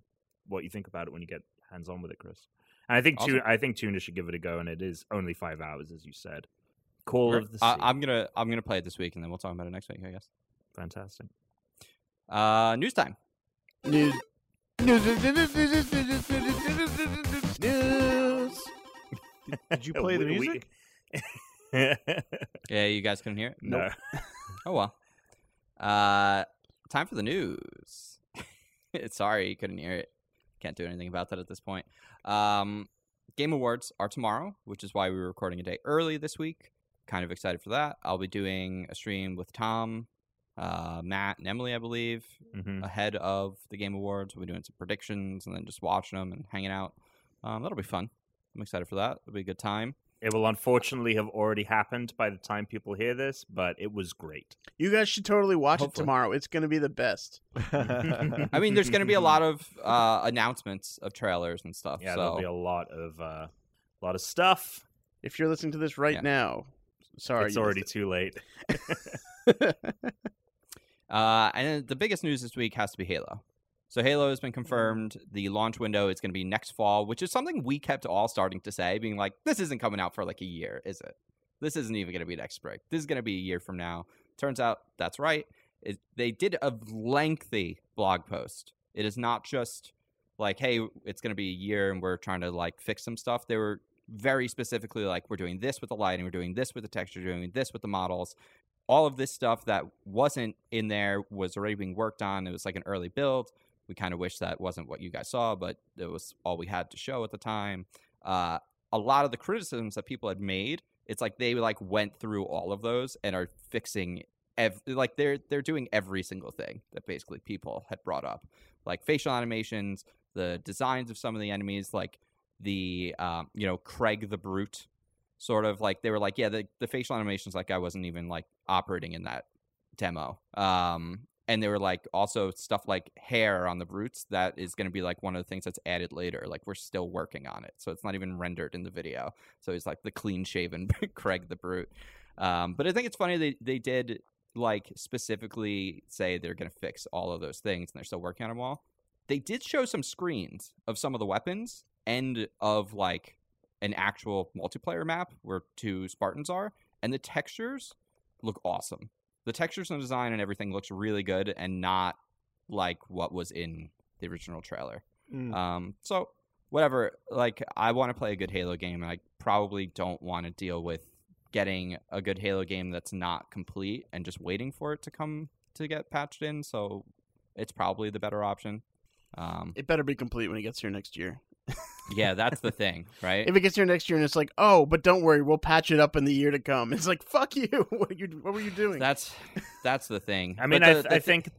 [SPEAKER 6] what you think about it when you get hands on with it, Chris. And I think
[SPEAKER 1] Awesome.
[SPEAKER 6] Tu- I think Tuna should give it a go, and it is only five hours, as you said. Call
[SPEAKER 1] Great.
[SPEAKER 6] of the Sea,
[SPEAKER 1] I, I'm gonna I'm gonna play it this week, and then we'll talk about it next week, I guess.
[SPEAKER 6] fantastic.
[SPEAKER 1] Uh, news time.
[SPEAKER 3] News. News. News. News. News. News. News. News. News.
[SPEAKER 4] Did you play the
[SPEAKER 6] Uh, We- we-
[SPEAKER 4] music?
[SPEAKER 1] Yeah, you guys couldn't hear it.
[SPEAKER 6] no,
[SPEAKER 1] Oh well. Uh, time for the news. Sorry, you couldn't hear it. Can't do anything about that at this point. Um, Game Awards are tomorrow, which is why we were recording a day early this week. Kind of excited for that. I'll be doing a stream with Tom, uh, Matt, and Emily, I believe,
[SPEAKER 6] Mhm.
[SPEAKER 1] ahead of the Game Awards. We'll be doing some predictions and then just watching them and hanging out. Um, that'll be fun. I'm excited for that. It'll be a good time.
[SPEAKER 6] it will unfortunately have already happened by the time people hear this, but it was great.
[SPEAKER 3] You guys should totally watch it
[SPEAKER 1] Hopefully.
[SPEAKER 3] tomorrow. It's going to be the best.
[SPEAKER 1] I mean, there's going to be a lot of uh, announcements of trailers and stuff.
[SPEAKER 6] yeah,
[SPEAKER 1] Oh, so.
[SPEAKER 6] there'll be a lot of a uh, lot of stuff.
[SPEAKER 3] If you're listening to this right
[SPEAKER 1] Yeah.
[SPEAKER 3] now, sorry.
[SPEAKER 6] it's
[SPEAKER 3] you
[SPEAKER 6] already
[SPEAKER 3] missed
[SPEAKER 6] too late.
[SPEAKER 3] it.
[SPEAKER 1] Uh, and then the biggest news this week has to be Halo. So Halo has been confirmed. The launch window is going to be next fall, which is something we kept all starting to say, being like, "This isn't coming out for like a year, is it? This isn't even going to be next spring. This is going to be a year from now." Turns out that's right. It, they did a lengthy blog post. It is not just like, "Hey, it's going to be a year, and we're trying to like fix some stuff." They were very specifically like, "We're doing this with the lighting. We're doing this with the texture. We're doing this with the models." all of this stuff that wasn't in there was already being worked on. It was like an early build. We kind of wish that wasn't what you guys saw, but it was all we had to show at the time. Uh, a lot of the criticisms that people had made, it's like they like went through all of those and are fixing. Ev- like they're they're doing every single thing that basically people had brought up, like facial animations, the designs of some of the enemies, like the um, you know Craig the Brute sort of like they were like, yeah, the, the facial animations like I wasn't even like operating in that demo. Um, and they were like also stuff like hair on the brutes that is going to be like one of the things that's added later. Like we're still working on it, so it's not even rendered in the video. So he's like the clean shaven Craig the Brute. Um, but I think it's funny they they did like specifically say they're going to fix all of those things and they're still working on them all. They did show some screens of some of the weapons and of like an actual multiplayer map where two Spartans are, and the textures look awesome. The textures and design and everything looks really good and not like what was in the original trailer.
[SPEAKER 4] Mm.
[SPEAKER 1] Um, so whatever, like I want to play a good Halo game, and I probably don't want to deal with getting a good Halo game that's not complete and just waiting for it to come to get patched in. So it's probably the better option. Um,
[SPEAKER 3] it better be complete when it gets here next year.
[SPEAKER 1] yeah, that's the thing, right?
[SPEAKER 3] If it gets here next year and it's like, oh, but don't worry, we'll patch it up in the year to come. It's like, fuck you. What, are you, what were you doing?
[SPEAKER 1] That's that's the thing.
[SPEAKER 6] I mean,
[SPEAKER 1] But
[SPEAKER 6] I,
[SPEAKER 1] the-
[SPEAKER 6] th-
[SPEAKER 1] the
[SPEAKER 6] I
[SPEAKER 1] thi-
[SPEAKER 6] think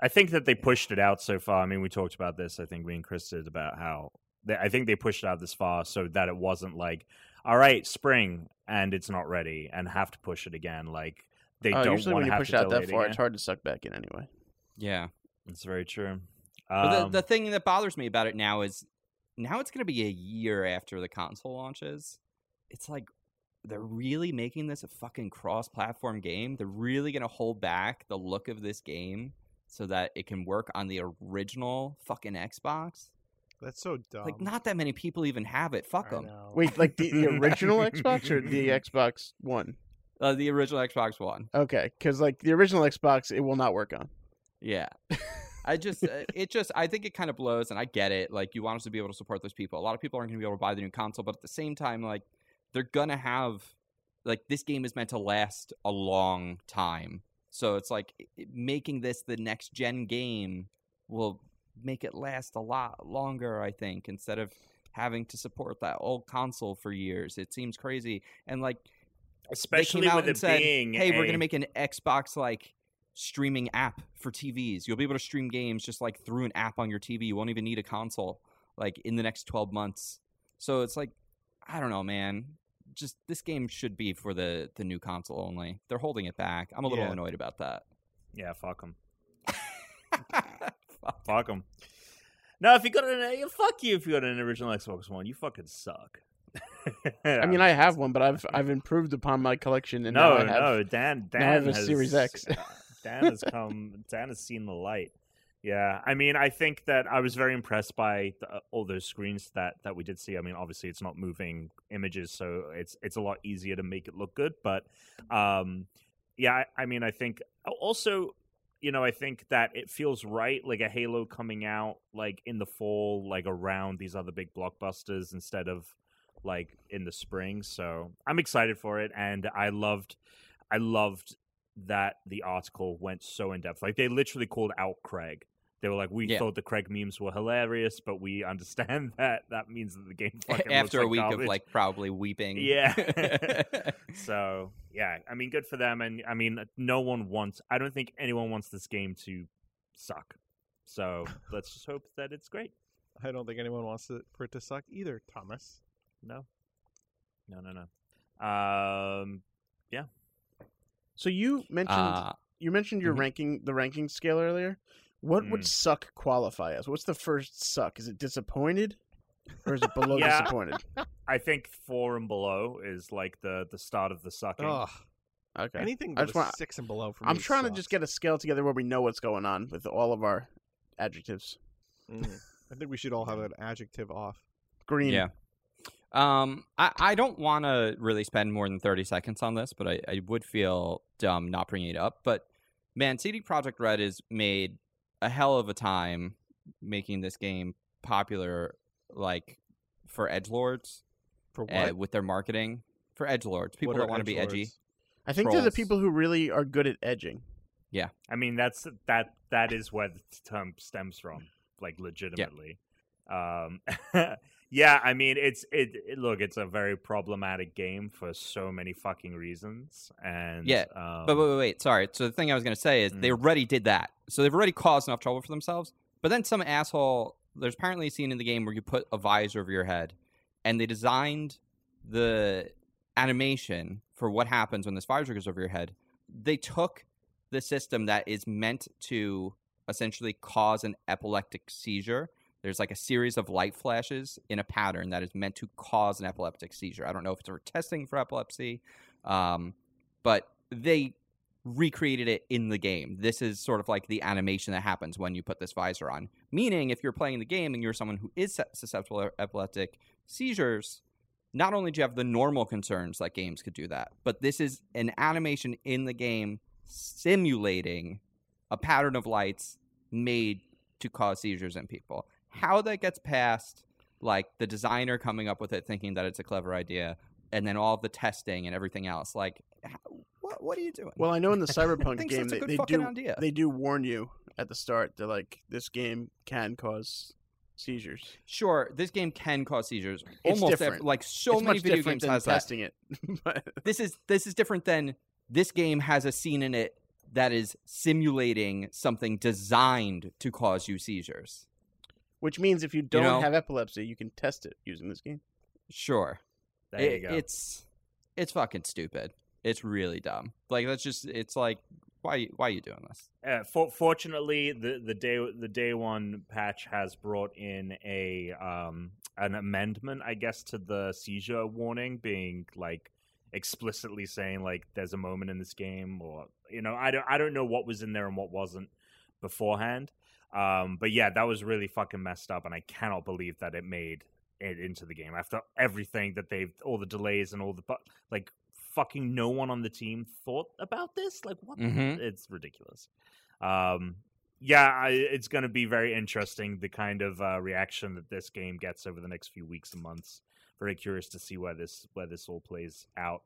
[SPEAKER 6] I think that they pushed it out so far. I mean, we talked about this. I think we and Chris did about how They, I think they pushed it out this far so that it wasn't like, all right, spring, and it's not ready, and have to push it again. Like they
[SPEAKER 1] Oh,
[SPEAKER 3] Uh,
[SPEAKER 6] don't
[SPEAKER 3] usually when
[SPEAKER 6] want
[SPEAKER 3] you
[SPEAKER 6] to have
[SPEAKER 3] push
[SPEAKER 6] to
[SPEAKER 3] it out
[SPEAKER 6] delay
[SPEAKER 3] that
[SPEAKER 6] it
[SPEAKER 3] far,
[SPEAKER 6] again.
[SPEAKER 3] it's hard to suck back in anyway.
[SPEAKER 1] Yeah.
[SPEAKER 6] It's very true.
[SPEAKER 1] But
[SPEAKER 6] Um,
[SPEAKER 1] the, the thing that bothers me about it now is now it's going to be a year after the console launches. It's like they're really making this a fucking cross platform game. They're really going to hold back the look of this game so that it can work on the original fucking Xbox.
[SPEAKER 4] That's so dumb.
[SPEAKER 6] Um,
[SPEAKER 1] like, not that many people even have it. Fuck them.
[SPEAKER 3] Wait, like the, the original Xbox or the Xbox One?
[SPEAKER 1] Uh, the original Xbox One.
[SPEAKER 3] Okay, because like the original Xbox, it will not work on.
[SPEAKER 1] Yeah. I just, uh, it just, I think it kind of blows, and I get it. Like, you want us to be able to support those people. A lot of people aren't going to be able to buy the new console, but at the same time, like, they're going to have, like, this game is meant to last a long time. So it's like i- i- making this the next gen game will make it last a lot longer, I think, instead of having to support that old console for years. It seems crazy. And, like,
[SPEAKER 6] especially
[SPEAKER 1] out
[SPEAKER 6] with
[SPEAKER 1] and
[SPEAKER 6] it
[SPEAKER 1] said,
[SPEAKER 6] being
[SPEAKER 1] hey, we're
[SPEAKER 6] a-
[SPEAKER 1] going to make an Xbox like streaming app for TVs. You'll be able to stream games just like through an app on your TV. You won't even need a console like in the next 12 months. So it's like I don't know, man. Just this game should be for the the new console only. They're holding it back. I'm a little
[SPEAKER 4] Yeah.
[SPEAKER 1] annoyed about that.
[SPEAKER 6] yeah, fuck them,
[SPEAKER 1] Fuck.
[SPEAKER 6] fuck them. No, if you got an uh, fuck you if you got an original Xbox One, you fucking suck.
[SPEAKER 3] I mean, I have one, but I've I've improved upon my collection, and
[SPEAKER 6] no,
[SPEAKER 3] now I have
[SPEAKER 6] no, Dan, Dan
[SPEAKER 3] now I have a
[SPEAKER 6] has, uh,
[SPEAKER 3] Series X.
[SPEAKER 6] Dan has come. Dan has seen the light. Yeah, I mean, I think that I was very impressed by the, uh, all those screens that that we did see. I mean, obviously, it's not moving images, so it's it's a lot easier to make it look good. But um, yeah, I, I mean, I think oh, also, you know, I think that it feels right, like a Halo coming out like in the fall, like around these other big blockbusters, instead of like in the spring. So I'm excited for it, and I loved, I loved that the article went so in depth. Like they literally called out Craig. They were like, "We
[SPEAKER 1] Yeah.
[SPEAKER 6] thought the Craig memes were hilarious, but we understand that that means that the game fucking looks
[SPEAKER 1] After a
[SPEAKER 6] like
[SPEAKER 1] week of
[SPEAKER 6] garbage."
[SPEAKER 1] like probably weeping.
[SPEAKER 6] Yeah. So yeah, I mean, good for them. And I mean, no one wants. I don't think anyone wants this game to suck. So let's just hope that it's great.
[SPEAKER 4] I don't think anyone wants it for it to suck either, Thomas.
[SPEAKER 6] No, no, no, no. Um,
[SPEAKER 3] So you mentioned
[SPEAKER 6] Ah.
[SPEAKER 1] Uh,
[SPEAKER 3] you mentioned your
[SPEAKER 1] mhm.
[SPEAKER 3] ranking the ranking scale earlier. What
[SPEAKER 6] Mm-hmm. Mm.
[SPEAKER 3] would suck qualify as? What's the first suck? Is it disappointed, or is it below
[SPEAKER 6] Yeah.
[SPEAKER 3] disappointed?
[SPEAKER 6] I think four and below is like the the start of the sucking.
[SPEAKER 4] Ugh.
[SPEAKER 3] Okay,
[SPEAKER 4] Anything
[SPEAKER 3] I
[SPEAKER 4] but
[SPEAKER 3] just
[SPEAKER 4] a
[SPEAKER 3] wanna-
[SPEAKER 4] six and below for me.
[SPEAKER 3] I'm trying to just get a scale together where we know what's going on with all of our adjectives.
[SPEAKER 4] Mm. I think we should all have an adjective off.
[SPEAKER 3] Green.
[SPEAKER 1] Yeah. Um, I, I don't want to really spend more than 30 seconds on this, but I, I would feel dumb not bringing it up. But man, CD Projekt Red has made a hell of a time making this game popular, like for edge lords
[SPEAKER 4] For what?
[SPEAKER 3] Eh,
[SPEAKER 1] uh, with their marketing. For edge lords, people
[SPEAKER 4] What are
[SPEAKER 1] that want to be edgy.
[SPEAKER 4] edgelords?
[SPEAKER 3] I think they're the
[SPEAKER 1] Trolls.
[SPEAKER 3] people who really are good at edging.
[SPEAKER 6] I mean, that's that that is where the term stems from, like legitimately. Um, yeah, I mean, it's it, it- Look, it's a very problematic game for so many fucking reasons, and
[SPEAKER 1] Yeah,
[SPEAKER 6] um,
[SPEAKER 1] But wait, wait, wait, sorry. So the thing I was going to say is they already did that. So they've already caused enough trouble for themselves. But then some asshole, there's apparently a scene in the game where you put a visor over your head, and they designed the animation for what happens when this visor goes over your head. They took the system that is meant to essentially cause an epileptic seizure. There's like a series of light flashes in a pattern that is meant to cause an epileptic seizure. I don't know if it's for testing for epilepsy, um, but they recreated it in the game. This is sort of like the animation that happens when you put this visor on. Meaning, if you're playing the game and you're someone who is sus- susceptible to epileptic seizures, not only do you have the normal concerns that games could do that, but this is an animation in the game simulating a pattern of lights made to cause seizures in people. How that gets past, like the designer coming up with it thinking that it's a clever idea, and then all the testing and everything else, like, how- what what are you doing?
[SPEAKER 3] Well, I know in the Cyberpunk
[SPEAKER 1] thinks
[SPEAKER 3] game
[SPEAKER 1] that's a
[SPEAKER 3] they,
[SPEAKER 1] good
[SPEAKER 3] they
[SPEAKER 1] fucking
[SPEAKER 3] do
[SPEAKER 1] idea.
[SPEAKER 3] they do warn you at the start. They're like, this game can cause seizures.
[SPEAKER 1] Sure, this game can cause seizures.
[SPEAKER 3] It's
[SPEAKER 1] Almost ev-
[SPEAKER 3] different.
[SPEAKER 1] like so
[SPEAKER 3] it's
[SPEAKER 1] many
[SPEAKER 3] much
[SPEAKER 1] video games
[SPEAKER 3] different than
[SPEAKER 1] has that.
[SPEAKER 3] testing it. but
[SPEAKER 1] This is this is different than this game has a scene in it that is simulating something designed to cause you seizures.
[SPEAKER 3] Which means if you don't
[SPEAKER 1] know-
[SPEAKER 3] have epilepsy, you can test it using this game.
[SPEAKER 1] Sure.
[SPEAKER 6] There
[SPEAKER 1] It-
[SPEAKER 6] you go.
[SPEAKER 1] It's it's fucking stupid. It's really dumb. Like that's just it's like why why are you doing this?
[SPEAKER 6] uh, for, fortunately, the, the day the day one patch has brought in a um, an amendment, I guess, to the seizure warning being like explicitly saying like there's a moment in this game, or you know, I don't I don't know what was in there and what wasn't beforehand. Um, but yeah, that was really fucking messed up, and I cannot believe that it made it into the game after everything that they've all the delays and all the bu- like fucking no one on the team thought about this like what the-
[SPEAKER 1] Mhm.
[SPEAKER 6] it's ridiculous um yeah I, it's going to be very interesting the kind of uh, reaction that this game gets over the next few weeks and months very curious to see where this where this all plays out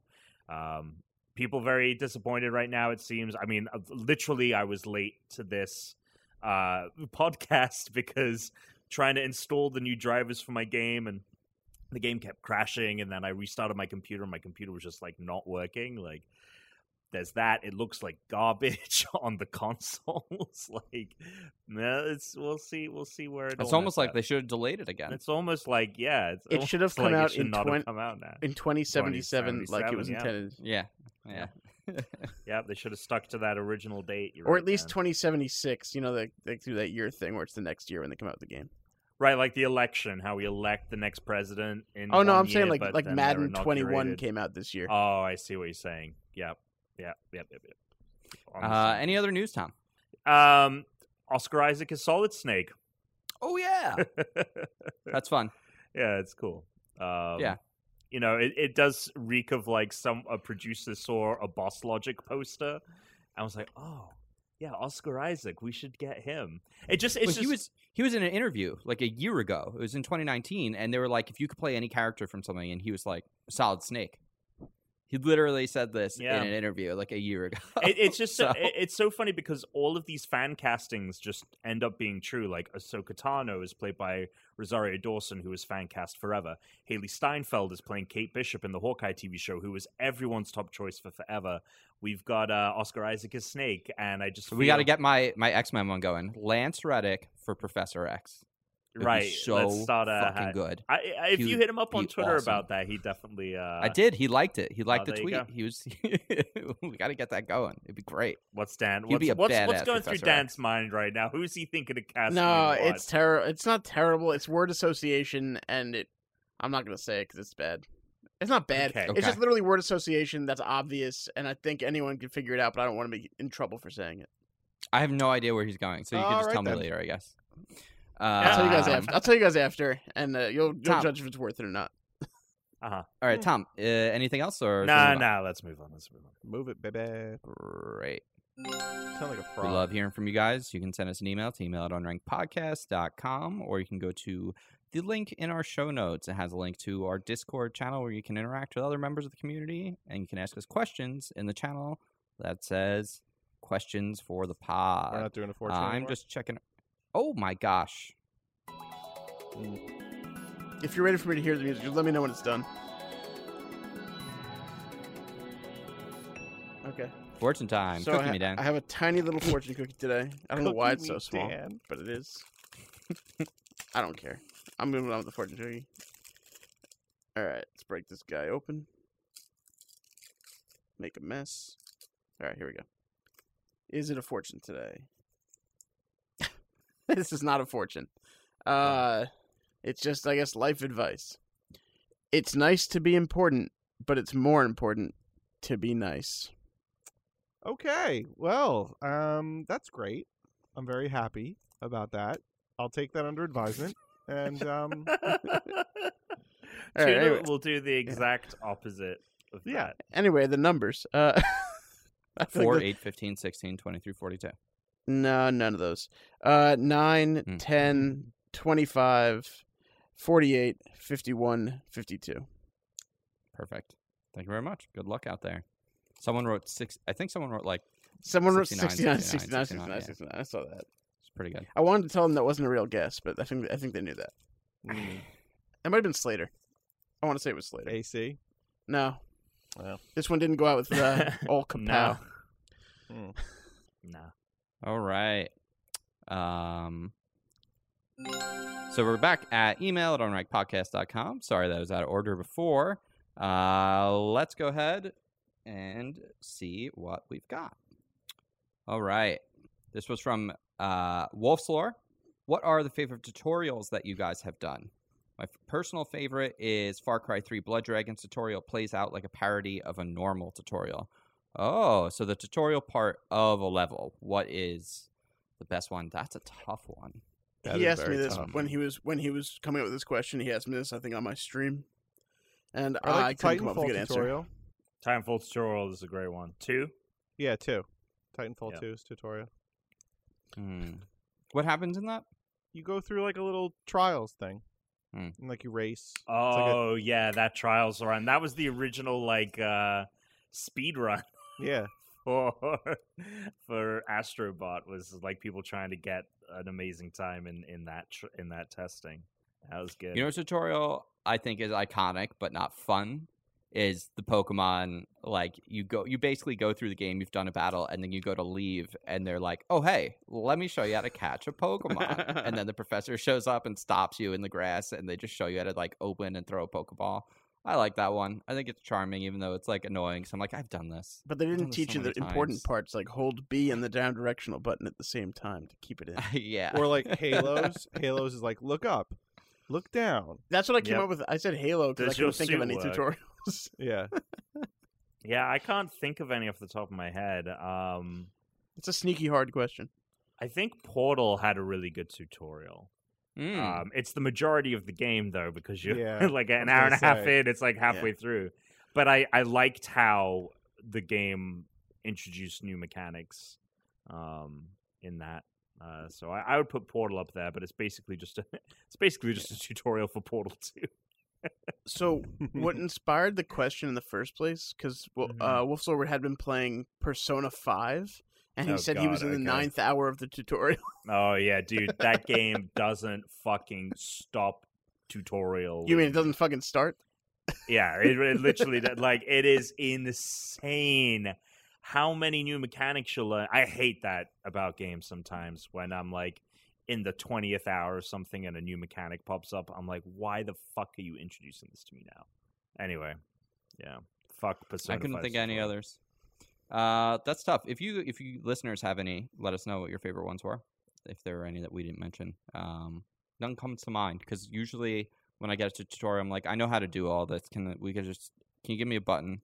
[SPEAKER 6] um people very disappointed right now it seems i mean uh, literally i was late to this uh podcast because trying to install the new drivers for my game and the game kept crashing and then i restarted my computer and my computer was just like not working like there's that it looks like garbage on the consoles like no it's we'll see we'll see where it
[SPEAKER 1] It's
[SPEAKER 6] all
[SPEAKER 1] almost
[SPEAKER 6] nets
[SPEAKER 1] like
[SPEAKER 6] out.
[SPEAKER 1] they should have delayed it again.
[SPEAKER 6] it's almost like yeah
[SPEAKER 3] It
[SPEAKER 6] it's
[SPEAKER 3] should have come
[SPEAKER 6] almost like
[SPEAKER 3] out
[SPEAKER 6] it should
[SPEAKER 3] in
[SPEAKER 6] not have
[SPEAKER 3] 20
[SPEAKER 6] come out now
[SPEAKER 3] In 2077, like it was
[SPEAKER 6] 2077, yeah.
[SPEAKER 3] intended.
[SPEAKER 1] Yeah. Yeah. Uh,
[SPEAKER 6] yeah they should have stuck to that original date You're
[SPEAKER 3] Or
[SPEAKER 6] right,
[SPEAKER 3] at least
[SPEAKER 6] man.
[SPEAKER 3] 2076, you know, they, they do that year thing where it's the next year when they come out with the game.
[SPEAKER 6] right like the election how we elect the next president in
[SPEAKER 3] Oh, no,
[SPEAKER 6] Mm, one
[SPEAKER 3] I'm saying
[SPEAKER 6] year,
[SPEAKER 3] like
[SPEAKER 6] but
[SPEAKER 3] like
[SPEAKER 6] then they're
[SPEAKER 3] Madden 21
[SPEAKER 6] inaugurated.
[SPEAKER 3] came out this year.
[SPEAKER 6] Oh, I see what you're saying. Yep, yep, yep, yep. yep. On the
[SPEAKER 1] Uh,
[SPEAKER 6] same
[SPEAKER 1] any other news, Tom?
[SPEAKER 6] page. Um, Oscar Isaac is Solid Snake.
[SPEAKER 1] Oh yeah. That's fun.
[SPEAKER 6] yeah, it's cool. Um,
[SPEAKER 1] Yeah.
[SPEAKER 6] you know, it, it does reek of like some a producer saw a Boss Logic poster, and was like, oh. Yeah, Oscar Isaac. We should get him. It just, it's
[SPEAKER 1] Well,
[SPEAKER 6] just
[SPEAKER 1] he was he was in an interview like a year ago. It was in 2019, and they were like, if you could play any character from something, and he was like, Solid Snake. He literally said this
[SPEAKER 6] Yeah.
[SPEAKER 1] in an interview like a year ago.
[SPEAKER 6] it, it's just so,
[SPEAKER 1] So-
[SPEAKER 6] it- it's so funny because all of these fan castings just end up being true. Like Ahsoka Tano is played by Rosario Dawson, who was fan cast forever. Haley Steinfeld is playing Kate Bishop in the Hawkeye TV show, who was everyone's top choice for forever. We've got uh, Oscar Isaac as Snake, and I just
[SPEAKER 1] we got to
[SPEAKER 6] feel-
[SPEAKER 1] get my my X Men one going. Lance Reddick for Professor X. It would be
[SPEAKER 6] right.
[SPEAKER 1] so
[SPEAKER 6] let's start a
[SPEAKER 1] fucking
[SPEAKER 6] hat.
[SPEAKER 1] good.
[SPEAKER 6] I, I, if
[SPEAKER 1] He
[SPEAKER 6] you
[SPEAKER 1] would
[SPEAKER 6] hit him up on
[SPEAKER 1] be
[SPEAKER 6] Twitter
[SPEAKER 1] awesome.
[SPEAKER 6] about that, he definitely. Uh, oh,
[SPEAKER 1] I did. He liked it. He liked
[SPEAKER 6] there
[SPEAKER 1] the
[SPEAKER 6] you go.
[SPEAKER 1] tweet. He was. we got to get that going. It'd be great.
[SPEAKER 6] What's Dan?
[SPEAKER 1] He'd
[SPEAKER 6] What's,
[SPEAKER 1] be a
[SPEAKER 6] what's, what's
[SPEAKER 1] badass
[SPEAKER 6] going through
[SPEAKER 1] Professor
[SPEAKER 6] Dan's mind right now? Who's he thinking of casting?
[SPEAKER 3] no,
[SPEAKER 6] and what?
[SPEAKER 3] it's terrible. It's not terrible. It's word association, and it. I'm not gonna say it because it's bad. It's not bad.
[SPEAKER 6] Okay.
[SPEAKER 3] It's
[SPEAKER 1] Okay.
[SPEAKER 3] just literally word association that's obvious, and I think anyone can figure it out. But I don't want to be in trouble for saying it.
[SPEAKER 1] I have no idea where he's going, so you can
[SPEAKER 2] All
[SPEAKER 1] just
[SPEAKER 2] right
[SPEAKER 1] tell
[SPEAKER 2] then.
[SPEAKER 1] me later, I guess.
[SPEAKER 3] I'll tell you guys
[SPEAKER 1] Um,
[SPEAKER 3] after. I'll tell you guys after, and uh, you'll, you'll
[SPEAKER 1] Tom.
[SPEAKER 3] judge if it's worth it or not.
[SPEAKER 1] All right, Tom. Uh, anything else or? should we
[SPEAKER 6] Uh-huh. Nah,
[SPEAKER 1] move on?
[SPEAKER 6] nah. Let's move on. Let's move on.
[SPEAKER 4] Move it, baby.
[SPEAKER 1] Great.
[SPEAKER 4] Sound like a
[SPEAKER 1] We
[SPEAKER 4] frog.
[SPEAKER 1] love hearing from you guys. You can send us an email to email at unrankedpodcast.com or you can go to the link in our show notes. It has a link to our Discord channel where you can interact with other members of the community and you can ask us questions in the channel that says questions for the
[SPEAKER 4] We're
[SPEAKER 1] pod.
[SPEAKER 4] not doing a
[SPEAKER 1] Uh,
[SPEAKER 4] fortune.
[SPEAKER 1] I'm
[SPEAKER 4] anymore?
[SPEAKER 1] just checking. Oh my gosh.
[SPEAKER 3] If you're ready for me to hear the music, just let me know when it's done. Okay.
[SPEAKER 1] Fortune time.
[SPEAKER 3] so I,
[SPEAKER 1] Cookie
[SPEAKER 3] ha-
[SPEAKER 1] me, Dan.
[SPEAKER 3] I have a tiny little fortune cookie today. I don't know why it's
[SPEAKER 4] Cookie
[SPEAKER 3] so
[SPEAKER 4] me,
[SPEAKER 3] small,
[SPEAKER 4] Dan.
[SPEAKER 3] but it is. I don't care. I'm moving on with the fortune cookie. All right, let's break this guy open. Make a mess. All right, here we go. Is it a fortune today? this is not a fortune. Uh, it's just, I guess, life advice. It's nice to be important, but it's more important to be nice.
[SPEAKER 4] Okay. Well, um, that's great. I'm very happy about that. I'll take that under advisement. And um,
[SPEAKER 3] All right,
[SPEAKER 6] Tuna
[SPEAKER 3] anyway.
[SPEAKER 6] will do the exact opposite of
[SPEAKER 4] Yeah.
[SPEAKER 6] that.
[SPEAKER 3] Anyway, the numbers. Uh, I feel like
[SPEAKER 1] 4,
[SPEAKER 3] the-
[SPEAKER 1] 8, 15, 16, 23, 42.
[SPEAKER 3] no, none of those. Uh, 9,
[SPEAKER 1] Hmm.
[SPEAKER 3] 10, 25, 48, 51, 52.
[SPEAKER 1] Perfect. Thank you very much. Good luck out there. Someone wrote six. I think someone wrote like
[SPEAKER 3] Someone wrote
[SPEAKER 1] 69,
[SPEAKER 3] 69, 69,
[SPEAKER 1] 69,
[SPEAKER 3] 69, 69,
[SPEAKER 1] yeah.
[SPEAKER 3] I saw that.
[SPEAKER 1] it's pretty good.
[SPEAKER 3] I wanted to tell them that wasn't a real guess, but I think I think they knew that.
[SPEAKER 4] mm,
[SPEAKER 3] It might have been Slater. I want to say it was Slater.
[SPEAKER 4] AC.
[SPEAKER 3] No.
[SPEAKER 4] Well.
[SPEAKER 3] This one didn't go out with uh, all
[SPEAKER 6] No.
[SPEAKER 3] Kapow.
[SPEAKER 6] No.
[SPEAKER 1] All right. Um, So we're back at email at unrankedpodcast.com. Sorry that was out of order before. Uh, let's go ahead and see what we've got. All right. This was from uh, Wolf's Lore. What are the favorite tutorials that you guys have done? My f- personal favorite is Far Cry 3 Blood Dragons tutorial plays out like a parody of a normal tutorial. Oh, so the tutorial part of a level. What is the best one? That's a tough one.
[SPEAKER 2] That
[SPEAKER 3] he
[SPEAKER 2] is
[SPEAKER 3] asked me
[SPEAKER 2] very
[SPEAKER 3] this
[SPEAKER 2] tough.
[SPEAKER 3] when he was when he was coming up with this question. He asked me this, I think, on my stream, and
[SPEAKER 4] I like the
[SPEAKER 3] Uh, couldn't come up with a
[SPEAKER 4] Titanfall
[SPEAKER 3] good
[SPEAKER 4] tutorial.
[SPEAKER 3] answer.
[SPEAKER 6] Titanfall tutorial is a great one. Two.
[SPEAKER 4] Yeah, two. Titanfall
[SPEAKER 6] Yeah.
[SPEAKER 4] 2's tutorial.
[SPEAKER 1] Hmm. What happens in that?
[SPEAKER 4] You go through like a little trials thing.
[SPEAKER 1] Hmm.
[SPEAKER 4] And, like you race.
[SPEAKER 3] Uh,
[SPEAKER 4] a-
[SPEAKER 6] Oh yeah, that trials run. That was the original like uh speed run
[SPEAKER 4] Yeah.
[SPEAKER 6] for for Astrobot was like people trying to get an amazing time in in that tr- in that testing. That was good.
[SPEAKER 1] You know, a tutorial I think is iconic but not fun is the Pokemon. Like you go, you basically go through the game. You've done a battle, and then you go to leave, and they're like, "Oh hey, let me show you how to catch a Pokemon." and then the professor shows up and stops you in the grass, and they just show you how to like open and throw a Pokeball. I like that one. I think it's charming, even though it's like annoying. So I'm like, I've done this.
[SPEAKER 3] But they
[SPEAKER 1] done
[SPEAKER 3] didn't
[SPEAKER 1] this
[SPEAKER 3] teach
[SPEAKER 1] so
[SPEAKER 3] you the
[SPEAKER 1] many times.
[SPEAKER 3] important parts, like hold B and the down directional button at the same time to keep it in.
[SPEAKER 1] yeah.
[SPEAKER 4] Or like Halos. Halos is like look up, look down.
[SPEAKER 3] That's what I came
[SPEAKER 6] Yep.
[SPEAKER 3] up with. I said Halo because I
[SPEAKER 6] Does your
[SPEAKER 3] couldn't think of
[SPEAKER 6] suit
[SPEAKER 3] any
[SPEAKER 6] work?
[SPEAKER 3] tutorials.
[SPEAKER 4] Yeah.
[SPEAKER 6] yeah, I can't think of any off the top of my head. Um
[SPEAKER 3] it's a sneaky hard question.
[SPEAKER 6] I think Portal had a really good tutorial.
[SPEAKER 1] Mm.
[SPEAKER 6] Um, it's the majority of the game though, because you're
[SPEAKER 4] Yeah,
[SPEAKER 6] like an
[SPEAKER 4] was
[SPEAKER 6] hour
[SPEAKER 4] gonna
[SPEAKER 6] and a half
[SPEAKER 4] say.
[SPEAKER 6] in, it's like halfway through. But I, I liked how the game introduced new mechanics um, in that. Uh, so I, I would put Portal up there, but it's basically just a it's basically just a tutorial for Portal Two.
[SPEAKER 3] So, what inspired the question in the first place? Because well,
[SPEAKER 6] Mhm.
[SPEAKER 3] uh, Wolf Silver had been playing Persona Five, and he
[SPEAKER 6] Oh,
[SPEAKER 3] said he was in
[SPEAKER 6] God,
[SPEAKER 3] the
[SPEAKER 6] okay.
[SPEAKER 3] ninth hour of the tutorial.
[SPEAKER 6] Oh yeah, dude, that game doesn't fucking stop tutorial.
[SPEAKER 3] you mean it doesn't fucking start?
[SPEAKER 6] Yeah, it, it literally that like it is insane how many new mechanics you learn. I hate that about games sometimes when I'm like in the twentieth hour or something and a new mechanic pops up. I'm like, why the fuck are you introducing this to me now? Anyway, yeah, fuck Persona.
[SPEAKER 1] I couldn't
[SPEAKER 6] 5's
[SPEAKER 1] think of any
[SPEAKER 6] tutorial.
[SPEAKER 1] others. Uh, that's tough. If you if you listeners have any, let us know what your favorite ones were. If there were any that we didn't mention, um, none comes to mind because usually when I get to tutorial, I'm like, I know how to do all this. Can we can just can you give me a button?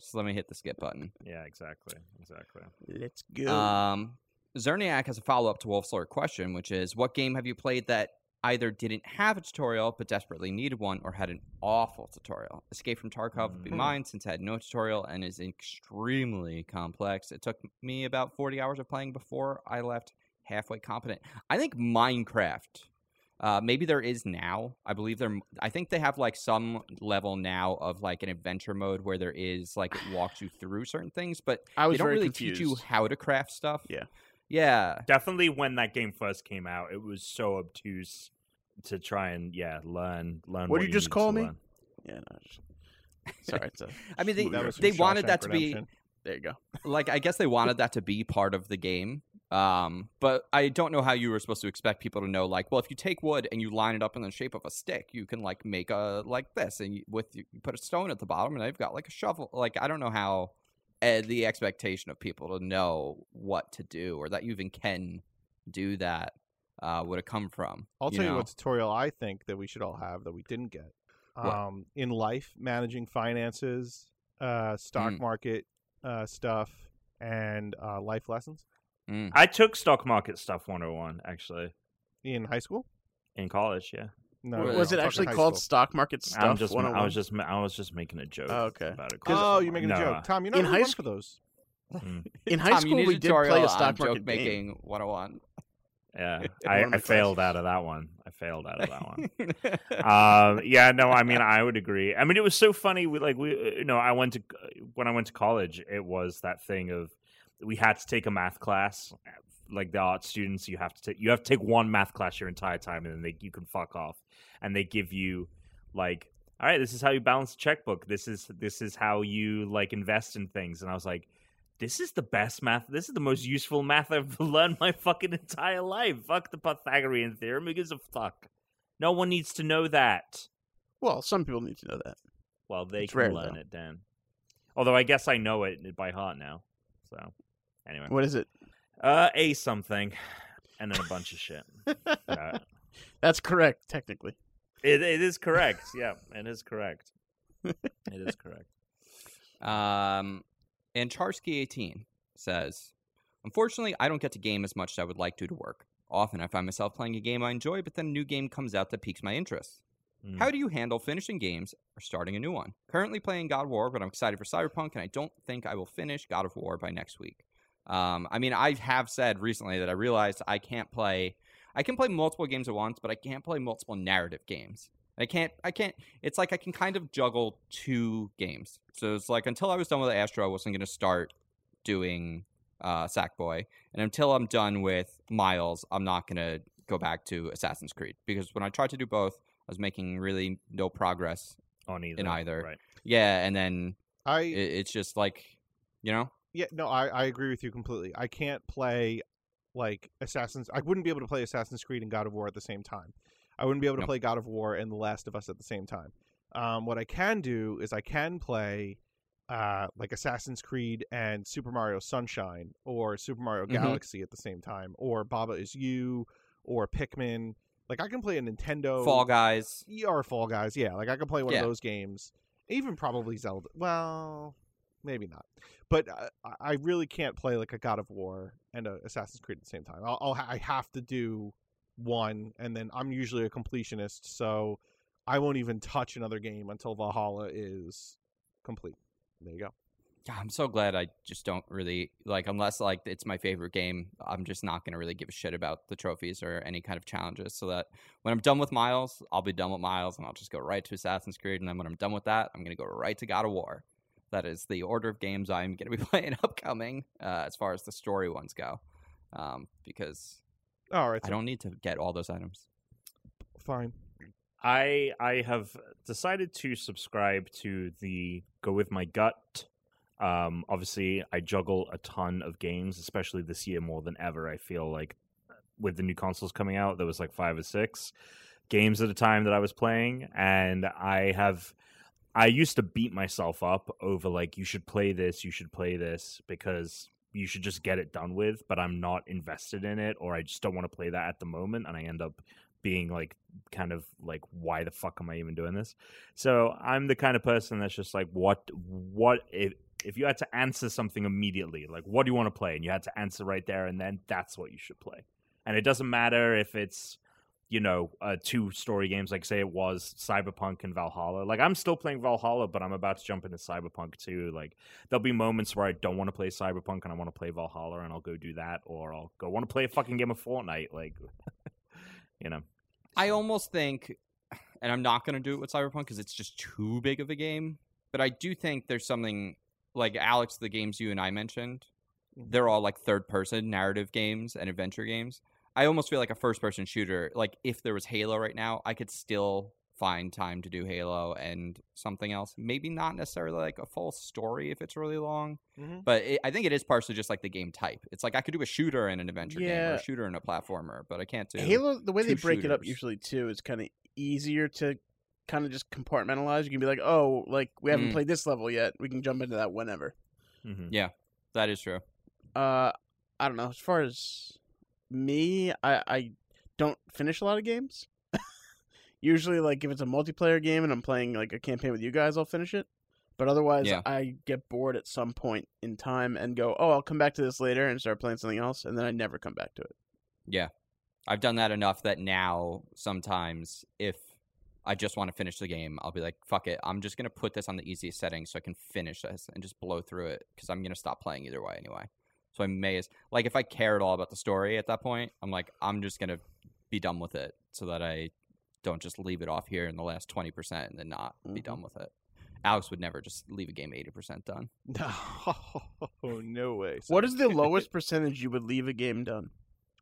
[SPEAKER 1] Just let me hit the skip button.
[SPEAKER 6] Yeah, exactly, exactly.
[SPEAKER 3] Let's go.
[SPEAKER 1] Um, Zerniak has a follow up to Wolf's Lore question, which is what game have you played that either didn't have a tutorial but desperately needed one or had an awful tutorial? Escape from Tarkov would be
[SPEAKER 6] Mm.
[SPEAKER 1] mine since it had no tutorial and is extremely complex. It took me about 40 hours of playing before I left halfway competent. I think Minecraft. Uh, maybe there is now. I believe there. I think they have like some level now of like an adventure mode where there is like it walks you through certain things, but
[SPEAKER 3] I was
[SPEAKER 1] they don't
[SPEAKER 3] very
[SPEAKER 1] really
[SPEAKER 3] confused.
[SPEAKER 1] teach you how to craft stuff.
[SPEAKER 3] Yeah.
[SPEAKER 1] Yeah.
[SPEAKER 6] Definitely when that game first came out, it was so obtuse to try and yeah learn learn.
[SPEAKER 3] What'd you just
[SPEAKER 6] need to
[SPEAKER 3] call me?
[SPEAKER 6] learn.
[SPEAKER 3] Yeah, no, just- sorry. It's a,
[SPEAKER 1] I mean, they,
[SPEAKER 4] That was from
[SPEAKER 1] they wanted
[SPEAKER 4] Shawshank
[SPEAKER 1] that to be
[SPEAKER 4] Redemption.
[SPEAKER 3] there you go.
[SPEAKER 1] like I guess they wanted that to be part of the game. Um, but I don't know how you were supposed to expect people to know. Like, well, if you take wood and you line it up in the shape of a stick, you can like make a like this, and you, with you put a stone at the bottom, and now you've got like a shovel. Like, I don't know how uh, the expectation of people to know what to do or that you even can do that uh, would have come from.
[SPEAKER 4] I'll tell you
[SPEAKER 1] know?
[SPEAKER 4] what tutorial I think that we should all have that we didn't get.
[SPEAKER 1] What?
[SPEAKER 4] Um, in life, managing finances, uh, stock
[SPEAKER 1] Mm.
[SPEAKER 4] market uh, stuff, and uh, life lessons
[SPEAKER 1] Mm.
[SPEAKER 6] I took stock market stuff 101 actually
[SPEAKER 4] in high school.
[SPEAKER 6] in college. Yeah.
[SPEAKER 4] No,
[SPEAKER 3] W-
[SPEAKER 4] no,
[SPEAKER 3] was
[SPEAKER 4] no,
[SPEAKER 3] it
[SPEAKER 4] I'm talking
[SPEAKER 3] actually
[SPEAKER 4] high
[SPEAKER 3] called
[SPEAKER 4] school.
[SPEAKER 3] stock market stuff?
[SPEAKER 6] I'm just, I
[SPEAKER 3] 101?
[SPEAKER 6] was just, ma- I was just making a joke.
[SPEAKER 3] Oh, okay.
[SPEAKER 6] About it.
[SPEAKER 4] Oh, you're making a
[SPEAKER 6] No,
[SPEAKER 4] joke, Tom. You're not
[SPEAKER 3] in
[SPEAKER 4] really
[SPEAKER 3] high
[SPEAKER 4] one
[SPEAKER 3] sc-
[SPEAKER 4] for those.
[SPEAKER 3] in high
[SPEAKER 1] Tom, you
[SPEAKER 3] school.
[SPEAKER 1] need
[SPEAKER 3] We
[SPEAKER 1] a
[SPEAKER 3] did play
[SPEAKER 1] tutorial
[SPEAKER 3] a stock
[SPEAKER 1] on oh
[SPEAKER 3] market
[SPEAKER 1] joke
[SPEAKER 3] game.
[SPEAKER 1] making 101.
[SPEAKER 6] Yeah,
[SPEAKER 3] One
[SPEAKER 6] I,
[SPEAKER 3] of my
[SPEAKER 6] I failed out of that one. I failed out of that one. um, yeah, no, I mean, I would agree. I mean, it was so funny. We like, we, uh, you know, I went to when I went to college. It was that thing of we had to take a math class. uh, Like the art students, you have to take you have to take one math class your entire time, and then they, you can fuck off. And they give you like, all right, this is how you balance a checkbook. This is this is how you like invest in things. And I was like, this is the best math. This is the most useful math I've learned my fucking entire life. Fuck the Pythagorean theorem. Who gives a fuck? No one needs to know that.
[SPEAKER 3] Well, some people need to know that.
[SPEAKER 6] Well, they
[SPEAKER 3] It's
[SPEAKER 6] can
[SPEAKER 3] rare,
[SPEAKER 6] learn
[SPEAKER 3] though.
[SPEAKER 6] it then. Although I guess I know it by heart now. So, anyway,
[SPEAKER 3] What is it?
[SPEAKER 6] uh, a something, and then a bunch of shit. Uh,
[SPEAKER 3] That's correct, technically.
[SPEAKER 6] it, it is correct. Yeah, it is correct. It is correct.
[SPEAKER 1] Um, and Charsky18 says, Unfortunately, I don't get to game as much as I would like to to work. Often I find myself playing a game I enjoy, but then a new game comes out that piques my interest.
[SPEAKER 6] Mm.
[SPEAKER 1] How do you handle finishing games or starting a new one? Currently playing God of War, but I'm excited for Cyberpunk, and I don't think I will finish God of War by next week. Um, I mean, I have said recently that I realized I can't play. I can play multiple games at once, but I can't play multiple narrative games. I can't. I can't. It's like I can kind of juggle two games. So it's like until I was done with Astro, I wasn't going to start doing uh, Sackboy, and until I'm done with Miles, I'm not going to go back to Assassin's Creed because when I tried to do both, I was making really no progress.
[SPEAKER 6] on either?
[SPEAKER 1] either.
[SPEAKER 6] Right.
[SPEAKER 1] Yeah, and then
[SPEAKER 4] I
[SPEAKER 1] it, it's just like, you know,
[SPEAKER 4] Yeah, no, I, I agree with you completely. I can't play like Assassin's I wouldn't be able to play Assassin's Creed and God of War at the same time. I wouldn't be able to
[SPEAKER 1] No.
[SPEAKER 4] play God of War and The Last of Us at the same time. Um, what I can do is I can play uh, like Assassin's Creed and Super Mario Sunshine or Super Mario
[SPEAKER 1] Mhm.
[SPEAKER 4] Galaxy at the same time or Baba Is You or Pikmin. Like I can play a Nintendo
[SPEAKER 1] Fall Guys.
[SPEAKER 4] yeah, or E Fall Guys. Yeah, like I could play one
[SPEAKER 1] Yeah.
[SPEAKER 4] of those games. Even probably Zelda. Well, maybe not. But uh, I- I really can't play like a God of War and a Assassin's Creed at the same time. I'll, I'll ha- I have to do one, and then I'm usually a completionist, so I won't even touch another game until Valhalla is complete. There you go.
[SPEAKER 1] God, I'm so glad I just don't really like unless like it's my favorite game. I'm just not gonna really give a shit about the trophies or any kind of challenges. So that when I'm done with Miles, I'll be done with Miles, and I'll just go right to Assassin's Creed. And then when I'm done with that, I'm gonna go right to God of War. That is the order of games I'm gonna be playing upcoming uh, as far as the story ones go, um, because
[SPEAKER 4] All right,
[SPEAKER 1] I don't need to get all those items.
[SPEAKER 4] fine.
[SPEAKER 6] I I have decided to subscribe to the go with my gut. Um, obviously, I juggle a ton of games, especially this year more than ever. I feel like uh, with the new consoles coming out, there was like five or six games at a time that I was playing, and I have. I used to beat myself up over like you should play this, you should play this because you should just get it done with, but I'm not invested in it or I just don't want to play that at the moment and I end up being like kind of like why the fuck am i even doing this so i'm the kind of person that's just like what what if if you had to answer something immediately like what do you want to play and you had to answer right there and then that's what you should play and it doesn't matter if it's you know uh, two story games like say it was cyberpunk and valhalla like i'm still playing valhalla but i'm about to jump into cyberpunk too like there'll be moments where i don't want to play cyberpunk and i want to play valhalla and i'll go do that or i'll go want to play a fucking game of fortnite like you know
[SPEAKER 1] I almost think, and I'm not going to do it with Cyberpunk because it's just too big of a game. But I do think there's something like Alex, the games you and I mentioned,
[SPEAKER 3] Mm-hmm.
[SPEAKER 1] they're all like third person narrative games and adventure games. I almost feel like a first person shooter. Like if there was Halo right now, I could still find time to do Halo and something else. Maybe not necessarily like a full story if it's really long,
[SPEAKER 3] Mm-hmm.
[SPEAKER 4] Mhm.
[SPEAKER 1] but it, I think it is partially just like the game type. It's like I could do a shooter and an adventure game or
[SPEAKER 3] Yeah.
[SPEAKER 1] a shooter and a platformer, but I can't do
[SPEAKER 3] Halo, the way they
[SPEAKER 1] two
[SPEAKER 3] break it up
[SPEAKER 1] shooters.
[SPEAKER 3] usually too is kind of easier to kind of just compartmentalize. You can be like, oh, like we haven't
[SPEAKER 1] Mm.
[SPEAKER 3] played this level yet. We can jump into that whenever.
[SPEAKER 6] mm-hmm.
[SPEAKER 1] That is true.
[SPEAKER 3] Uh, I don't know. As far as me, I I don't finish a lot of games. usually, like if it's a multiplayer game and I'm playing like a campaign with you guys, I'll finish it. But otherwise,
[SPEAKER 1] Yeah.
[SPEAKER 3] I get bored at some point in time and go, oh, I'll come back to this later and start playing something else, and then I never come back to it.
[SPEAKER 1] Yeah. I've done that enough that now sometimes if I just want to finish the game, I'll be like, fuck it. I'm just going to put this on the easiest setting so I can finish this and just blow through it because I'm going to stop playing either way anyway. So I may as like if I care at all about the story at that point, I'm like, I'm just going to be done with it so that I don't just leave it off here in the last 20% and then not be
[SPEAKER 3] Mhm.
[SPEAKER 1] done with it. Alex would never just leave a game 80% done.
[SPEAKER 4] No, no way.
[SPEAKER 3] What is the lowest percentage you would leave a game done?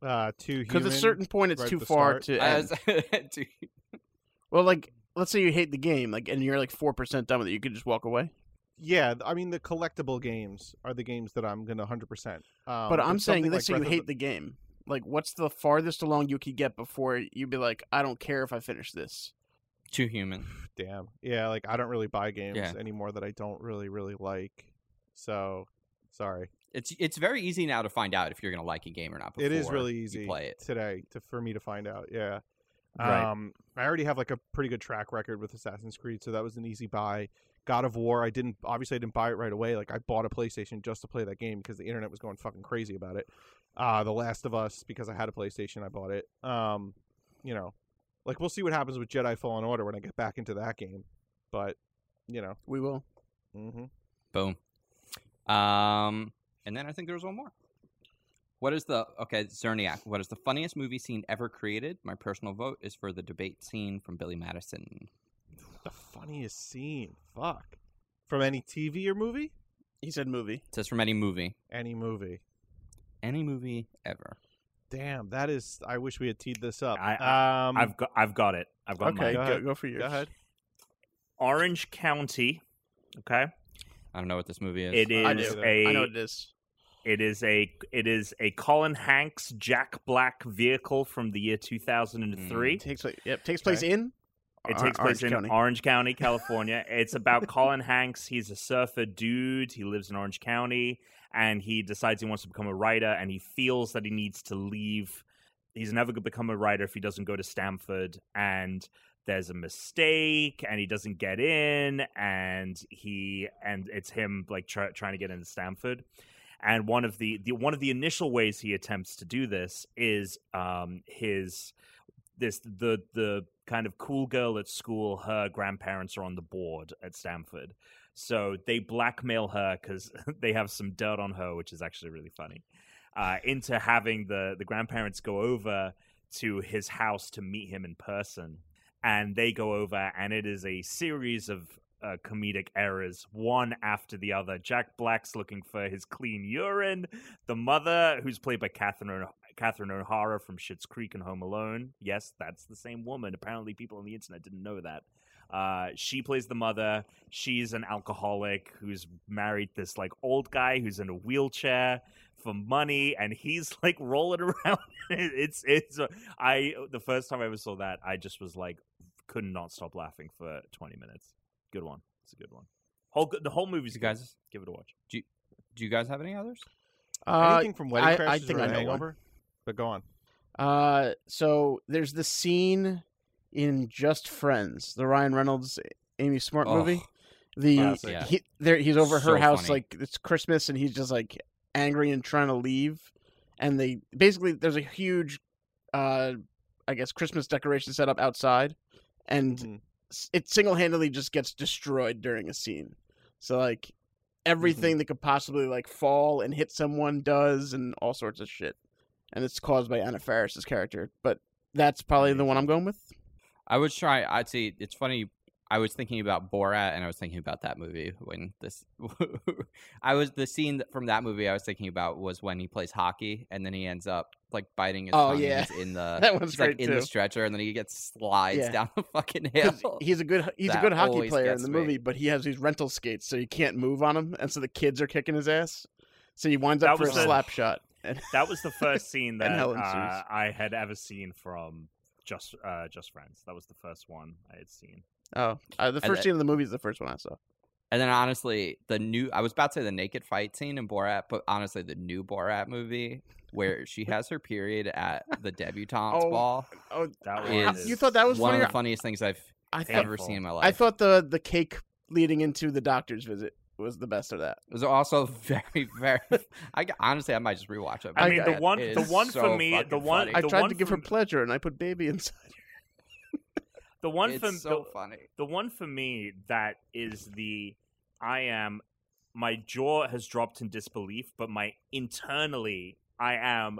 [SPEAKER 4] uh, two
[SPEAKER 3] Because at a
[SPEAKER 4] human-
[SPEAKER 3] certain point, it's
[SPEAKER 4] right at
[SPEAKER 3] too
[SPEAKER 4] the
[SPEAKER 3] far
[SPEAKER 4] start.
[SPEAKER 3] to end.
[SPEAKER 1] As, Dude,
[SPEAKER 3] Well, like let's say you hate the game, like and you're like four percent done with it, you could just walk away.
[SPEAKER 4] yeah, th- I mean the collectible games are the games that I'm gonna 100. percent um,
[SPEAKER 3] But I'm
[SPEAKER 4] it's
[SPEAKER 3] saying
[SPEAKER 4] something
[SPEAKER 3] this, so
[SPEAKER 4] like
[SPEAKER 3] you
[SPEAKER 4] Breath of
[SPEAKER 3] hate the game. Like, what's the farthest along you could get before you'd be like, I don't care if I finish this.
[SPEAKER 1] Too human.
[SPEAKER 4] the damn yeah. Like I don't really buy games
[SPEAKER 1] Yeah.
[SPEAKER 4] anymore that I don't really really like. So sorry,
[SPEAKER 1] It's it's very easy now to find out if you're going to like a game or not. Before
[SPEAKER 4] it is really
[SPEAKER 1] you
[SPEAKER 4] easy
[SPEAKER 1] play it.
[SPEAKER 4] today to, for me to find out. Yeah.
[SPEAKER 6] Right.
[SPEAKER 4] Um, I already have like a pretty good track record with Assassin's Creed, so that was an easy buy. God of War, I didn't obviously I didn't buy it right away. Like I bought a PlayStation just to play that game because the internet was going fucking crazy about it. Uh, The Last of Us because I had a PlayStation, I bought it. Um, you know, like we'll see what happens with Jedi Fallen Order when I get back into that game, but you know,
[SPEAKER 3] We will.
[SPEAKER 4] hmm
[SPEAKER 1] Boom. Um, and then I think there was one more. What is the okay Zerniak? What is the funniest movie scene ever created? My personal vote is for the debate scene from Billy Madison.
[SPEAKER 4] the funniest scene, fuck, from any TV or movie,
[SPEAKER 3] He said movie.
[SPEAKER 1] It says from any movie,
[SPEAKER 4] any movie.
[SPEAKER 1] any movie ever.
[SPEAKER 4] Damn, that is. I wish we had teed this up.
[SPEAKER 6] I-
[SPEAKER 4] um,
[SPEAKER 6] I've got I've got it. I've got
[SPEAKER 3] okay,
[SPEAKER 6] mine.
[SPEAKER 4] Go
[SPEAKER 3] go,
[SPEAKER 4] ahead.
[SPEAKER 3] go for yours.
[SPEAKER 4] Oh go ahead.
[SPEAKER 6] Orange County. Okay.
[SPEAKER 1] I don't know what this movie is.
[SPEAKER 6] It
[SPEAKER 3] I
[SPEAKER 6] is
[SPEAKER 3] do.
[SPEAKER 6] a
[SPEAKER 3] I know it is.
[SPEAKER 6] It is a it is a Colin Hanks Jack Black vehicle from the year 2003.
[SPEAKER 3] It takes place. Yep, takes place in.
[SPEAKER 6] It
[SPEAKER 3] Or-
[SPEAKER 6] takes
[SPEAKER 3] Orange
[SPEAKER 6] place in
[SPEAKER 3] County.
[SPEAKER 6] Orange County, California. it's about Colin Hanks. He's a surfer dude. He lives in Orange County and he decides he wants to become a writer and he feels that he needs to leave. He's never going to become a writer if he doesn't go to Stanford and there's a mistake and he doesn't get in and he and it's him like try, trying to get into Stanford. And one of the, the one of the initial ways he attempts to do this is um, his this the the kind of cool girl at school her grandparents are on the board at stanford so they blackmail her because they have some dirt on her which is actually really funny uh, into having the the grandparents go over to his house to meet him in person and they go over and it is a series of uh, comedic errors one after the other jack black's looking for his clean urine the mother, who's played by Catherine O- Catherine O'Hara from Schitt's Creek and Home Alone. Yes, that's the same woman. Apparently, people on the internet didn't know that. Uh, she plays the mother. She's an alcoholic who's married this like old guy who's in a wheelchair for money, and he's like rolling around. it's it's. uh, I the first time I ever saw that, I just was like, could not stop laughing for twenty minutes. Good one. It's a good one. Whole the whole movie's
[SPEAKER 1] You
[SPEAKER 6] good.
[SPEAKER 1] guys-
[SPEAKER 6] give it a watch.
[SPEAKER 1] Do you guys have any others?
[SPEAKER 3] Uh,
[SPEAKER 4] Anything from Wedding
[SPEAKER 3] I- I
[SPEAKER 4] Crashers
[SPEAKER 3] think
[SPEAKER 4] or
[SPEAKER 3] I know one.
[SPEAKER 4] Hangover? But go on.
[SPEAKER 3] Uh, so there's the scene in Just Friends, the Ryan Reynolds, Amy Smart
[SPEAKER 1] Oh,
[SPEAKER 3] movie. The
[SPEAKER 1] classic. Yeah.
[SPEAKER 3] he, there he's over
[SPEAKER 1] So
[SPEAKER 3] her house
[SPEAKER 1] funny.
[SPEAKER 3] like it's Christmas and he's just like angry and trying to leave, and they basically there's a huge, uh, I guess Christmas decoration set up outside, and
[SPEAKER 1] Mm-hmm.
[SPEAKER 4] Mhm.
[SPEAKER 3] s- it single handedly just gets destroyed during a scene. So like
[SPEAKER 1] Mm-hmm.
[SPEAKER 3] everything that could possibly like fall and hit someone does and all sorts of shit. And it's caused by Anna Faris's character. But that's probably the one I'm going with.
[SPEAKER 1] I would try. I'd say it's funny. I was thinking about Borat, and I was thinking about that movie when this. I was the scene that- from that movie I was thinking about was when he plays hockey, and then he ends up like biting his
[SPEAKER 3] Oh,
[SPEAKER 1] tongue and
[SPEAKER 3] yeah.
[SPEAKER 1] he's in the
[SPEAKER 3] That one's
[SPEAKER 1] he's, Uh, like
[SPEAKER 3] great,
[SPEAKER 1] in the
[SPEAKER 3] too.
[SPEAKER 1] stretcher, and then he gets slides
[SPEAKER 3] Yeah.
[SPEAKER 1] down the fucking
[SPEAKER 3] 'Cause
[SPEAKER 1] hill.
[SPEAKER 3] He's a good he's a
[SPEAKER 1] That
[SPEAKER 3] good hockey
[SPEAKER 1] always
[SPEAKER 3] player in
[SPEAKER 1] gets
[SPEAKER 3] the
[SPEAKER 1] me.
[SPEAKER 3] movie, but he has these rental skates, so you can't move on him, and so the kids are kicking his ass. So he winds
[SPEAKER 6] That
[SPEAKER 3] up for a
[SPEAKER 6] was the-
[SPEAKER 3] slap shot. And
[SPEAKER 6] that was the first scene that
[SPEAKER 3] Helen
[SPEAKER 6] uh,
[SPEAKER 3] Sue's.
[SPEAKER 6] I had ever seen from just uh, Just Friends. That was the first one I had seen.
[SPEAKER 3] oh, uh, the
[SPEAKER 1] And
[SPEAKER 3] first
[SPEAKER 1] that-
[SPEAKER 3] scene of the movie is the first one I saw.
[SPEAKER 1] And then honestly, the new I was about to say the naked fight scene in Borat, but honestly, the new Borat movie where she has her period at the debutante's
[SPEAKER 3] Oh,
[SPEAKER 1] ball.
[SPEAKER 3] Oh,
[SPEAKER 6] That one
[SPEAKER 1] Is-
[SPEAKER 3] I-
[SPEAKER 6] is
[SPEAKER 3] you thought that was
[SPEAKER 1] one of
[SPEAKER 3] funnier?
[SPEAKER 1] the funniest things I've
[SPEAKER 3] I thought
[SPEAKER 1] ever seen in my life.
[SPEAKER 3] I thought the the cake leading into the doctor's visit was the best of that.
[SPEAKER 1] It was also very, very. I g- honestly, I might just rewatch it.
[SPEAKER 6] I mean,
[SPEAKER 3] I-
[SPEAKER 6] the one,
[SPEAKER 1] it
[SPEAKER 6] the
[SPEAKER 1] is
[SPEAKER 6] one
[SPEAKER 1] so
[SPEAKER 6] for me, the
[SPEAKER 1] fucking
[SPEAKER 6] one,
[SPEAKER 1] funny.
[SPEAKER 6] the
[SPEAKER 3] I tried
[SPEAKER 6] one
[SPEAKER 3] to give her
[SPEAKER 6] for,
[SPEAKER 3] pleasure, and I put baby inside.
[SPEAKER 6] the one
[SPEAKER 1] it's
[SPEAKER 6] for
[SPEAKER 1] so
[SPEAKER 6] the,
[SPEAKER 1] funny.
[SPEAKER 6] the one for me that is the I am my jaw has dropped in disbelief, but my internally I am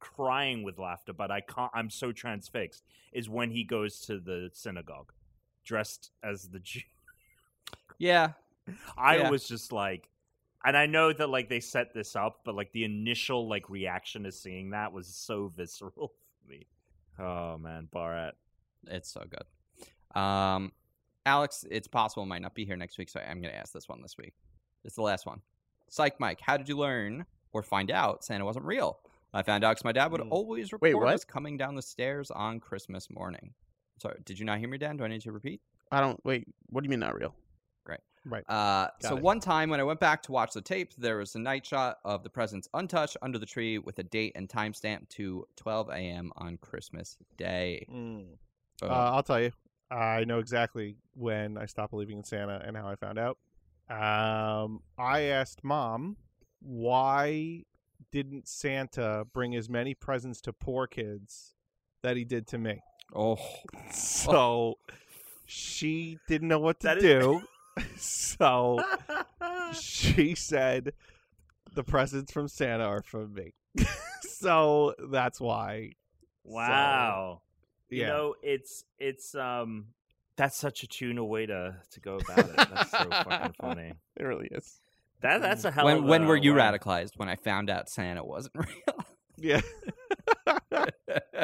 [SPEAKER 6] crying with laughter, but I can't I'm so transfixed is when he goes to the synagogue dressed as the Jew.
[SPEAKER 1] Yeah,
[SPEAKER 6] I
[SPEAKER 1] Yeah.
[SPEAKER 6] was just like, and I know that like they set this up, but like the initial like reaction to seeing that was so visceral for me. Oh man, Barat.
[SPEAKER 1] it's so good. Um, Alex, it's possible might not be here next week, so I'm going to ask this one this week. It's the last one. Psych Mike, how did you learn or find out Santa wasn't real? I found out 'cause my dad would
[SPEAKER 4] Mm.
[SPEAKER 1] always
[SPEAKER 3] Hmm. Wait,
[SPEAKER 1] report
[SPEAKER 3] what?
[SPEAKER 1] us coming down the stairs on Christmas morning. Sorry, did you not hear me, Dan? Do I need to repeat?
[SPEAKER 3] I don't wait. What do you mean not real?
[SPEAKER 4] Right.
[SPEAKER 1] Uh, so
[SPEAKER 4] it.
[SPEAKER 1] one time when I went back to watch the tape, there was a night shot of the presents untouched under the tree with a date and timestamp to 12 a.m. on Christmas Day.
[SPEAKER 4] Mm.
[SPEAKER 1] Boom.
[SPEAKER 4] Uh, I'll tell you. I know exactly when I stopped believing in Santa and how I found out. Um, I asked mom why didn't Santa bring as many presents to poor kids that he did to me.
[SPEAKER 1] oh,
[SPEAKER 4] So she didn't know what to
[SPEAKER 6] That is-
[SPEAKER 4] do. so she said the presents from Santa are from me. so that's why.
[SPEAKER 6] wow.
[SPEAKER 4] Yeah.
[SPEAKER 6] You know, it's it's um that's such a tuna way to to go about it. That's so fucking funny.
[SPEAKER 3] It really is.
[SPEAKER 6] That that's a hell.
[SPEAKER 1] when
[SPEAKER 6] of
[SPEAKER 1] when
[SPEAKER 6] a
[SPEAKER 1] were you
[SPEAKER 6] way.
[SPEAKER 1] radicalized? When I found out Santa wasn't real.
[SPEAKER 4] yeah.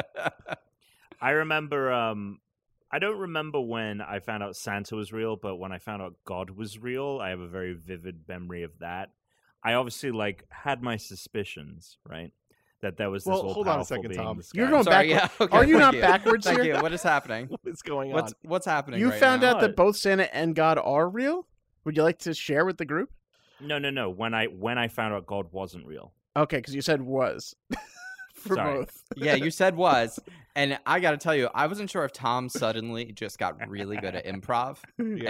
[SPEAKER 6] I remember. Um, I don't remember when I found out Santa was real, but when I found out God was real, I have a very vivid memory of that. I obviously like had my suspicions, right? That there was this
[SPEAKER 4] Well,
[SPEAKER 6] all
[SPEAKER 4] hold on a
[SPEAKER 6] powerful
[SPEAKER 4] second,
[SPEAKER 6] being in
[SPEAKER 4] Tom.
[SPEAKER 6] the
[SPEAKER 3] You're
[SPEAKER 6] sky.
[SPEAKER 3] going
[SPEAKER 1] Sorry, yeah,
[SPEAKER 3] backwards.
[SPEAKER 1] okay,
[SPEAKER 3] Are you
[SPEAKER 1] thank
[SPEAKER 3] not backwards
[SPEAKER 1] Thank
[SPEAKER 3] here?
[SPEAKER 1] you. What is happening?
[SPEAKER 4] What's going
[SPEAKER 1] What's
[SPEAKER 4] on?
[SPEAKER 1] what's happening?
[SPEAKER 3] You
[SPEAKER 1] right
[SPEAKER 3] found
[SPEAKER 1] now?
[SPEAKER 3] out that both Santa and God are real. Would you like to share with the group?
[SPEAKER 6] No, no, no. When I when I found out God wasn't real,
[SPEAKER 3] Okay, because you said was for
[SPEAKER 6] Sorry.
[SPEAKER 3] both.
[SPEAKER 1] yeah, you said was, and I got to tell you, I wasn't sure if Tom suddenly just got really good at improv
[SPEAKER 4] Yeah.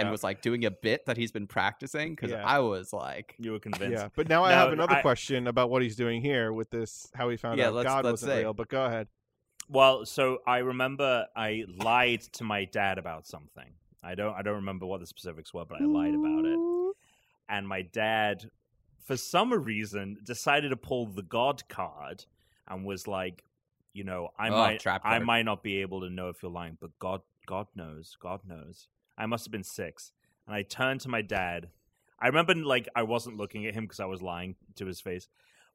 [SPEAKER 1] and was like doing a bit that he's been practicing because
[SPEAKER 4] Yeah.
[SPEAKER 1] I was like,
[SPEAKER 6] you were convinced.
[SPEAKER 4] yeah. But now I
[SPEAKER 6] No,
[SPEAKER 4] have another
[SPEAKER 6] I-
[SPEAKER 4] question about what he's doing here with this how he found
[SPEAKER 1] Yeah,
[SPEAKER 4] out
[SPEAKER 1] let's-
[SPEAKER 4] God
[SPEAKER 1] let's
[SPEAKER 4] wasn't
[SPEAKER 1] see.
[SPEAKER 4] real, but go ahead.
[SPEAKER 6] Well, so I remember I lied to my dad about something. I don't I don't remember what the specifics were, but I lied about it. And my dad, for some reason, decided to pull the God card and was like, you know, I
[SPEAKER 1] Oh,
[SPEAKER 6] might
[SPEAKER 1] trap
[SPEAKER 6] I
[SPEAKER 1] card.
[SPEAKER 6] might not be able to know if you're lying, but God God knows. God knows. I must have been six. And I turned to my dad. I remember like I wasn't looking at him because I was lying to his face.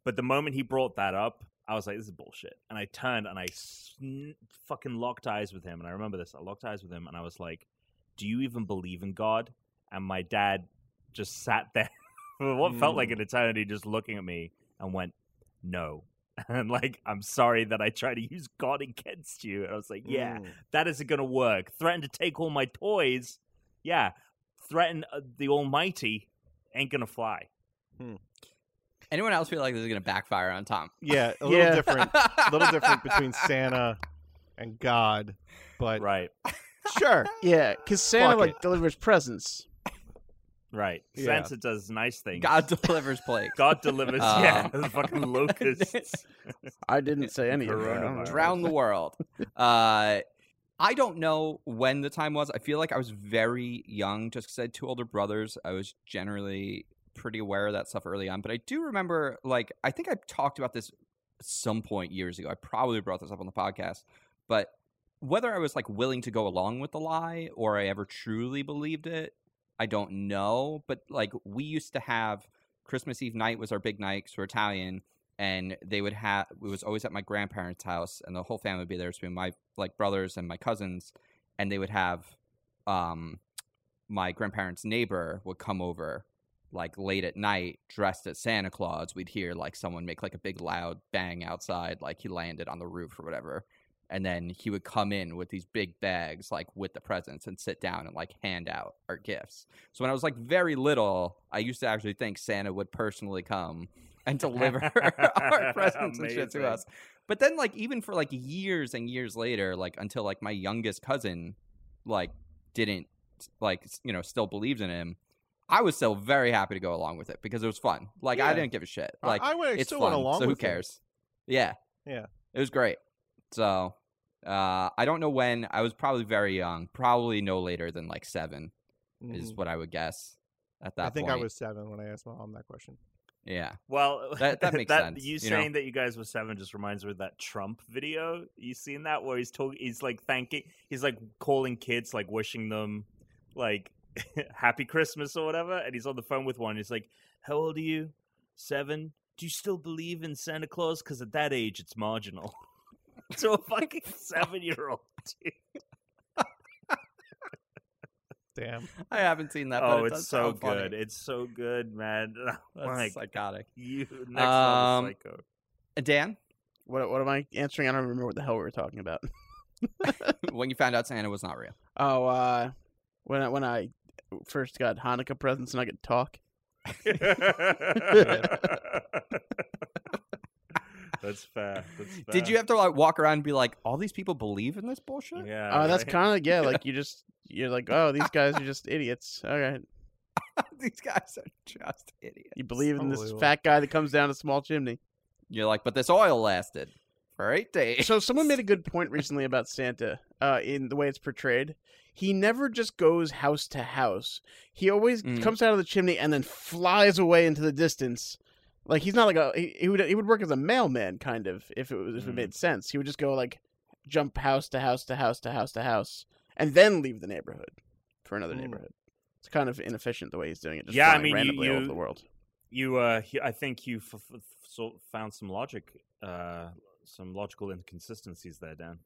[SPEAKER 6] But the moment he brought that up, I was like, "This is bullshit." And I turned and I sn- fucking locked eyes with him. And I remember this: I locked eyes with him, and I was like, "Do you even believe in God?" And my dad just sat there for what felt like an eternity, just looking at me, and went, "No." And like, I'm sorry that I tried to use God against you. And I was like, "Yeah,
[SPEAKER 4] Mm.
[SPEAKER 6] that isn't going to work. Threaten to take all my toys. Yeah. Threaten uh, the Almighty ain't going to fly.
[SPEAKER 1] anyone else feel like this is gonna backfire on Tom?
[SPEAKER 4] Yeah, a
[SPEAKER 3] Yeah.
[SPEAKER 4] little different. A little different between Santa and God. But
[SPEAKER 6] Right.
[SPEAKER 4] sure.
[SPEAKER 3] Yeah, because Santa
[SPEAKER 4] Fuck
[SPEAKER 3] like
[SPEAKER 4] it.
[SPEAKER 3] delivers presents.
[SPEAKER 6] Right.
[SPEAKER 4] Yeah.
[SPEAKER 6] Santa does nice things.
[SPEAKER 1] God delivers plagues.
[SPEAKER 6] God delivers.
[SPEAKER 1] Uh,
[SPEAKER 6] yeah. the fucking locusts.
[SPEAKER 3] I didn't say any of that. I don't know.
[SPEAKER 6] Coronavirus.
[SPEAKER 1] drown the world. Uh, I don't know when the time was. I feel like I was very young, just because I had two older brothers. I was generally pretty aware of that stuff early on. But I do remember, like, I think I talked about this at some point years ago. I probably brought this up on the podcast, but whether I was like willing to go along with the lie or I ever truly believed it, I don't know. But like, we used to have Christmas Eve night was our big night 'cause we're Italian and they would have it was always at my grandparents house and the whole family would be there so my like brothers and my cousins and they would have um my grandparents neighbor would come over like late at night dressed as santa claus we'd hear like someone make like a big loud bang outside like he landed on the roof or whatever and then he would come in with these big bags like with the presents and sit down and like hand out our gifts so when i was like very little i used to actually think santa would personally come and deliver our presents and shit
[SPEAKER 6] Amazing.
[SPEAKER 1] to us. But then, like, even for like years and years later, like until like my youngest cousin, like, didn't like s- you know still believed in him, I was still very happy to go along with it because it was fun. Like, I
[SPEAKER 4] Yeah.
[SPEAKER 1] didn't give a shit.
[SPEAKER 4] I-
[SPEAKER 1] Like,
[SPEAKER 4] I went- I
[SPEAKER 1] it's
[SPEAKER 4] still
[SPEAKER 1] fun.
[SPEAKER 4] went along
[SPEAKER 1] so who
[SPEAKER 4] with it.
[SPEAKER 1] cares? Yeah,
[SPEAKER 4] Yeah.
[SPEAKER 1] it was great. So. Uh, I don't know when. I was probably very young, probably no later than like seven is
[SPEAKER 4] Mm.
[SPEAKER 1] what I would guess. At that,
[SPEAKER 4] I think
[SPEAKER 1] point.
[SPEAKER 4] I was seven when I asked my mom that question.
[SPEAKER 1] Yeah,
[SPEAKER 6] Well,
[SPEAKER 1] That- that makes sense,
[SPEAKER 6] You,
[SPEAKER 1] you know?
[SPEAKER 6] saying that you guys were seven just reminds me of that Trump video. You seen that where he's talking? He's like thanking. He's like calling kids, like wishing them, like happy Christmas or whatever. And he's on the phone with one. He's like, "How old are you? Seven? Do you still believe in Santa Claus? Because at that age, it's marginal." to a fucking seven-year-old. dude.
[SPEAKER 4] Damn.
[SPEAKER 1] I haven't seen that. but
[SPEAKER 6] oh,
[SPEAKER 1] it
[SPEAKER 6] it's
[SPEAKER 1] does
[SPEAKER 6] so
[SPEAKER 1] sound funny.
[SPEAKER 6] good. It's so good, man. like
[SPEAKER 1] That's psychotic.
[SPEAKER 6] you next level
[SPEAKER 1] Um,
[SPEAKER 6] psycho.
[SPEAKER 1] Uh, Dan,
[SPEAKER 3] What what am I answering? I don't remember what the hell we were talking about.
[SPEAKER 1] when you found out Santa was not real,
[SPEAKER 3] Oh, uh, when I, when I first got Hanukkah presents and I could talk.
[SPEAKER 6] That's fair. That's fair.
[SPEAKER 4] Uh.
[SPEAKER 1] did you have to like walk around and be like, all these people believe in this bullshit?
[SPEAKER 6] Yeah.
[SPEAKER 3] Oh, that's
[SPEAKER 6] right.
[SPEAKER 3] kind of yeah. Like you just you're like, oh, these guys are just idiots. All right,
[SPEAKER 1] these guys are just idiots.
[SPEAKER 3] you believe in this
[SPEAKER 4] Unbelievable.
[SPEAKER 3] fat guy that comes down a small chimney.
[SPEAKER 1] You're like, but this oil lasted for eight days.
[SPEAKER 3] So someone made a good point recently about Santa uh, in the way it's portrayed. He never just goes house to house. He always
[SPEAKER 1] Mm.
[SPEAKER 3] comes out of the chimney and then flies away into the distance. Like he's not like a he, he would he would work as a mailman kind of if it was if it
[SPEAKER 6] Mm.
[SPEAKER 3] made sense. He would just go like jump house to house to house to house to house and then leave the neighborhood for another
[SPEAKER 4] Mm.
[SPEAKER 3] neighborhood. It's kind of inefficient the way he's doing it. Just
[SPEAKER 6] Yeah, I
[SPEAKER 3] flying
[SPEAKER 6] mean, you-
[SPEAKER 3] randomly all over
[SPEAKER 6] you-
[SPEAKER 3] the world.
[SPEAKER 6] You, uh, he- I think you f- f- f- sort of found some logic, uh, some logical inconsistencies there, Dan.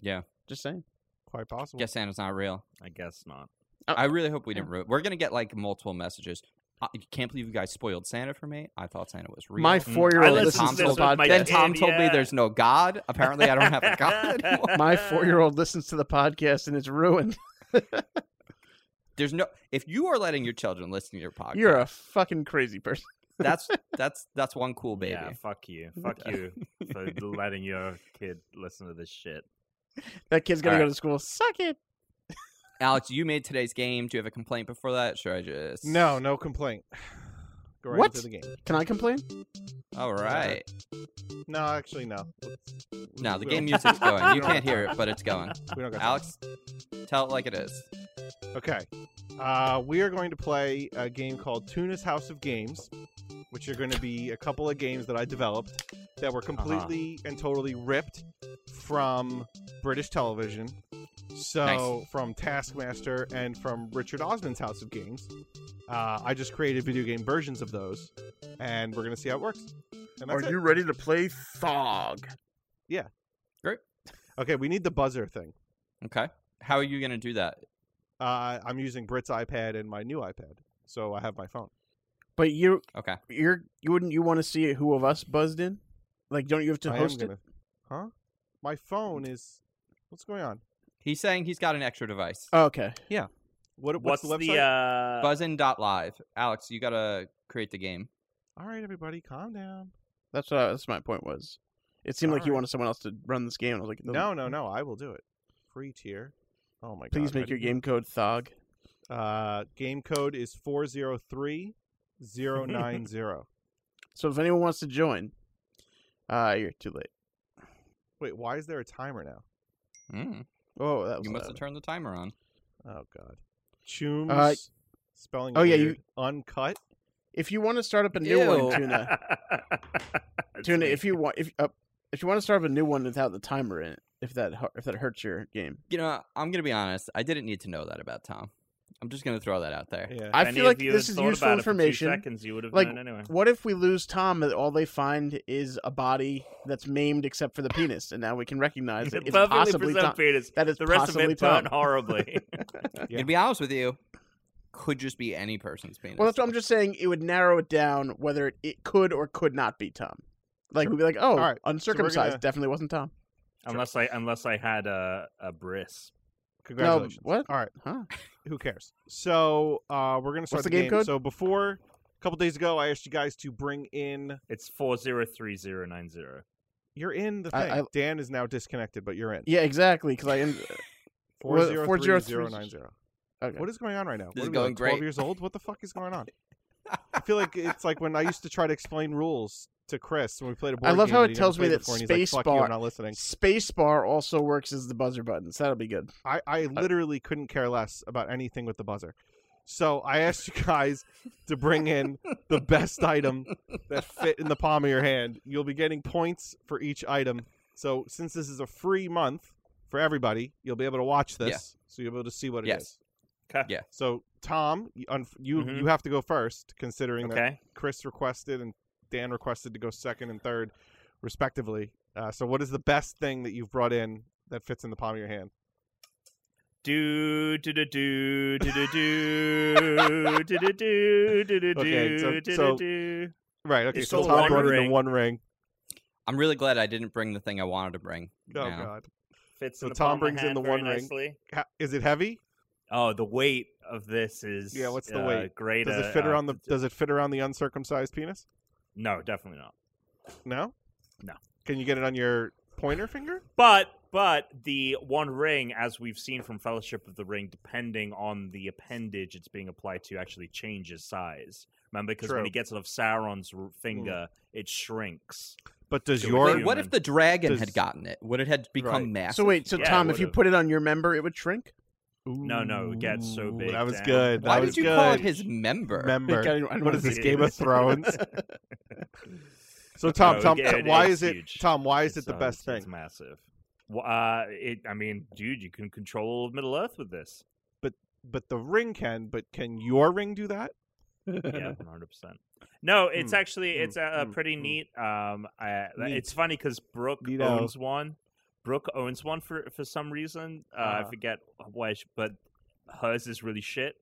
[SPEAKER 3] Just saying.
[SPEAKER 4] Quite possible.
[SPEAKER 1] Guess Santa's not real.
[SPEAKER 6] I guess not.
[SPEAKER 1] I really hope we didn't ruin. We're gonna get like multiple messages. I I can't believe you guys spoiled Santa for me. I thought Santa was real.
[SPEAKER 3] My
[SPEAKER 6] Mm. I
[SPEAKER 3] four year old
[SPEAKER 1] listened to
[SPEAKER 3] listens to the
[SPEAKER 1] this
[SPEAKER 6] with my
[SPEAKER 3] podcast.
[SPEAKER 1] then Tom
[SPEAKER 6] kid,
[SPEAKER 1] told me
[SPEAKER 6] yeah.
[SPEAKER 1] there's no God. Apparently, I don't have a God. anymore.
[SPEAKER 3] My four year old listens to the podcast and it's ruined.
[SPEAKER 1] There's no. If you are letting your children listen to your podcast,
[SPEAKER 3] You're a fucking crazy person.
[SPEAKER 1] that's that's that's one cool baby.
[SPEAKER 6] Yeah, fuck you, fuck you for letting your kid listen to this shit.
[SPEAKER 3] That kid's gonna
[SPEAKER 1] All
[SPEAKER 3] go to school. Suck it.
[SPEAKER 1] Alex, you made today's game. Do you have a complaint before that? Should I just?
[SPEAKER 4] No, no complaint. Go right
[SPEAKER 3] What?
[SPEAKER 4] into the game.
[SPEAKER 3] Can I complain?
[SPEAKER 1] All right.
[SPEAKER 4] No, actually, no.
[SPEAKER 1] No, the
[SPEAKER 4] We
[SPEAKER 1] game
[SPEAKER 4] don't-
[SPEAKER 1] music's going. You
[SPEAKER 4] we don't-
[SPEAKER 1] can't hear it, but it's going.
[SPEAKER 4] We don't got time.
[SPEAKER 1] Alex, tell it like it is.
[SPEAKER 4] Okay. Uh, we are going to play a game called Tuna's House of Games, which are going to be a couple of games that I developed that were completely and totally ripped from British television. So, from Taskmaster and from Richard Osman's House of Games. Uh, I just created video game versions of those, and we're going to see how it works. And that's it.
[SPEAKER 3] ready to play Thog?
[SPEAKER 4] Okay, we need the buzzer thing.
[SPEAKER 1] Okay. How are you gonna do that?
[SPEAKER 4] Uh, I'm using Brit's iPad and my new iPad, so I have my phone.
[SPEAKER 3] But you,
[SPEAKER 1] Okay.
[SPEAKER 3] you're, you wouldn't you want to see who of us buzzed in? Like, don't you have to
[SPEAKER 4] I am
[SPEAKER 3] host it?
[SPEAKER 4] gonna- Huh? My phone is. What's going on?
[SPEAKER 1] He's saying he's got an extra device.
[SPEAKER 3] Oh, okay.
[SPEAKER 4] What,
[SPEAKER 6] What's,
[SPEAKER 4] what's, the
[SPEAKER 6] the,
[SPEAKER 4] website?
[SPEAKER 6] uh,
[SPEAKER 1] Buzzin.live. Alex, you gotta create the game.
[SPEAKER 4] All right, everybody, calm down.
[SPEAKER 3] That's what I, that's what my point was. It seemed like you
[SPEAKER 4] Alright.
[SPEAKER 3] wanted someone else to run this game. I was like,
[SPEAKER 4] No, no, no. I will do it. Free tier. Oh my god.
[SPEAKER 3] Please make
[SPEAKER 4] ready?
[SPEAKER 3] your game code Thog.
[SPEAKER 4] Uh, game code is four zero three zero nine zero.
[SPEAKER 3] So if anyone wants to join, uh, you're too late.
[SPEAKER 4] Wait, why is there a timer now?
[SPEAKER 1] Mm.
[SPEAKER 3] Oh, that was
[SPEAKER 1] You must
[SPEAKER 3] loud.
[SPEAKER 1] have turned the timer on.
[SPEAKER 4] Oh god. Chooms.
[SPEAKER 3] Uh,
[SPEAKER 4] spelling.
[SPEAKER 3] oh, yeah,
[SPEAKER 4] weird. Uncut.
[SPEAKER 3] If you want to start up a new one,
[SPEAKER 1] Ew.
[SPEAKER 3] Tuna.
[SPEAKER 6] It's
[SPEAKER 3] Tuna,
[SPEAKER 6] me.
[SPEAKER 3] if you want, if uh, if you want to start up a new one without the timer in it, if that hu- if that hurts your game,
[SPEAKER 1] You know, I'm gonna be honest. I didn't need to know that about Tom. I'm just gonna throw that out there.
[SPEAKER 4] Yeah.
[SPEAKER 6] If
[SPEAKER 3] I
[SPEAKER 6] any
[SPEAKER 3] feel
[SPEAKER 6] of
[SPEAKER 3] like
[SPEAKER 6] you
[SPEAKER 3] this
[SPEAKER 6] had
[SPEAKER 3] is
[SPEAKER 6] thought
[SPEAKER 3] useful
[SPEAKER 6] about it for two
[SPEAKER 3] information.
[SPEAKER 6] seconds, you would have
[SPEAKER 3] Like,
[SPEAKER 6] known anyway.
[SPEAKER 3] What if we lose Tom and all they find is a body that's maimed except for the penis, and now we can recognize that it's
[SPEAKER 6] Perfectly
[SPEAKER 3] possibly
[SPEAKER 6] present
[SPEAKER 3] Tom.
[SPEAKER 6] penis.
[SPEAKER 3] That is
[SPEAKER 6] The rest of
[SPEAKER 3] possibly
[SPEAKER 6] it burnt
[SPEAKER 3] Tom.
[SPEAKER 6] horribly.
[SPEAKER 4] Yeah.
[SPEAKER 1] And to be honest with you, could just be any person's penis.
[SPEAKER 3] Well, that's what I'm just saying. It would narrow it down whether it, it could or could not be Tom. Like we'd be like, oh,
[SPEAKER 4] All right, so we're
[SPEAKER 3] uncircumcised
[SPEAKER 4] gonna-
[SPEAKER 3] definitely wasn't Tom.
[SPEAKER 6] unless I unless I had a a bris.
[SPEAKER 3] No,
[SPEAKER 4] Congratulations.
[SPEAKER 3] what?
[SPEAKER 4] All right.
[SPEAKER 3] Huh?
[SPEAKER 4] who cares? So uh, we're gonna start
[SPEAKER 3] the game code?
[SPEAKER 4] So before a couple days ago, I asked you guys to bring in.
[SPEAKER 6] It's four zero three zero nine zero.
[SPEAKER 4] You're in the
[SPEAKER 3] I-
[SPEAKER 4] thing.
[SPEAKER 3] I-
[SPEAKER 4] Dan is now disconnected, but you're in.
[SPEAKER 3] Yeah, exactly. Because I am.
[SPEAKER 4] Four
[SPEAKER 3] Well,
[SPEAKER 4] zero
[SPEAKER 3] four
[SPEAKER 4] three
[SPEAKER 3] zero
[SPEAKER 4] zero
[SPEAKER 3] three-
[SPEAKER 4] nine zero.
[SPEAKER 3] Okay.
[SPEAKER 4] What is going on right now?
[SPEAKER 1] This
[SPEAKER 4] What
[SPEAKER 1] is
[SPEAKER 4] are we,
[SPEAKER 1] going
[SPEAKER 4] like, Twelve
[SPEAKER 1] great.
[SPEAKER 4] years old. What the fuck is going on? I feel like it's like when I used to try to explain rules to Chris when we played a board
[SPEAKER 3] I love
[SPEAKER 4] game
[SPEAKER 3] how
[SPEAKER 4] that
[SPEAKER 3] it
[SPEAKER 4] he never
[SPEAKER 3] tells me
[SPEAKER 4] played
[SPEAKER 3] that
[SPEAKER 4] before, and he's like, fuck you,
[SPEAKER 3] spacebar-
[SPEAKER 4] I'm not listening.
[SPEAKER 3] Spacebar also works as the buzzer buttons. That'll be good.
[SPEAKER 4] I,
[SPEAKER 1] Uh,
[SPEAKER 4] I literally couldn't care less about anything with the buzzer. So I asked you guys to bring in the best item that fit in the palm of your hand. You'll be getting points for each item. So since this is a free month for everybody, you'll be able to watch this.
[SPEAKER 1] Yeah.
[SPEAKER 4] So you'll be able to see what it is.
[SPEAKER 1] Yes. Mm-hmm. Yeah.
[SPEAKER 4] So Tom, you unf- you,
[SPEAKER 6] Mhm.
[SPEAKER 4] you have to go first, considering that
[SPEAKER 6] Okay.
[SPEAKER 4] Chris requested and Dan requested to go second and third, respectively. Uh, so what is the best thing that you've brought in that fits in the palm of your hand?
[SPEAKER 6] Do do do do do do do do do do do do
[SPEAKER 4] Okay, so-
[SPEAKER 6] do do
[SPEAKER 4] so-
[SPEAKER 6] do do.
[SPEAKER 4] Right. Okay.
[SPEAKER 6] It's
[SPEAKER 4] So
[SPEAKER 6] still
[SPEAKER 4] Tom
[SPEAKER 6] One
[SPEAKER 4] brought in the
[SPEAKER 6] Ring.
[SPEAKER 4] one ring.
[SPEAKER 1] I'm really glad I didn't bring the thing I wanted to bring.
[SPEAKER 4] Oh
[SPEAKER 1] now.
[SPEAKER 4] God.
[SPEAKER 6] Fits
[SPEAKER 4] So
[SPEAKER 6] in the
[SPEAKER 4] Tom
[SPEAKER 6] palm of my
[SPEAKER 4] brings in
[SPEAKER 6] hand
[SPEAKER 4] the
[SPEAKER 6] very
[SPEAKER 4] One Ring.
[SPEAKER 6] nicely.
[SPEAKER 4] Ha- Is it heavy?
[SPEAKER 6] Oh, the weight of this is
[SPEAKER 4] Yeah, what's the
[SPEAKER 6] uh,
[SPEAKER 4] weight?
[SPEAKER 6] Great.
[SPEAKER 4] Does
[SPEAKER 6] uh,
[SPEAKER 4] it fit
[SPEAKER 6] uh,
[SPEAKER 4] around the? Does it fit around the uncircumcised penis?
[SPEAKER 6] No, definitely not.
[SPEAKER 4] No.
[SPEAKER 6] No.
[SPEAKER 4] Can you get it on your pointer finger?
[SPEAKER 6] But but the one ring, as we've seen from Fellowship of the Ring, depending on the appendage it's being applied to, actually changes size. Remember, because when
[SPEAKER 4] True.
[SPEAKER 6] he gets it off Sauron's r- finger,
[SPEAKER 3] Mm.
[SPEAKER 6] it shrinks.
[SPEAKER 4] But does
[SPEAKER 6] Do it
[SPEAKER 4] your
[SPEAKER 6] too.
[SPEAKER 1] Wait, what if the dragon had
[SPEAKER 4] Does-
[SPEAKER 1] gotten it? Would it had become
[SPEAKER 4] Right. So
[SPEAKER 1] massive?
[SPEAKER 3] So wait, so
[SPEAKER 6] Yeah, it
[SPEAKER 3] Tom, if you
[SPEAKER 6] would've.
[SPEAKER 3] put it on your member, it would shrink.
[SPEAKER 6] No, no, it gets so
[SPEAKER 4] Ooh,
[SPEAKER 6] big
[SPEAKER 4] That was
[SPEAKER 6] down.
[SPEAKER 4] good. That
[SPEAKER 1] Why
[SPEAKER 4] was
[SPEAKER 1] did you
[SPEAKER 4] good.
[SPEAKER 1] call it his member?
[SPEAKER 4] member?
[SPEAKER 3] I don't- I don't
[SPEAKER 4] What
[SPEAKER 3] wanna
[SPEAKER 4] is this
[SPEAKER 3] see
[SPEAKER 4] Game of
[SPEAKER 3] it.
[SPEAKER 4] Thrones? So Tom,
[SPEAKER 6] No,
[SPEAKER 4] Tom,
[SPEAKER 6] yeah, it
[SPEAKER 4] why is
[SPEAKER 6] is
[SPEAKER 4] it?
[SPEAKER 6] huge.
[SPEAKER 4] Tom, why is
[SPEAKER 6] It's,
[SPEAKER 4] it the
[SPEAKER 6] uh,
[SPEAKER 4] best
[SPEAKER 6] it's- It's
[SPEAKER 4] thing?
[SPEAKER 6] massive. Well, uh, it. I mean, dude, you can control Middle Earth with this.
[SPEAKER 4] But the ring can. But can your ring do that?
[SPEAKER 6] yeah, one hundred percent. No, it's
[SPEAKER 4] Mm,
[SPEAKER 6] actually it's
[SPEAKER 4] mm,
[SPEAKER 6] uh,
[SPEAKER 4] mm,
[SPEAKER 6] pretty
[SPEAKER 4] mm.
[SPEAKER 6] neat. Um, I,
[SPEAKER 4] Neat.
[SPEAKER 6] it's funny because Brooke
[SPEAKER 4] Neato.
[SPEAKER 6] owns one. Brooke owns one for for some reason. Uh,
[SPEAKER 4] Ah.
[SPEAKER 6] I forget why, she, but hers is really shit,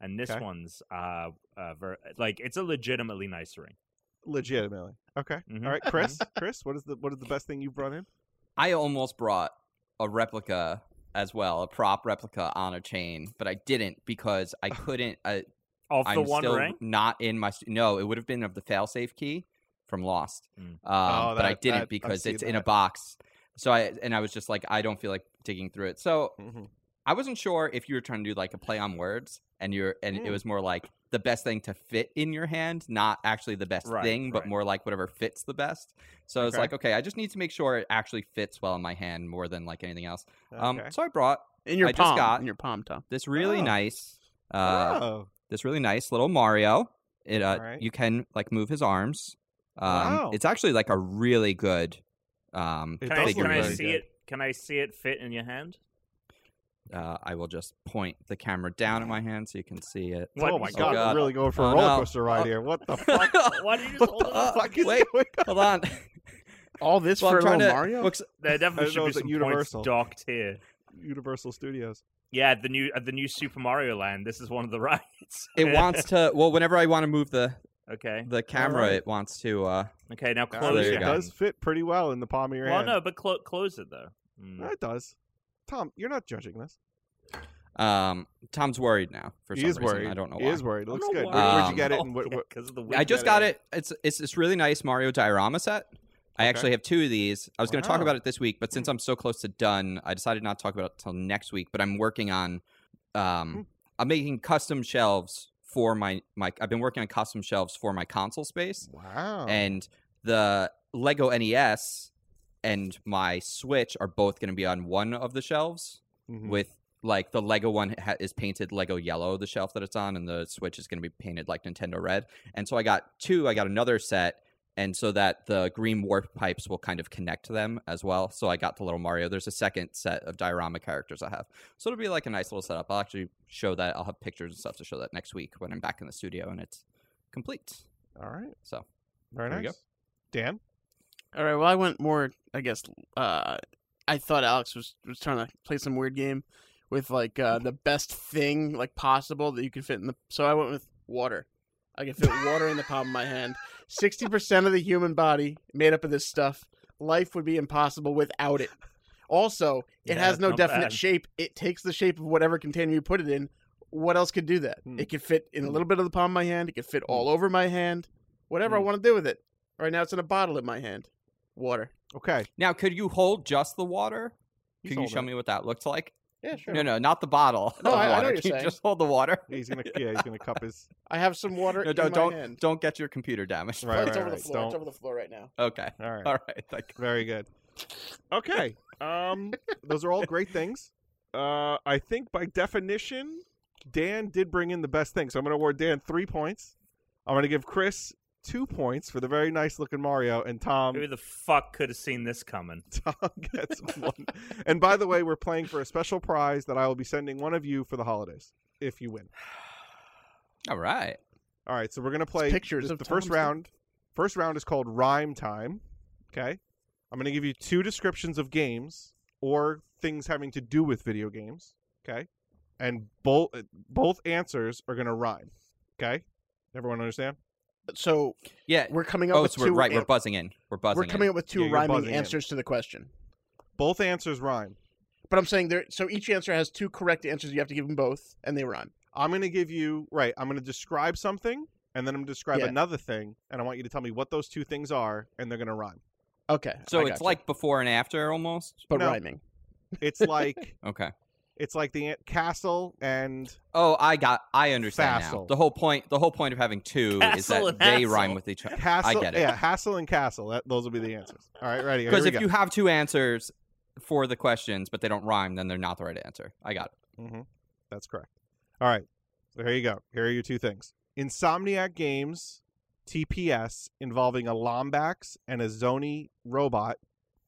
[SPEAKER 6] and this
[SPEAKER 4] Okay.
[SPEAKER 6] one's uh, uh ver- like it's a legitimately nice ring.
[SPEAKER 4] Legitimately. Okay.
[SPEAKER 6] Mhm.
[SPEAKER 4] All right, Chris. Chris, what is the what is the best thing you brought in?
[SPEAKER 1] I almost brought a replica as well, a prop replica on a chain, but I didn't because I couldn't. I,
[SPEAKER 6] Of the
[SPEAKER 1] I'm
[SPEAKER 6] one
[SPEAKER 1] still
[SPEAKER 6] ring,
[SPEAKER 1] not in my. st- No, it would have been of the failsafe key from Lost,
[SPEAKER 6] Mm.
[SPEAKER 1] um, but I
[SPEAKER 4] that-
[SPEAKER 1] didn't
[SPEAKER 4] that- I
[SPEAKER 1] because
[SPEAKER 4] see
[SPEAKER 1] it's in a
[SPEAKER 4] that.
[SPEAKER 1] box. So I and I was just like, I don't feel like digging through it. So
[SPEAKER 6] Mm-hmm.
[SPEAKER 1] I wasn't sure if you were trying to do like a play on words, and you're and it
[SPEAKER 4] Mm.
[SPEAKER 1] was more like the best thing to fit in your hand, not actually the best
[SPEAKER 6] Right,
[SPEAKER 1] thing, but
[SPEAKER 6] right.
[SPEAKER 1] more like whatever fits the best. So I was
[SPEAKER 4] Okay.
[SPEAKER 1] like, okay, I just need to make sure it actually fits well in my hand more than like anything else. Um,
[SPEAKER 4] Mm-hmm. Okay.
[SPEAKER 1] so I brought
[SPEAKER 3] In your
[SPEAKER 1] I just
[SPEAKER 3] palm,
[SPEAKER 1] got-
[SPEAKER 3] in your palm, Tom.
[SPEAKER 1] this really
[SPEAKER 4] Oh.
[SPEAKER 1] nice. Uh,
[SPEAKER 4] oh,
[SPEAKER 1] this really nice little Mario. It uh,
[SPEAKER 4] Alright.
[SPEAKER 1] you can like move his arms. Um,
[SPEAKER 4] Wow.
[SPEAKER 1] It's actually like a really good. Um,
[SPEAKER 4] It
[SPEAKER 6] can I,
[SPEAKER 4] does
[SPEAKER 1] figure
[SPEAKER 6] can I
[SPEAKER 1] good.
[SPEAKER 4] really
[SPEAKER 6] see
[SPEAKER 4] good.
[SPEAKER 6] it? Can I see it fit in your hand?
[SPEAKER 1] Uh, I will just point the camera down at my hand so you can see it.
[SPEAKER 6] What
[SPEAKER 4] oh my
[SPEAKER 6] is-
[SPEAKER 4] god,
[SPEAKER 1] God.
[SPEAKER 4] we're really going for a
[SPEAKER 1] Oh,
[SPEAKER 4] roller
[SPEAKER 1] no.
[SPEAKER 4] coaster ride
[SPEAKER 1] Oh.
[SPEAKER 4] here. What the fuck?
[SPEAKER 6] Why did you just
[SPEAKER 4] what
[SPEAKER 6] hold
[SPEAKER 4] the
[SPEAKER 6] it up?
[SPEAKER 4] fuck is
[SPEAKER 1] Wait.
[SPEAKER 4] going on?
[SPEAKER 1] Hold on.
[SPEAKER 3] All this
[SPEAKER 1] Well, I'm
[SPEAKER 3] for a
[SPEAKER 1] trying
[SPEAKER 3] little
[SPEAKER 1] to-
[SPEAKER 3] Mario?
[SPEAKER 1] Looks-
[SPEAKER 6] There
[SPEAKER 4] I don't
[SPEAKER 6] definitely
[SPEAKER 4] know,
[SPEAKER 6] should be
[SPEAKER 4] is it
[SPEAKER 6] some
[SPEAKER 4] universal?
[SPEAKER 6] points docked here.
[SPEAKER 4] Universal Studios.
[SPEAKER 6] Yeah, at the new at the new Super Mario Land. This is one of the rides.
[SPEAKER 1] it wants to. Well, whenever I want to move the
[SPEAKER 6] Okay.
[SPEAKER 1] the camera,
[SPEAKER 4] Alright.
[SPEAKER 1] it wants to. Uh,
[SPEAKER 6] Okay. Now
[SPEAKER 4] Ah,
[SPEAKER 1] there
[SPEAKER 6] close
[SPEAKER 1] you
[SPEAKER 6] your
[SPEAKER 4] it
[SPEAKER 1] go.
[SPEAKER 6] hand.
[SPEAKER 4] does fit pretty well in the palm of your
[SPEAKER 6] Well,
[SPEAKER 4] hand.
[SPEAKER 6] no, but clo- close it though. Mm.
[SPEAKER 4] No, it does. Tom, you're not judging this.
[SPEAKER 1] um, Tom's worried now for
[SPEAKER 4] he
[SPEAKER 1] some
[SPEAKER 4] is
[SPEAKER 1] reason.
[SPEAKER 4] worried.
[SPEAKER 1] I don't know
[SPEAKER 4] He
[SPEAKER 1] why.
[SPEAKER 4] is worried. It looks good. Where,
[SPEAKER 1] why.
[SPEAKER 4] would
[SPEAKER 1] Um,
[SPEAKER 4] you get it? And what, what,
[SPEAKER 6] Because of the
[SPEAKER 1] I
[SPEAKER 6] weak
[SPEAKER 1] just
[SPEAKER 6] that
[SPEAKER 1] got
[SPEAKER 6] is.
[SPEAKER 1] it. It's it's this really nice Mario diorama set. I
[SPEAKER 4] Okay.
[SPEAKER 1] actually have two of these. I was going to talk
[SPEAKER 4] Wow.
[SPEAKER 1] about it this week, but since I'm so close to done, I decided not to talk about it till next week. But I'm working on,
[SPEAKER 4] Hmm.
[SPEAKER 1] um, I'm making custom shelves for my my. I've been working on custom shelves for my console space,
[SPEAKER 4] wow.
[SPEAKER 1] and the Lego NES and my Switch are both going to be on one of the shelves
[SPEAKER 4] Mhm.
[SPEAKER 1] with like the Lego one ha- is painted Lego yellow, the shelf that it's on, and the Switch is going to be painted like Nintendo red. And so I got two. I got another set, and so that the green warp pipes will kind of connect to them as well. So I got the little Mario. There's a second set of diorama characters I have. So it'll be like a nice little setup. I'll actually show that. I'll have pictures and stuff to show that next week when I'm back in the studio and it's complete.
[SPEAKER 4] All right.
[SPEAKER 1] So
[SPEAKER 4] Very
[SPEAKER 1] There you go.
[SPEAKER 4] nice. Dan?
[SPEAKER 3] All right. Well, I went more. I guess uh, I thought Alex was was trying to play some weird game with like uh, the best thing like possible that you could fit in the. So I went with water. I can fit water in the palm of my hand. Sixty percent of the human body made up of this stuff. Life would be impossible without it. Also, it
[SPEAKER 6] Yeah,
[SPEAKER 3] has no
[SPEAKER 6] not
[SPEAKER 3] definite
[SPEAKER 6] bad.
[SPEAKER 3] shape. It takes the shape of whatever container you put it in. What else could do that?
[SPEAKER 4] Hmm.
[SPEAKER 3] It could fit in a little bit of the palm of my hand. It could fit all over my hand. Whatever I
[SPEAKER 4] Hmm.
[SPEAKER 3] want to do with it. Right now, it's in a bottle in my hand. Water.
[SPEAKER 4] Okay.
[SPEAKER 1] now, could you hold just the water?
[SPEAKER 4] He's
[SPEAKER 1] Could you
[SPEAKER 4] holding
[SPEAKER 1] show
[SPEAKER 4] it.
[SPEAKER 1] me what that looks like?
[SPEAKER 3] Yeah, sure.
[SPEAKER 1] No, no, not the bottle.
[SPEAKER 3] No,
[SPEAKER 1] of
[SPEAKER 3] I- I know
[SPEAKER 1] water.
[SPEAKER 3] what you're
[SPEAKER 1] Can you
[SPEAKER 3] saying.
[SPEAKER 1] just hold the water?
[SPEAKER 4] He's gonna, yeah, he's gonna cup his.
[SPEAKER 3] I have some water
[SPEAKER 1] No,
[SPEAKER 3] in
[SPEAKER 1] don't
[SPEAKER 3] my
[SPEAKER 1] don't,
[SPEAKER 3] hand.
[SPEAKER 1] don't get your computer damaged.
[SPEAKER 4] Right,
[SPEAKER 3] it's
[SPEAKER 4] right,
[SPEAKER 3] over
[SPEAKER 4] right,
[SPEAKER 3] the floor. It's
[SPEAKER 4] don't-
[SPEAKER 3] over the floor right now.
[SPEAKER 1] Okay.
[SPEAKER 4] All right.
[SPEAKER 1] All right. Thank
[SPEAKER 4] Very good. Okay. Um, those are all great things. Uh, I think by definition, Dan did bring in the best thing. So I'm going to award Dan three points. I'm going to give Chris two points for the very nice looking Mario, and Tom,
[SPEAKER 6] Who the fuck could have seen this coming?
[SPEAKER 4] Tom gets one. And by the way, we're playing for a special prize that I will be sending one of you for the holidays if you win.
[SPEAKER 1] All right.
[SPEAKER 4] All right, so we're gonna play
[SPEAKER 3] pictures
[SPEAKER 4] this-
[SPEAKER 3] of
[SPEAKER 4] the first
[SPEAKER 3] Tom's dick.
[SPEAKER 4] round. First round is called Rhyme Time. Okay, I'm gonna give you two descriptions of games or things having to do with video games. Okay. And both both answers are gonna rhyme. Okay? Everyone understand?
[SPEAKER 3] So
[SPEAKER 1] Yeah.
[SPEAKER 3] we're coming up
[SPEAKER 1] Oh,
[SPEAKER 3] with
[SPEAKER 1] so we're
[SPEAKER 3] two.
[SPEAKER 1] right.
[SPEAKER 3] an-
[SPEAKER 1] We're buzzing in. We're buzzing.
[SPEAKER 3] we're coming
[SPEAKER 1] in.
[SPEAKER 3] up with two
[SPEAKER 4] Yeah, you're
[SPEAKER 3] rhyming
[SPEAKER 4] buzzing in.
[SPEAKER 3] answers to the question.
[SPEAKER 4] Both answers rhyme.
[SPEAKER 3] But I'm saying there. So each answer has two correct answers. You have to give them both, and they rhyme.
[SPEAKER 4] I'm gonna give you right, I'm gonna describe something and then I'm gonna describe
[SPEAKER 3] Yeah.
[SPEAKER 4] another thing, and I want you to tell me what those two things are, and they're gonna rhyme.
[SPEAKER 3] Okay.
[SPEAKER 1] So
[SPEAKER 3] I
[SPEAKER 1] it's
[SPEAKER 3] gotcha.
[SPEAKER 1] like before and after almost.
[SPEAKER 3] but
[SPEAKER 4] No.
[SPEAKER 3] rhyming.
[SPEAKER 4] It's like
[SPEAKER 1] Okay.
[SPEAKER 4] it's like the an- castle and
[SPEAKER 1] Oh, I got. I understand now.
[SPEAKER 4] Facile.
[SPEAKER 1] The whole point. The whole point of having two is
[SPEAKER 6] Castle
[SPEAKER 1] that
[SPEAKER 6] and
[SPEAKER 1] they rhyme
[SPEAKER 6] hassle.
[SPEAKER 1] with each other.
[SPEAKER 4] castle.
[SPEAKER 1] get it.
[SPEAKER 4] Yeah, hassle and castle. That, those will be the answers. All right, ready? Here
[SPEAKER 1] Because
[SPEAKER 4] we
[SPEAKER 1] if
[SPEAKER 4] go.
[SPEAKER 1] you have two answers for the questions, but they don't rhyme, then they're not the right answer. I got it.
[SPEAKER 4] Mm-hmm. That's correct. All right. So here you go. Here are your two things Insomniac Games TPS involving a Lombax and a Zoni robot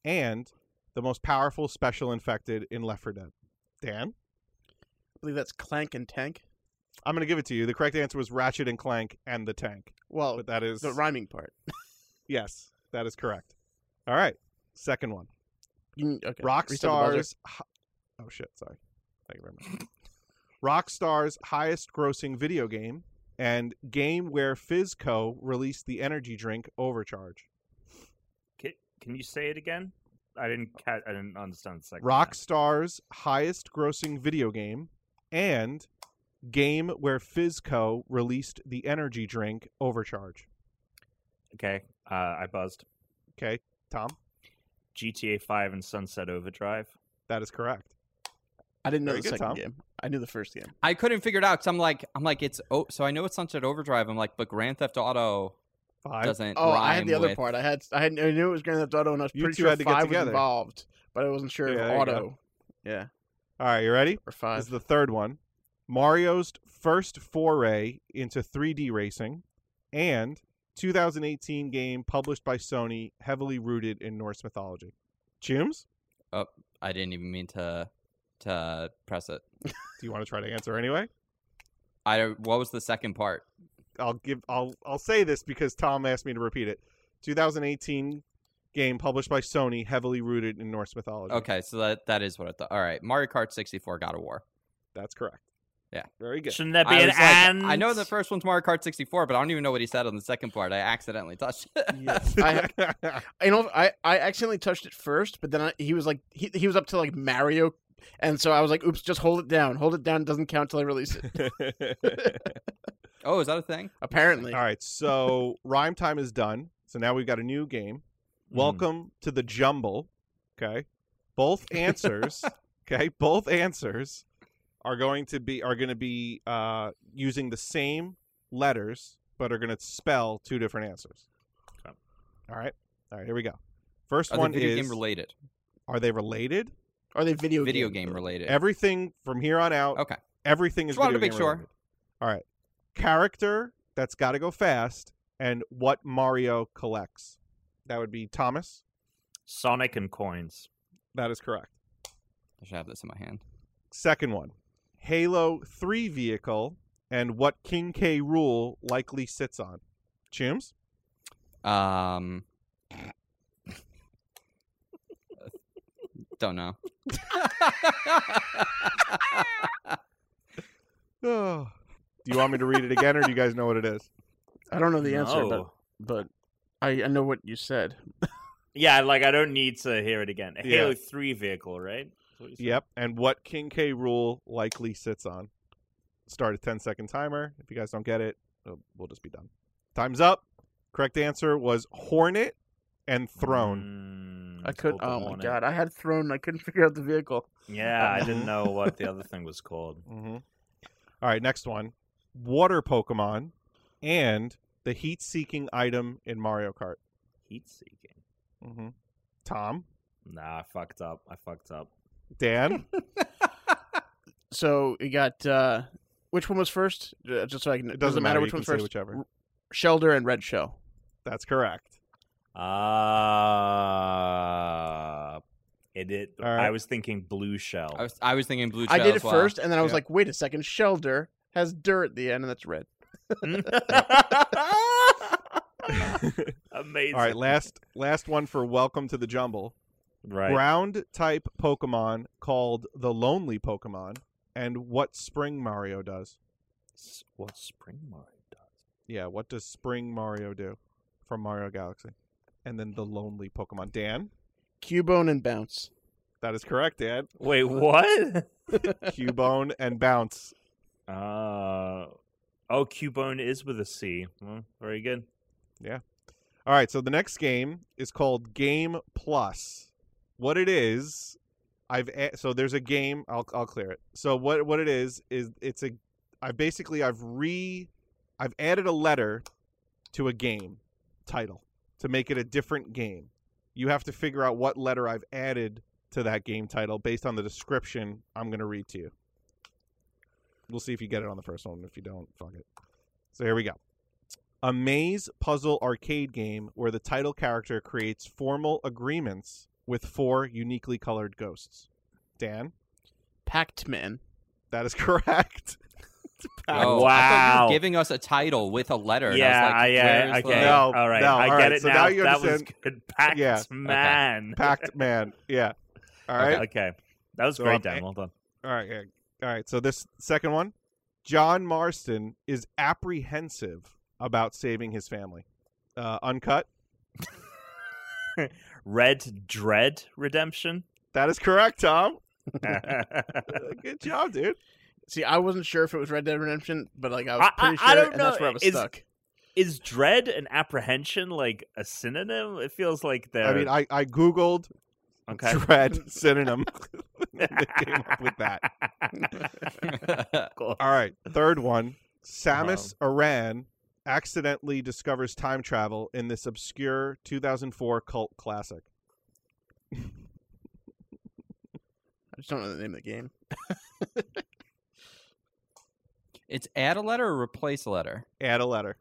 [SPEAKER 4] and the most powerful special infected in Left 4 Dead. Dan,
[SPEAKER 3] I believe that's clank and tank.
[SPEAKER 4] I'm going to give it to you. The correct answer was Ratchet and Clank and the tank.
[SPEAKER 3] Well,
[SPEAKER 4] But that is.
[SPEAKER 3] the rhyming part.
[SPEAKER 4] yes, that is correct. All right. Second one
[SPEAKER 3] You, okay.
[SPEAKER 4] Rock
[SPEAKER 3] Reset the buzzer.
[SPEAKER 4] stars. hi- Oh shit! Sorry. Thank you very much. Rockstar's highest-grossing video game and game where Fizco released the energy drink Overcharge.
[SPEAKER 6] Can, can you say it again? I didn't. Ca- I didn't understand the second. one.
[SPEAKER 4] Rockstar's highest-grossing video game and game where Fizco released the energy drink Overcharge.
[SPEAKER 6] Okay. Uh, I buzzed.
[SPEAKER 4] Okay, Tom,
[SPEAKER 6] GTA Five and Sunset Overdrive.
[SPEAKER 4] that is correct.
[SPEAKER 3] I didn't know
[SPEAKER 4] Very
[SPEAKER 3] the
[SPEAKER 4] good,
[SPEAKER 3] second
[SPEAKER 4] Tom.
[SPEAKER 3] game. I knew the first game.
[SPEAKER 1] I couldn't figure it out. So I'm like, I'm like, it's oh, so I know it's Sunset Overdrive. I'm like, but Grand Theft Auto
[SPEAKER 4] Five.
[SPEAKER 1] doesn't.
[SPEAKER 3] Oh,
[SPEAKER 1] rhyme
[SPEAKER 3] I had the other
[SPEAKER 1] with-
[SPEAKER 3] part. I had I had I knew it was Grand Theft Auto, and I was
[SPEAKER 4] You
[SPEAKER 3] pretty
[SPEAKER 4] two
[SPEAKER 3] sure
[SPEAKER 4] had to get
[SPEAKER 3] five was
[SPEAKER 4] together.
[SPEAKER 3] involved, but I wasn't sure
[SPEAKER 4] Yeah, there
[SPEAKER 3] if
[SPEAKER 4] you go.
[SPEAKER 3] auto
[SPEAKER 4] All right, you ready?
[SPEAKER 3] or
[SPEAKER 4] This
[SPEAKER 3] five.
[SPEAKER 4] is the third one. Mario's first foray into 3D racing and 2018 game published by Sony, heavily rooted in Norse mythology. Chims,
[SPEAKER 1] I didn't even mean to to press it.
[SPEAKER 4] do you want to try to answer anyway?
[SPEAKER 1] I don't- what was the second part?
[SPEAKER 4] I'll give I'll I'll say this because Tom asked me to repeat it. 2018 game published by Sony, heavily rooted in Norse mythology.
[SPEAKER 1] Okay, so that that is what I thought. All right, Mario Kart 64, God of War.
[SPEAKER 4] That's correct.
[SPEAKER 1] Yeah.
[SPEAKER 4] Very good.
[SPEAKER 6] Shouldn't that be
[SPEAKER 1] I,
[SPEAKER 6] an
[SPEAKER 1] was like,
[SPEAKER 6] and?
[SPEAKER 1] I know the first one's Mario Kart 64, but I don't even know what he said on the second part. I accidentally touched it.
[SPEAKER 4] I,
[SPEAKER 3] I know I, I accidentally touched it first, but then I, he was like he, he was up to like Mario, and so I was like, "Oops, just hold it down. Hold it down. It doesn't count till I release it."
[SPEAKER 1] oh, is that a thing?
[SPEAKER 3] Apparently,
[SPEAKER 4] All right, so rhyme time is done. So now we've got a new game.
[SPEAKER 1] Mm.
[SPEAKER 6] Hmm.
[SPEAKER 4] Welcome to the jumble. Okay, both answers. okay, both answers are going to be are going to be uh, using the same letters, but are going to spell two different answers.
[SPEAKER 6] Okay.
[SPEAKER 4] All right, all right. Here we go. First
[SPEAKER 1] Are they
[SPEAKER 4] one
[SPEAKER 1] video
[SPEAKER 4] is:
[SPEAKER 1] game related?
[SPEAKER 4] Are they related?
[SPEAKER 3] are they video
[SPEAKER 1] Video game related.
[SPEAKER 4] Everything from here on out.
[SPEAKER 1] Okay.
[SPEAKER 4] Everything is
[SPEAKER 1] Just wanted to
[SPEAKER 4] video
[SPEAKER 1] make
[SPEAKER 4] game
[SPEAKER 1] sure.
[SPEAKER 4] related. All right. Character that's got to go fast and what Mario collects. That would be Thomas.
[SPEAKER 6] Sonic and coins.
[SPEAKER 4] That is correct.
[SPEAKER 1] I should have this in my hand.
[SPEAKER 4] Second one. Halo 3 vehicle and what King K rule likely sits on. Chims?
[SPEAKER 1] Um, don't know.
[SPEAKER 4] Oh. Do you want me to read it again or do you guys know what it is?
[SPEAKER 3] I don't know the answer, but,
[SPEAKER 6] No.
[SPEAKER 3] but I, I know what you said.
[SPEAKER 6] Yeah, like I don't need to hear it again. A
[SPEAKER 4] Yeah.
[SPEAKER 6] Halo Three vehicle, right? That's what you said.
[SPEAKER 4] Yep. And what King K rule likely sits on. Start a 10 second timer. If you guys don't get it, uh, we'll just be done. Time's up. Correct answer was Hornet and Throne.
[SPEAKER 6] Mm,
[SPEAKER 3] I could.
[SPEAKER 6] open
[SPEAKER 3] Oh my
[SPEAKER 6] on it.
[SPEAKER 3] god, I had thrown. and I couldn't figure out the vehicle.
[SPEAKER 6] Yeah, I didn't know what the other thing was called.
[SPEAKER 4] Mm-hmm. All right, next one. Water Pokemon and the heat seeking item in Mario Kart.
[SPEAKER 6] Heat seeking.
[SPEAKER 4] Mm-hmm. Tom,
[SPEAKER 6] Nah, I fucked up. I fucked up.
[SPEAKER 4] Dan,
[SPEAKER 3] So we got uh, which one was first? Uh, just so I can.
[SPEAKER 4] it
[SPEAKER 3] does
[SPEAKER 4] doesn't
[SPEAKER 3] it matter, which
[SPEAKER 4] you
[SPEAKER 3] one's
[SPEAKER 4] can say
[SPEAKER 3] first.
[SPEAKER 4] Whichever.
[SPEAKER 3] Shelter and Red Shell.
[SPEAKER 4] That's correct.
[SPEAKER 6] Ah, it. it
[SPEAKER 4] All right.
[SPEAKER 6] I was thinking blue shell.
[SPEAKER 1] I was I was thinking blue.
[SPEAKER 3] I
[SPEAKER 1] Shell
[SPEAKER 3] did
[SPEAKER 1] as
[SPEAKER 3] it
[SPEAKER 1] well.
[SPEAKER 3] first, and then I was
[SPEAKER 4] Yeah.
[SPEAKER 3] like, "Wait a second, Shelter has dirt at the end, and that's red."
[SPEAKER 6] Amazing.
[SPEAKER 4] All right, last last one for Welcome to the Jumble.
[SPEAKER 6] Right.
[SPEAKER 4] Ground type Pokemon called the Lonely Pokemon and what spring Mario does.
[SPEAKER 6] S- What Spring Mario does.
[SPEAKER 4] Yeah, what does spring Mario do from Mario Galaxy? And then the lonely Pokemon. Dan,
[SPEAKER 3] Cubone and bounce.
[SPEAKER 4] that is correct, Dan.
[SPEAKER 6] Wait, what?
[SPEAKER 4] Cubone and bounce.
[SPEAKER 6] Uh, oh, Cubone is with a C. Well, very good.
[SPEAKER 4] All right, so the next game is called Game Plus. What it is, I've a- so there's a game. I'll I'll clear it. So what what it is is it's a I basically I've re I've added a letter to a game title to make it a different game. You have to figure out what letter I've added to that game title based on the description I'm going to read to you. We'll see if you get it on the first one. If you don't, fuck it. So here we go a maze puzzle arcade game where the title character creates formal agreements with four uniquely colored ghosts. Dan,
[SPEAKER 3] Pact Man.
[SPEAKER 4] that is correct.
[SPEAKER 1] Oh, I thought you were
[SPEAKER 6] wow.
[SPEAKER 1] giving us a title with a letter.
[SPEAKER 6] yeah, I,
[SPEAKER 1] and
[SPEAKER 6] yeah,
[SPEAKER 1] I was like,
[SPEAKER 6] okay.
[SPEAKER 1] where's
[SPEAKER 4] No,
[SPEAKER 6] all right,
[SPEAKER 4] no,
[SPEAKER 6] I
[SPEAKER 4] all
[SPEAKER 6] get
[SPEAKER 4] right,
[SPEAKER 6] it
[SPEAKER 4] so
[SPEAKER 6] now.
[SPEAKER 4] now you
[SPEAKER 6] that was
[SPEAKER 4] understand-
[SPEAKER 6] good. Pact
[SPEAKER 4] Yeah, okay.
[SPEAKER 6] man.
[SPEAKER 4] Pact Man. Yeah. All
[SPEAKER 1] Okay.
[SPEAKER 4] right.
[SPEAKER 6] Okay, that was
[SPEAKER 4] So
[SPEAKER 6] great,
[SPEAKER 4] I'm
[SPEAKER 6] Dan.
[SPEAKER 4] a-
[SPEAKER 6] Well done.
[SPEAKER 4] All right. yeah. All right. So this second one, John Marston is apprehensive about saving his family. Uh, uncut.
[SPEAKER 6] Red Dread Redemption.
[SPEAKER 4] That is correct, Tom. Uh, Good job, dude.
[SPEAKER 3] See, I wasn't sure if it was Red Dead Redemption, but like I was
[SPEAKER 6] I- I-
[SPEAKER 3] pretty sure,
[SPEAKER 6] I don't
[SPEAKER 3] and that's
[SPEAKER 6] know.
[SPEAKER 3] where I was
[SPEAKER 6] Is-
[SPEAKER 3] stuck.
[SPEAKER 6] is dread and apprehension like a synonym? It feels like they're.
[SPEAKER 4] I mean, I, I googled
[SPEAKER 6] okay.
[SPEAKER 4] dread synonym. they came up with Um, that.
[SPEAKER 1] that?
[SPEAKER 6] Cool.
[SPEAKER 4] All right, third one. Samus Aran accidentally discovers time travel in this obscure 2004 cult classic.
[SPEAKER 3] I just don't know the name of the game.
[SPEAKER 1] it's add a letter or replace a letter.
[SPEAKER 4] Add a letter.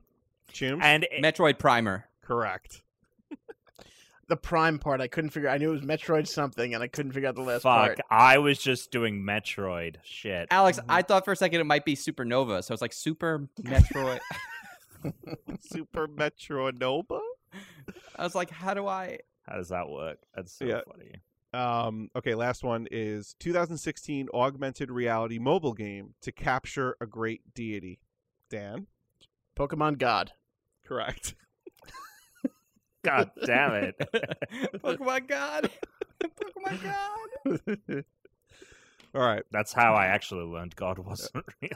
[SPEAKER 4] Chum?
[SPEAKER 6] And it-
[SPEAKER 1] Metroid Primer.
[SPEAKER 4] Correct.
[SPEAKER 3] The Prime part, I couldn't figure. I knew it was Metroid something, and I couldn't figure out the last
[SPEAKER 6] fuck,
[SPEAKER 3] part.
[SPEAKER 6] I was just doing Metroid shit.
[SPEAKER 1] Alex, I thought for a second it might be Supernova, so it's like Super Metroid.
[SPEAKER 4] Super Metronova?
[SPEAKER 1] I was like, how do I?
[SPEAKER 6] How does that work? That's so
[SPEAKER 4] Yeah.
[SPEAKER 6] funny.
[SPEAKER 4] Um, okay, last one is 2016 augmented reality mobile game to capture a great deity. Dan?
[SPEAKER 3] Pokemon God.
[SPEAKER 4] Correct.
[SPEAKER 6] God damn it!
[SPEAKER 1] Pokemon God. Pokemon God.
[SPEAKER 4] All right.
[SPEAKER 6] That's how I actually learned God wasn't real.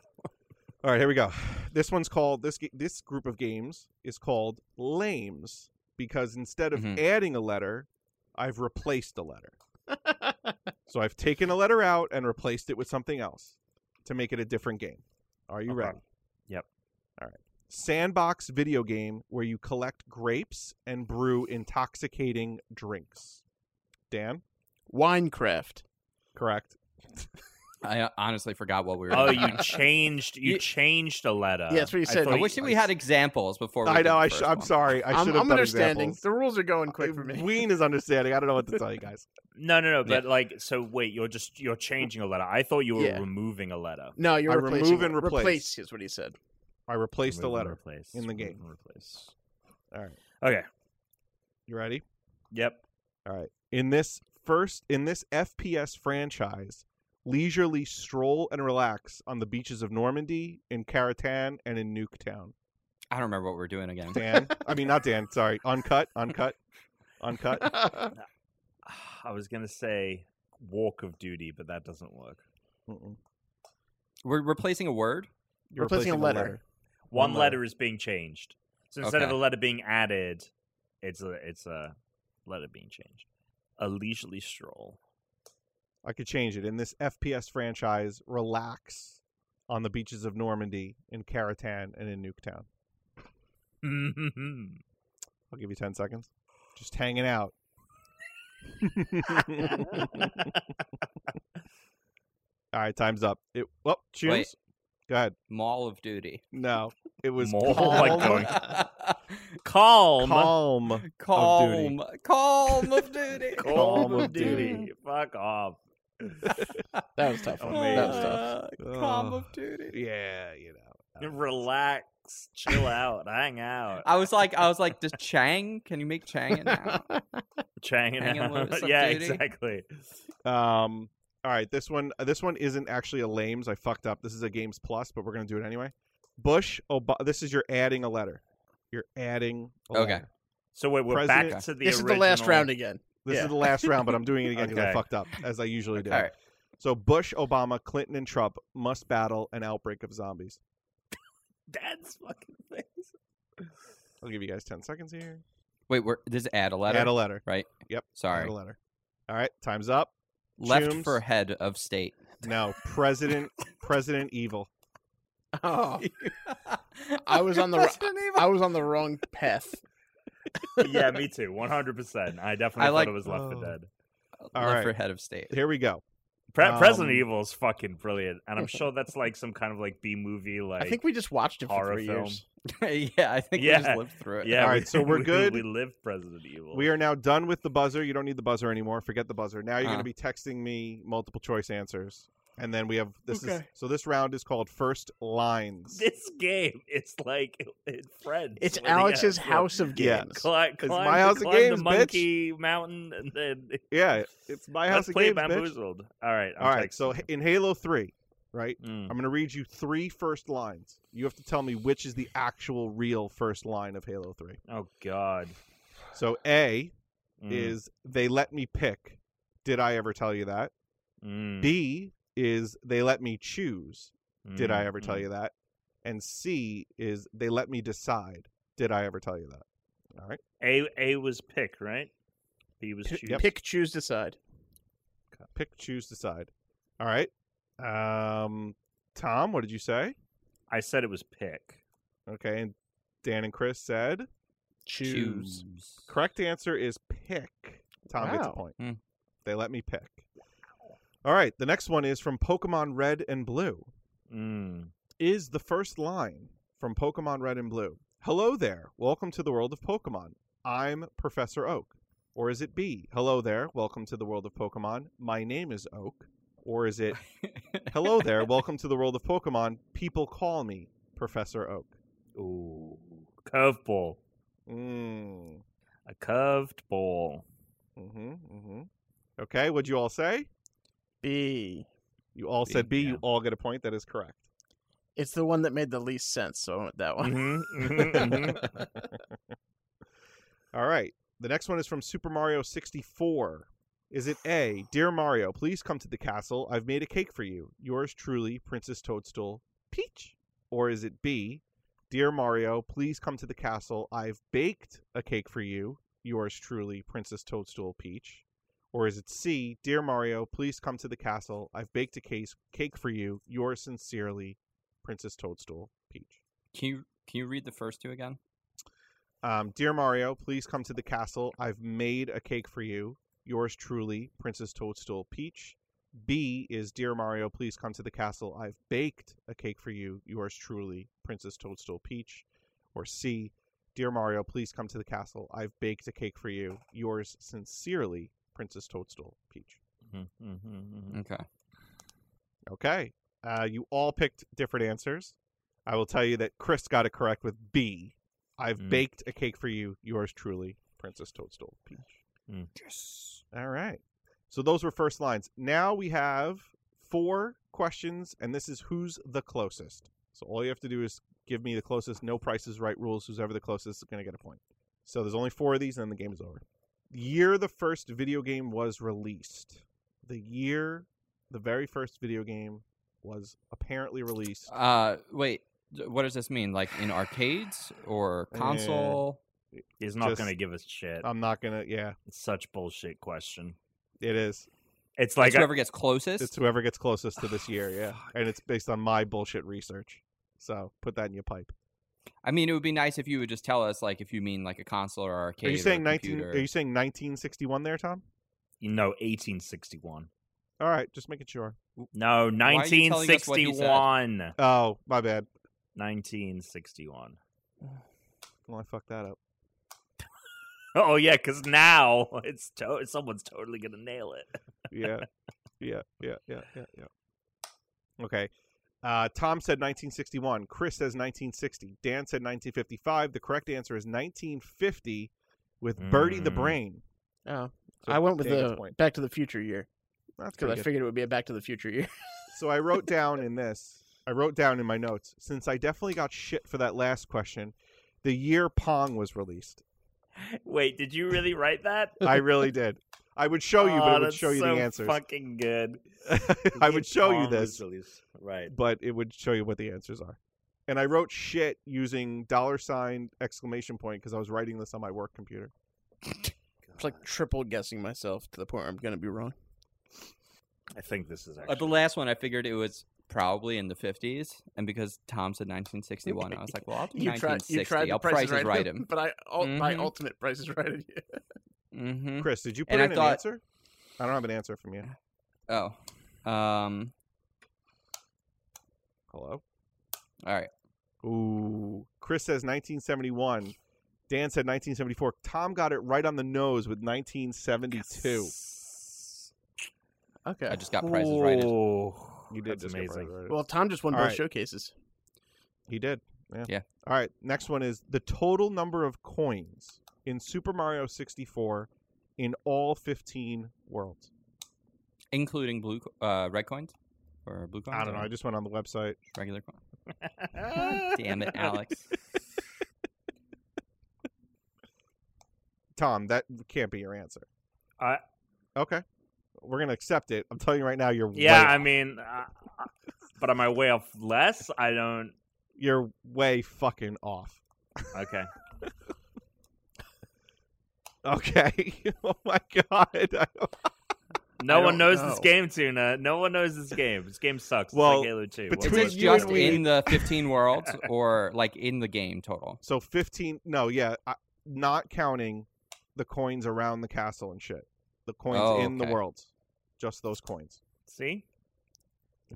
[SPEAKER 4] All right, here we go. This one's called this ga- this group of games is called lames because instead of
[SPEAKER 1] Mhm.
[SPEAKER 4] adding a letter, I've replaced a letter. so I've taken a letter out and replaced it with something else to make it a different game. Are you
[SPEAKER 6] Okay.
[SPEAKER 1] Uh-huh.
[SPEAKER 4] ready?
[SPEAKER 6] Yep.
[SPEAKER 4] All right. Sandbox video game where you collect grapes and brew intoxicating drinks. Dan,
[SPEAKER 3] Winecraft.
[SPEAKER 4] correct.
[SPEAKER 1] I honestly forgot what we were.
[SPEAKER 6] Oh,
[SPEAKER 1] doing.
[SPEAKER 6] you changed. You
[SPEAKER 1] You-
[SPEAKER 6] changed a letter.
[SPEAKER 3] Yeah, that's what you said.
[SPEAKER 6] thought
[SPEAKER 1] I
[SPEAKER 6] you-
[SPEAKER 1] wish that we had examples before. We
[SPEAKER 4] I
[SPEAKER 1] did
[SPEAKER 4] know.
[SPEAKER 1] the
[SPEAKER 4] I
[SPEAKER 1] first
[SPEAKER 4] sh- I'm
[SPEAKER 1] one.
[SPEAKER 4] sorry. I
[SPEAKER 3] I'm,
[SPEAKER 4] should have
[SPEAKER 3] I'm
[SPEAKER 4] done
[SPEAKER 3] understanding.
[SPEAKER 4] examples.
[SPEAKER 3] The rules are going quick for me.
[SPEAKER 4] Ween is understanding. I don't know what to tell you guys.
[SPEAKER 6] No, no, no.
[SPEAKER 1] Yeah.
[SPEAKER 6] But like, so wait, you're just you're changing a letter. I thought you were
[SPEAKER 3] Yeah.
[SPEAKER 6] removing a letter.
[SPEAKER 3] No, you're
[SPEAKER 4] I
[SPEAKER 3] replacing
[SPEAKER 4] remove and
[SPEAKER 3] it.
[SPEAKER 4] replace.
[SPEAKER 3] Replace is what he said.
[SPEAKER 4] I replaced the
[SPEAKER 6] Remove and
[SPEAKER 4] letter.
[SPEAKER 6] Replace
[SPEAKER 4] in the
[SPEAKER 6] remove
[SPEAKER 4] game.
[SPEAKER 6] and Replace.
[SPEAKER 4] All right.
[SPEAKER 6] Okay.
[SPEAKER 4] You ready?
[SPEAKER 6] Yep.
[SPEAKER 4] All right. In this first in this FPS franchise, leisurely stroll and relax on the beaches of Normandy, in Caratan, and in Nuketown.
[SPEAKER 1] I don't remember what we were doing again.
[SPEAKER 4] Dan, I mean not Dan, sorry. Uncut, uncut, uncut.
[SPEAKER 6] I was gonna say Walk of Duty, but that doesn't work.
[SPEAKER 4] Mm-mm.
[SPEAKER 1] We're replacing a word.
[SPEAKER 4] You're
[SPEAKER 3] Replacing a letter.
[SPEAKER 6] One,
[SPEAKER 4] One letter.
[SPEAKER 6] letter. is being changed, so instead of
[SPEAKER 1] Okay.
[SPEAKER 6] a letter being added, it's a it's a letter being changed. A leisurely stroll.
[SPEAKER 4] I could change it. In this FPS franchise, relax on the beaches of Normandy, in Caratan, and in Nuketown. I'll give you ten seconds. Just hanging out. All right, time's up. It well, choose. Go ahead.
[SPEAKER 1] Mall of Duty.
[SPEAKER 4] No, it was
[SPEAKER 6] Mall-
[SPEAKER 4] calm.
[SPEAKER 6] Oh my God. Calm.
[SPEAKER 4] Calm.
[SPEAKER 1] Calm. Calm of Duty.
[SPEAKER 6] Calm
[SPEAKER 4] of
[SPEAKER 6] of duty. Fuck off.
[SPEAKER 3] That was tough. One. That was tough.
[SPEAKER 1] Uh, Calm
[SPEAKER 4] Ugh.
[SPEAKER 1] of Duty.
[SPEAKER 4] Yeah, you know.
[SPEAKER 6] Relax. Chill out. hang out.
[SPEAKER 1] I was like, I was like, does Chang? Can you make Chang it now?
[SPEAKER 6] Changing
[SPEAKER 1] hanging
[SPEAKER 6] out.
[SPEAKER 1] loose of
[SPEAKER 6] yeah,
[SPEAKER 1] duty.
[SPEAKER 6] exactly.
[SPEAKER 4] Um, All right, this one uh, this one isn't actually a lames. I fucked up. This is a games plus, but we're gonna do it anyway. Bush Obama. This is you're adding a letter. You're adding. A
[SPEAKER 1] Okay.
[SPEAKER 4] letter.
[SPEAKER 6] So wait, we're
[SPEAKER 4] President-
[SPEAKER 6] back to the.
[SPEAKER 3] This is the last
[SPEAKER 6] original-
[SPEAKER 3] round again.
[SPEAKER 4] This
[SPEAKER 3] Yeah.
[SPEAKER 4] is the last round, but I'm doing it again because I
[SPEAKER 6] Okay.
[SPEAKER 4] fucked up as I usually do.
[SPEAKER 1] All right.
[SPEAKER 4] So Bush, Obama, Clinton, and Trump must battle an outbreak of zombies.
[SPEAKER 5] Dad's fucking face.
[SPEAKER 4] I'll give you guys ten seconds here.
[SPEAKER 1] Wait, we're, does it add a letter?
[SPEAKER 4] Add a letter.
[SPEAKER 1] Sorry.
[SPEAKER 4] Add a letter. All right, time's up.
[SPEAKER 1] Left
[SPEAKER 4] Chooms.
[SPEAKER 1] for head of state.
[SPEAKER 4] No, President President Evil.
[SPEAKER 3] Oh, I was on the r- I was on the wrong path.
[SPEAKER 6] yeah, me too. One hundred percent. I definitely
[SPEAKER 1] I
[SPEAKER 6] thought
[SPEAKER 1] like-
[SPEAKER 6] it was Left for
[SPEAKER 4] Oh.
[SPEAKER 6] Dead.
[SPEAKER 1] Left
[SPEAKER 4] All
[SPEAKER 1] for
[SPEAKER 4] right.
[SPEAKER 1] head of state.
[SPEAKER 4] Here we go.
[SPEAKER 6] Pre- President
[SPEAKER 4] Um,
[SPEAKER 6] Evil is fucking brilliant, and I'm sure that's like some kind of like B movie. Like
[SPEAKER 3] I think we just watched it for
[SPEAKER 6] horror
[SPEAKER 3] three
[SPEAKER 6] film.
[SPEAKER 3] years.
[SPEAKER 1] yeah, I think we
[SPEAKER 6] Yeah.
[SPEAKER 1] just lived through it.
[SPEAKER 6] yeah.
[SPEAKER 4] All
[SPEAKER 6] we-
[SPEAKER 4] right, so we're
[SPEAKER 6] we-
[SPEAKER 4] good.
[SPEAKER 6] We live President Evil.
[SPEAKER 4] We are now done with the buzzer. You don't need the buzzer anymore. Forget the buzzer. Now you're
[SPEAKER 1] Uh-huh.
[SPEAKER 4] going to be texting me multiple choice answers, and then we have this is so this round is called first lines.
[SPEAKER 6] This game, it's like in Friends.
[SPEAKER 3] It's
[SPEAKER 6] where they
[SPEAKER 3] Alex's
[SPEAKER 6] have, like,
[SPEAKER 3] house of
[SPEAKER 4] Yeah.
[SPEAKER 3] games.
[SPEAKER 6] Climb,
[SPEAKER 4] It's
[SPEAKER 6] climb
[SPEAKER 4] my
[SPEAKER 6] the-
[SPEAKER 4] house of
[SPEAKER 6] climb the
[SPEAKER 4] games, bitch.
[SPEAKER 6] monkey mountain, and then
[SPEAKER 4] yeah, it's my
[SPEAKER 6] let's
[SPEAKER 4] house of
[SPEAKER 6] play
[SPEAKER 4] games, bitch.
[SPEAKER 6] bamboozled. All right, I'm
[SPEAKER 4] All right, so
[SPEAKER 6] texting
[SPEAKER 4] in Halo Three, right?
[SPEAKER 6] you. Mm.
[SPEAKER 4] I'm going to read you three first lines. You have to tell me which is the actual real first line of Halo Three.
[SPEAKER 6] oh God,
[SPEAKER 4] So A
[SPEAKER 6] Mm,
[SPEAKER 4] is they let me pick. Did I ever tell you that?
[SPEAKER 1] Mm-hmm.
[SPEAKER 6] mm,
[SPEAKER 4] B is they let me choose. Did I
[SPEAKER 6] mm,
[SPEAKER 4] ever tell
[SPEAKER 6] mm.
[SPEAKER 4] you that? And C is they let me decide. Did I ever tell you that? All right.
[SPEAKER 1] Mm-hmm.
[SPEAKER 6] A A was pick, right? B was
[SPEAKER 3] P-
[SPEAKER 6] choose.
[SPEAKER 3] Pick, choose, decide.
[SPEAKER 4] Pick, choose, decide. All right. Um, Tom, what did you say?
[SPEAKER 6] I said it was pick.
[SPEAKER 4] Okay. And Dan and Chris said
[SPEAKER 1] Choose.
[SPEAKER 4] correct answer is pick. Tom gets a
[SPEAKER 3] Wow.
[SPEAKER 4] point.
[SPEAKER 1] Hmm.
[SPEAKER 4] They let me pick. All right. The next one is from Pokemon Red and Blue.
[SPEAKER 6] Mm.
[SPEAKER 4] is the first line from Pokemon Red and Blue. Hello there. Welcome to the world of Pokemon. I'm Professor Oak. Or is it B? Hello there. Welcome to the world of Pokemon. My name is Oak. Or is it Hello there. Welcome to the world of Pokemon. People call me Professor Oak.
[SPEAKER 6] Ooh, curved ball.
[SPEAKER 4] Mm.
[SPEAKER 6] A curved ball.
[SPEAKER 4] Mhm. Mhm. Okay, what'd you all say?
[SPEAKER 3] B.
[SPEAKER 4] You all said B.
[SPEAKER 6] B, yeah.
[SPEAKER 4] You all get a point. That is correct.
[SPEAKER 3] It's the one that made the least sense, so I went with that one.
[SPEAKER 6] Mhm, mhm, mhm.
[SPEAKER 1] Mm-hmm.
[SPEAKER 4] All right. The next one is from Super Mario 64. Is it A, Dear Mario, please come to the castle. I've made a cake for you. Yours truly, Princess Toadstool Peach. Or is it B, Dear Mario, please come to the castle. I've baked a cake for you. Yours truly, Princess Toadstool Peach. Or is it C, Dear Mario, please come to the castle. I've baked a case, cake for you. Yours sincerely, Princess Toadstool Peach.
[SPEAKER 1] Can you can you read the first two again?
[SPEAKER 4] Um, Dear Mario, please come to the castle. I've made a cake for you. Yours truly, Princess Toadstool Peach. B is Dear Mario, please come to the castle. I've baked a cake for you. Yours truly, Princess Toadstool Peach. Or C, Dear Mario, please come to the castle. I've baked a cake for you. Yours sincerely, Princess Toadstool Peach.
[SPEAKER 1] Mm-hmm.
[SPEAKER 6] Mhm, mhm, mhm.
[SPEAKER 1] Okay.
[SPEAKER 4] Okay. Uh, you all picked different answers. I will tell you that Chris got it correct with B. I've
[SPEAKER 6] Mm.
[SPEAKER 4] baked a cake for you. Yours truly, Princess Toadstool Peach.
[SPEAKER 6] Mm.
[SPEAKER 4] Yes. All right. So those were first lines. Now we have four questions, and this is who's the closest. So all you have to do is give me the closest, no prices, right rules. Who's ever the closest is going to get a point. So there's only four of these, and then the game is over. The year the first video game was released. The year the very first video game was apparently released.
[SPEAKER 1] Uh, wait. d- What does this mean? Like in arcades or
[SPEAKER 4] Uh,
[SPEAKER 1] console?
[SPEAKER 6] He's not
[SPEAKER 4] Just- um
[SPEAKER 6] gonna give us shit.
[SPEAKER 4] I'm not gonna. Yeah,
[SPEAKER 6] it's such bullshit question.
[SPEAKER 4] it is.
[SPEAKER 6] It's
[SPEAKER 1] Like
[SPEAKER 6] like
[SPEAKER 1] whoever gets closest.
[SPEAKER 4] It's whoever gets closest to this year. Yeah,
[SPEAKER 6] Fuck.
[SPEAKER 4] and it's based on my bullshit research. So put that in your pipe.
[SPEAKER 1] I mean, it would be nice if you would just tell us, like, if you mean like a console or arcade.
[SPEAKER 4] Are you
[SPEAKER 1] or
[SPEAKER 4] saying
[SPEAKER 1] a
[SPEAKER 4] 19?
[SPEAKER 1] computer.
[SPEAKER 4] Are you saying 1961 there, Tom?
[SPEAKER 6] you know 1861.
[SPEAKER 4] All right, just making sure.
[SPEAKER 6] No,
[SPEAKER 1] are you telling us what he said?
[SPEAKER 6] 1961.
[SPEAKER 4] Oh, my bad.
[SPEAKER 6] 1961.
[SPEAKER 4] Well, I fucked that up.
[SPEAKER 6] Oh yeah, because now it's to- someone's totally gonna nail it.
[SPEAKER 4] Yeah, yeah, yeah, yeah, yeah, yeah. Okay. Uh, Tom said 1961. Chris says 1960. Dan said 1955. The correct answer is 1950 with Birdie the
[SPEAKER 6] Mm.
[SPEAKER 4] Brain.
[SPEAKER 3] Oh,
[SPEAKER 4] So
[SPEAKER 3] I went with
[SPEAKER 4] Dan gets a
[SPEAKER 3] the
[SPEAKER 4] point.
[SPEAKER 3] Back to the Future year.
[SPEAKER 4] That's
[SPEAKER 3] because
[SPEAKER 4] pretty
[SPEAKER 3] I
[SPEAKER 4] good.
[SPEAKER 3] figured it would be a Back to the Future year.
[SPEAKER 4] So I wrote down in this, I wrote down in my notes, since I definitely got shit for that last question, the year Pong was released.
[SPEAKER 6] Wait, did you really write that?
[SPEAKER 4] I really did. I would show you, but
[SPEAKER 6] Oh,
[SPEAKER 4] it would
[SPEAKER 6] that's
[SPEAKER 4] show you
[SPEAKER 6] so
[SPEAKER 4] the answers.
[SPEAKER 6] Fucking good.
[SPEAKER 4] I would show you
[SPEAKER 6] Pong was
[SPEAKER 4] this,
[SPEAKER 6] released. Right.
[SPEAKER 4] but it would show you what the answers are. And I wrote shit using dollar sign exclamation point because I was writing this on my work computer.
[SPEAKER 3] It's
[SPEAKER 4] Uh,
[SPEAKER 3] like triple guessing myself to the point where I'm gonna be wrong.
[SPEAKER 6] I think this is
[SPEAKER 1] At the
[SPEAKER 6] actually.
[SPEAKER 1] last one, I figured it was probably in the 50s, and because Tom said 1961, I was like, well, I'll do 1960. I'll price is right him.
[SPEAKER 3] but I ul-
[SPEAKER 1] Mhm.
[SPEAKER 3] my
[SPEAKER 4] Mm-hmm.
[SPEAKER 3] ultimate price is right at you.
[SPEAKER 1] Mm-hmm.
[SPEAKER 4] Chris, did you put
[SPEAKER 1] And I
[SPEAKER 4] in an
[SPEAKER 1] thought-
[SPEAKER 4] answer? I don't have an answer from you.
[SPEAKER 1] Oh. Um.
[SPEAKER 4] Hello?
[SPEAKER 1] All right.
[SPEAKER 4] Ooh. Chris says 1971. Dan said 1974. Tom got it right on the nose with 1972.
[SPEAKER 3] Okay.
[SPEAKER 1] I just got prices right. As-
[SPEAKER 6] Oh,
[SPEAKER 4] You did
[SPEAKER 6] that's
[SPEAKER 4] just get
[SPEAKER 6] amazing.
[SPEAKER 4] prices right.
[SPEAKER 3] well, Tom just won
[SPEAKER 4] All
[SPEAKER 3] both
[SPEAKER 4] right.
[SPEAKER 3] showcases.
[SPEAKER 4] He did. Yeah.
[SPEAKER 1] Yeah.
[SPEAKER 4] All right. Next one is the total number of coins in Super Mario 64 in all 15 worlds.
[SPEAKER 1] including blue, co- uh, red coins or blue coins.
[SPEAKER 4] I don't know.
[SPEAKER 1] or
[SPEAKER 4] I just went on the website.
[SPEAKER 1] regular coins. God damn it, Alex.
[SPEAKER 4] Tom, that can't be your answer.
[SPEAKER 6] I-
[SPEAKER 4] Okay. We're gonna accept it. I'm telling you right now, you're
[SPEAKER 6] Yeah,
[SPEAKER 4] way
[SPEAKER 6] I
[SPEAKER 4] off.
[SPEAKER 6] mean, uh, but am I way off less? I don't.
[SPEAKER 4] you're way fucking off.
[SPEAKER 6] Okay.
[SPEAKER 4] Okay. oh my god. I don't-
[SPEAKER 6] No
[SPEAKER 3] I
[SPEAKER 6] one
[SPEAKER 3] don't
[SPEAKER 6] knows this
[SPEAKER 3] know.
[SPEAKER 6] game, Tuna. No one knows this game. This game sucks.
[SPEAKER 4] Well,
[SPEAKER 6] it's like Halo Two.
[SPEAKER 1] Is it
[SPEAKER 4] between
[SPEAKER 6] What-
[SPEAKER 4] Between you
[SPEAKER 1] just
[SPEAKER 4] and we-
[SPEAKER 1] in the 15 worlds or like in the game total?
[SPEAKER 4] So 15. No, yeah, I, not counting the coins around the castle and shit. The coins
[SPEAKER 1] Oh,
[SPEAKER 4] in the
[SPEAKER 1] okay.
[SPEAKER 4] worlds, just those coins.
[SPEAKER 6] See,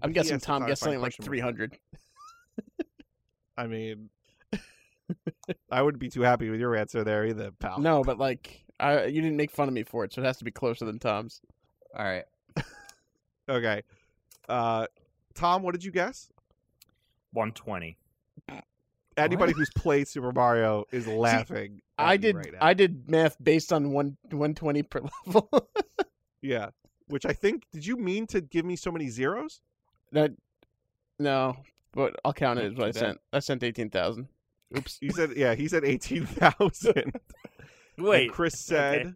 [SPEAKER 3] I'm
[SPEAKER 4] He
[SPEAKER 3] guessing
[SPEAKER 4] asked if
[SPEAKER 3] Tom
[SPEAKER 4] I
[SPEAKER 3] guessed
[SPEAKER 4] find
[SPEAKER 3] something like
[SPEAKER 4] question mark.
[SPEAKER 3] 300.
[SPEAKER 4] I mean, I wouldn't be too happy with your answer there either, pal.
[SPEAKER 3] No, but like I, you didn't make fun of me for it, so it has to be closer than Tom's.
[SPEAKER 1] All right.
[SPEAKER 4] Okay. Uh, Tom, what did you guess?
[SPEAKER 6] 120.
[SPEAKER 4] Anybody who's played Super Mario is laughing. at
[SPEAKER 3] I
[SPEAKER 4] you
[SPEAKER 3] did
[SPEAKER 4] Right now.
[SPEAKER 3] I did math based on one 120 per level.
[SPEAKER 4] Yeah. Which I think. Did you mean to give me so many zeros?
[SPEAKER 3] that no, but I'll count it as what I
[SPEAKER 1] Too bad.
[SPEAKER 3] sent. I sent 18,000. Oops.
[SPEAKER 4] He said. Yeah. He said eighteen thousand.
[SPEAKER 6] Wait,
[SPEAKER 4] Chris said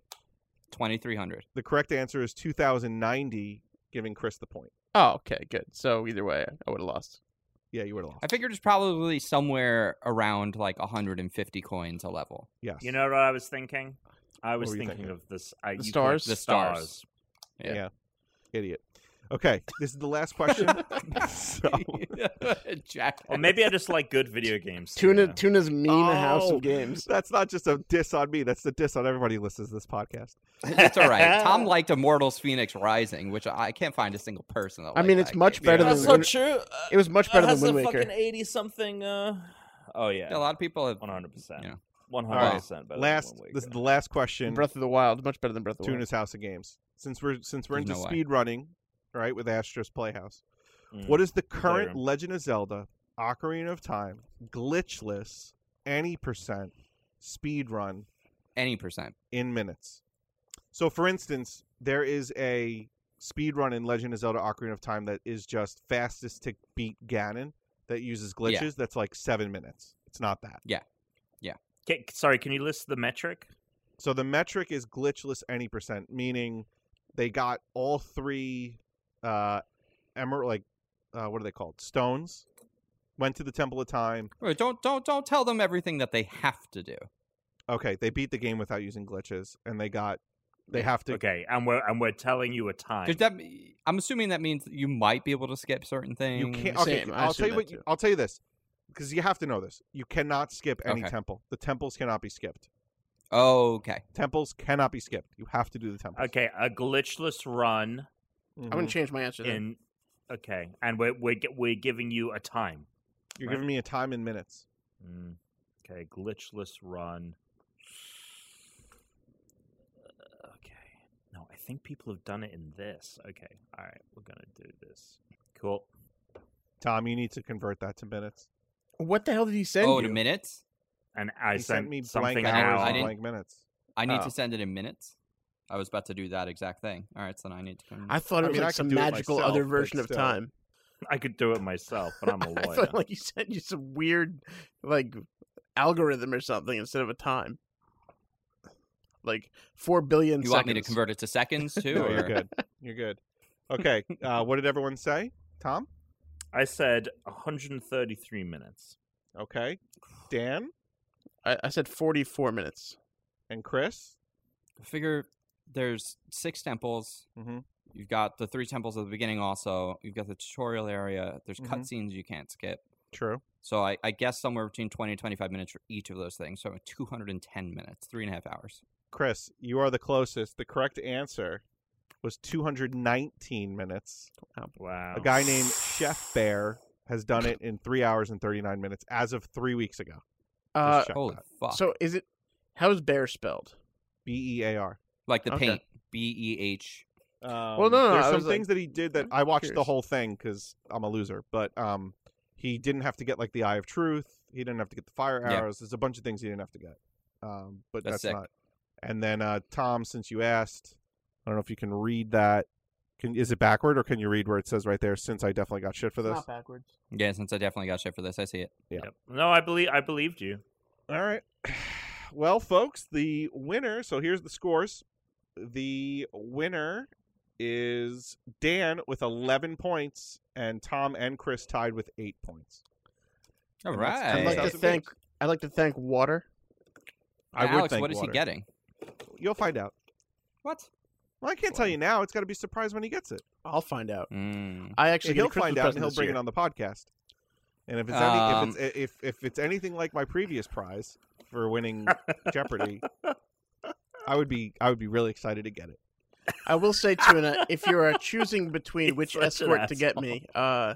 [SPEAKER 1] 2300.
[SPEAKER 4] the correct answer is two thousand ninety, giving Chris the point.
[SPEAKER 3] Oh, okay, good. So either way, I would have lost.
[SPEAKER 4] Yeah, you would have lost.
[SPEAKER 1] I figured it's probably somewhere around like 150 coins a level.
[SPEAKER 4] Yes.
[SPEAKER 6] you know what I was thinking? I was
[SPEAKER 4] were you
[SPEAKER 6] thinking,
[SPEAKER 4] thinking?
[SPEAKER 6] of this. I,
[SPEAKER 3] The
[SPEAKER 6] you
[SPEAKER 3] stars?
[SPEAKER 6] collect
[SPEAKER 1] The stars.
[SPEAKER 4] yeah.
[SPEAKER 1] Yeah.
[SPEAKER 4] Idiot. Okay, this is the last question. so,
[SPEAKER 1] Jack.
[SPEAKER 6] Or maybe I just like good video games.
[SPEAKER 3] Tuna
[SPEAKER 6] Tuna.
[SPEAKER 3] Tuna's mean house
[SPEAKER 4] Oh.
[SPEAKER 3] of games.
[SPEAKER 4] that's not just a diss on me. That's a diss on everybody who listens to this podcast.
[SPEAKER 1] it's all right. Tom liked Immortals Phoenix Rising, which I can't find a single person. That
[SPEAKER 3] I mean,
[SPEAKER 1] liked
[SPEAKER 3] it's
[SPEAKER 1] that
[SPEAKER 3] much
[SPEAKER 1] game.
[SPEAKER 3] better
[SPEAKER 5] That's
[SPEAKER 3] than
[SPEAKER 5] not
[SPEAKER 3] Wind-
[SPEAKER 5] true. Uh,
[SPEAKER 3] It was much better
[SPEAKER 5] it
[SPEAKER 3] than
[SPEAKER 5] has
[SPEAKER 3] Wind
[SPEAKER 5] a
[SPEAKER 3] Waker.
[SPEAKER 5] fucking eighty something. Uh,
[SPEAKER 6] Oh yeah,
[SPEAKER 1] A lot of people have.
[SPEAKER 6] 100. percent
[SPEAKER 1] Yeah.
[SPEAKER 6] 100. percent better. than
[SPEAKER 4] Last,
[SPEAKER 6] one week
[SPEAKER 4] this is
[SPEAKER 6] ago.
[SPEAKER 4] the last question.
[SPEAKER 3] Breath of the Wild, much better than Breath of the Wild.
[SPEAKER 4] Tuna's House of Games. Since we're since we're
[SPEAKER 1] There's
[SPEAKER 4] into
[SPEAKER 1] no way.
[SPEAKER 4] speed running, right? With Astro's Playhouse.
[SPEAKER 6] Mm.
[SPEAKER 4] What is the current
[SPEAKER 6] room.
[SPEAKER 4] Legend of Zelda: Ocarina of Time glitchless any percent speed run
[SPEAKER 1] Any percent.
[SPEAKER 4] in minutes. So, for instance, there is a speed run in Legend of Zelda: Ocarina of Time that is just fastest to beat Ganon that uses glitches.
[SPEAKER 1] Yeah.
[SPEAKER 4] That's like seven minutes. It's not that.
[SPEAKER 6] Ca- sorry, can you list the metric?
[SPEAKER 4] So the metric is glitchless any percent, meaning they got all three uh, emerald like uh, what are they called stones. Went to the Temple of Time.
[SPEAKER 1] Wait, Don't don't don't tell them everything that they have to do.
[SPEAKER 4] Okay, they beat the game without using glitches, and they got they have to.
[SPEAKER 6] Okay, and we're and we're telling you a time.
[SPEAKER 1] Because that, I'm assuming that means that you might be able to skip certain things.
[SPEAKER 4] You can't. Okay,
[SPEAKER 3] Same, I
[SPEAKER 4] I'll
[SPEAKER 3] assume
[SPEAKER 4] tell you
[SPEAKER 3] that
[SPEAKER 4] what. You,
[SPEAKER 3] too.
[SPEAKER 4] I'll tell you this because you have to know this. You cannot skip any
[SPEAKER 1] Okay.
[SPEAKER 4] temple. The temples cannot be skipped.
[SPEAKER 1] Oh, Okay.
[SPEAKER 4] Temples cannot be skipped. You have to do the temples.
[SPEAKER 6] Okay, a glitchless run
[SPEAKER 4] Mhm.
[SPEAKER 3] I'm gonna change my answer. Then.
[SPEAKER 6] in. Okay, and we're we're gi- we're giving you a time.
[SPEAKER 4] You're
[SPEAKER 6] right.
[SPEAKER 4] giving me a time in minutes.
[SPEAKER 6] Mm. Okay, glitchless run. Uh, Okay. No, I think people have done it in this. Okay. All right, we're gonna do this. Cool.
[SPEAKER 4] Tom, you need to convert that to minutes.
[SPEAKER 3] What the hell did he send
[SPEAKER 1] oh,
[SPEAKER 3] you?
[SPEAKER 1] in minutes.
[SPEAKER 6] And I
[SPEAKER 4] he
[SPEAKER 6] sent,
[SPEAKER 4] sent me blank
[SPEAKER 6] something
[SPEAKER 4] hours,
[SPEAKER 1] I
[SPEAKER 6] out.
[SPEAKER 4] and
[SPEAKER 1] didn't-
[SPEAKER 4] blank minutes.
[SPEAKER 1] I need
[SPEAKER 3] Oh.
[SPEAKER 1] to send it in minutes. I was about to do that exact thing. All right, so then I need to come.
[SPEAKER 3] I thought
[SPEAKER 4] I
[SPEAKER 3] it was
[SPEAKER 4] mean, I
[SPEAKER 3] like
[SPEAKER 4] could
[SPEAKER 3] some
[SPEAKER 4] do it
[SPEAKER 3] magical
[SPEAKER 4] myself,
[SPEAKER 3] other
[SPEAKER 4] but
[SPEAKER 3] version of
[SPEAKER 4] still.
[SPEAKER 3] time.
[SPEAKER 6] I could do it myself, but I'm a
[SPEAKER 3] I
[SPEAKER 6] lawyer.
[SPEAKER 3] felt like you sent you some weird like algorithm or something instead of a time. Like four billion.
[SPEAKER 1] you want me to
[SPEAKER 3] seconds.
[SPEAKER 1] convert it to seconds too?
[SPEAKER 4] No, you're
[SPEAKER 1] or-
[SPEAKER 4] good. You're good. Okay. Uh, what did everyone say? Tom?
[SPEAKER 6] I said 133 minutes.
[SPEAKER 4] Okay. Dan
[SPEAKER 3] I, I said forty-four minutes.
[SPEAKER 4] and Chris?
[SPEAKER 1] I figure there's six temples.
[SPEAKER 4] Mhm.
[SPEAKER 1] You've got the three temples at the beginning. Also, you've got the tutorial area. There's
[SPEAKER 4] Mhm.
[SPEAKER 1] cutscenes you can't skip.
[SPEAKER 4] True.
[SPEAKER 1] So I, I guess somewhere between 20 and 25 minutes for each of those things. So 210 minutes, three and a half hours.
[SPEAKER 4] Chris, you are the closest. The correct answer was 219 minutes.
[SPEAKER 6] Wow.
[SPEAKER 4] A guy named Chef Bear has done it in three hours and 39 minutes as of three weeks ago.
[SPEAKER 3] Uh,
[SPEAKER 4] check
[SPEAKER 1] Holy
[SPEAKER 4] that.
[SPEAKER 1] fuck.
[SPEAKER 3] so is it? How's bear spelled?
[SPEAKER 4] B E A R.
[SPEAKER 1] like the
[SPEAKER 3] okay.
[SPEAKER 1] paint, B E H.
[SPEAKER 4] Um,
[SPEAKER 3] no, no,
[SPEAKER 4] there's
[SPEAKER 3] I
[SPEAKER 4] some
[SPEAKER 3] was, like,
[SPEAKER 4] things that he did that I watched the
[SPEAKER 3] curious.
[SPEAKER 4] whole thing because I'm a loser. But um, he didn't have to get like the Eye of Truth. He didn't have to get the fire
[SPEAKER 1] Yeah.
[SPEAKER 4] arrows. There's a bunch of things he didn't have to get. Um, but
[SPEAKER 1] That's
[SPEAKER 4] that's,
[SPEAKER 1] sick.
[SPEAKER 4] not. And then uh, Tom, since you asked, I don't know if you can read that. Can is it backward or can you read where it says right there? Since I definitely got shit for this.
[SPEAKER 3] backwards.
[SPEAKER 1] Yeah, since I definitely got shit for this, I see it.
[SPEAKER 6] Yep. No, I believe I believed you.
[SPEAKER 4] All right. Well, folks, the winner. So here's the scores. The winner is Dan with 11 points, and Tom and Chris tied with eight points.
[SPEAKER 1] All
[SPEAKER 4] And that's-
[SPEAKER 3] I'd
[SPEAKER 4] Hey.
[SPEAKER 1] right.
[SPEAKER 3] like to
[SPEAKER 4] Sounds
[SPEAKER 3] thank. I'd like to thank water.
[SPEAKER 4] I would
[SPEAKER 1] Alex,
[SPEAKER 4] thank
[SPEAKER 1] what is
[SPEAKER 4] water.
[SPEAKER 1] he getting?
[SPEAKER 4] You'll find out.
[SPEAKER 1] What?
[SPEAKER 4] Well, I can't tell you now. It's got to be a surprise when he gets it.
[SPEAKER 3] I'll find out.
[SPEAKER 1] Mm.
[SPEAKER 3] I actually
[SPEAKER 4] he'll
[SPEAKER 3] get a Christmas
[SPEAKER 4] find out and
[SPEAKER 3] present
[SPEAKER 4] he'll
[SPEAKER 3] this
[SPEAKER 4] bring
[SPEAKER 3] year.
[SPEAKER 4] it on the podcast. And if it's,
[SPEAKER 1] Um,
[SPEAKER 4] any, if, it's if if it's anything like my previous prize for winning Jeopardy, I would be I would be really excited to get it.
[SPEAKER 3] I will say too, and uh, if you are choosing between
[SPEAKER 6] He's
[SPEAKER 3] which
[SPEAKER 6] such an
[SPEAKER 3] escort to get
[SPEAKER 6] asshole.
[SPEAKER 3] me, uh,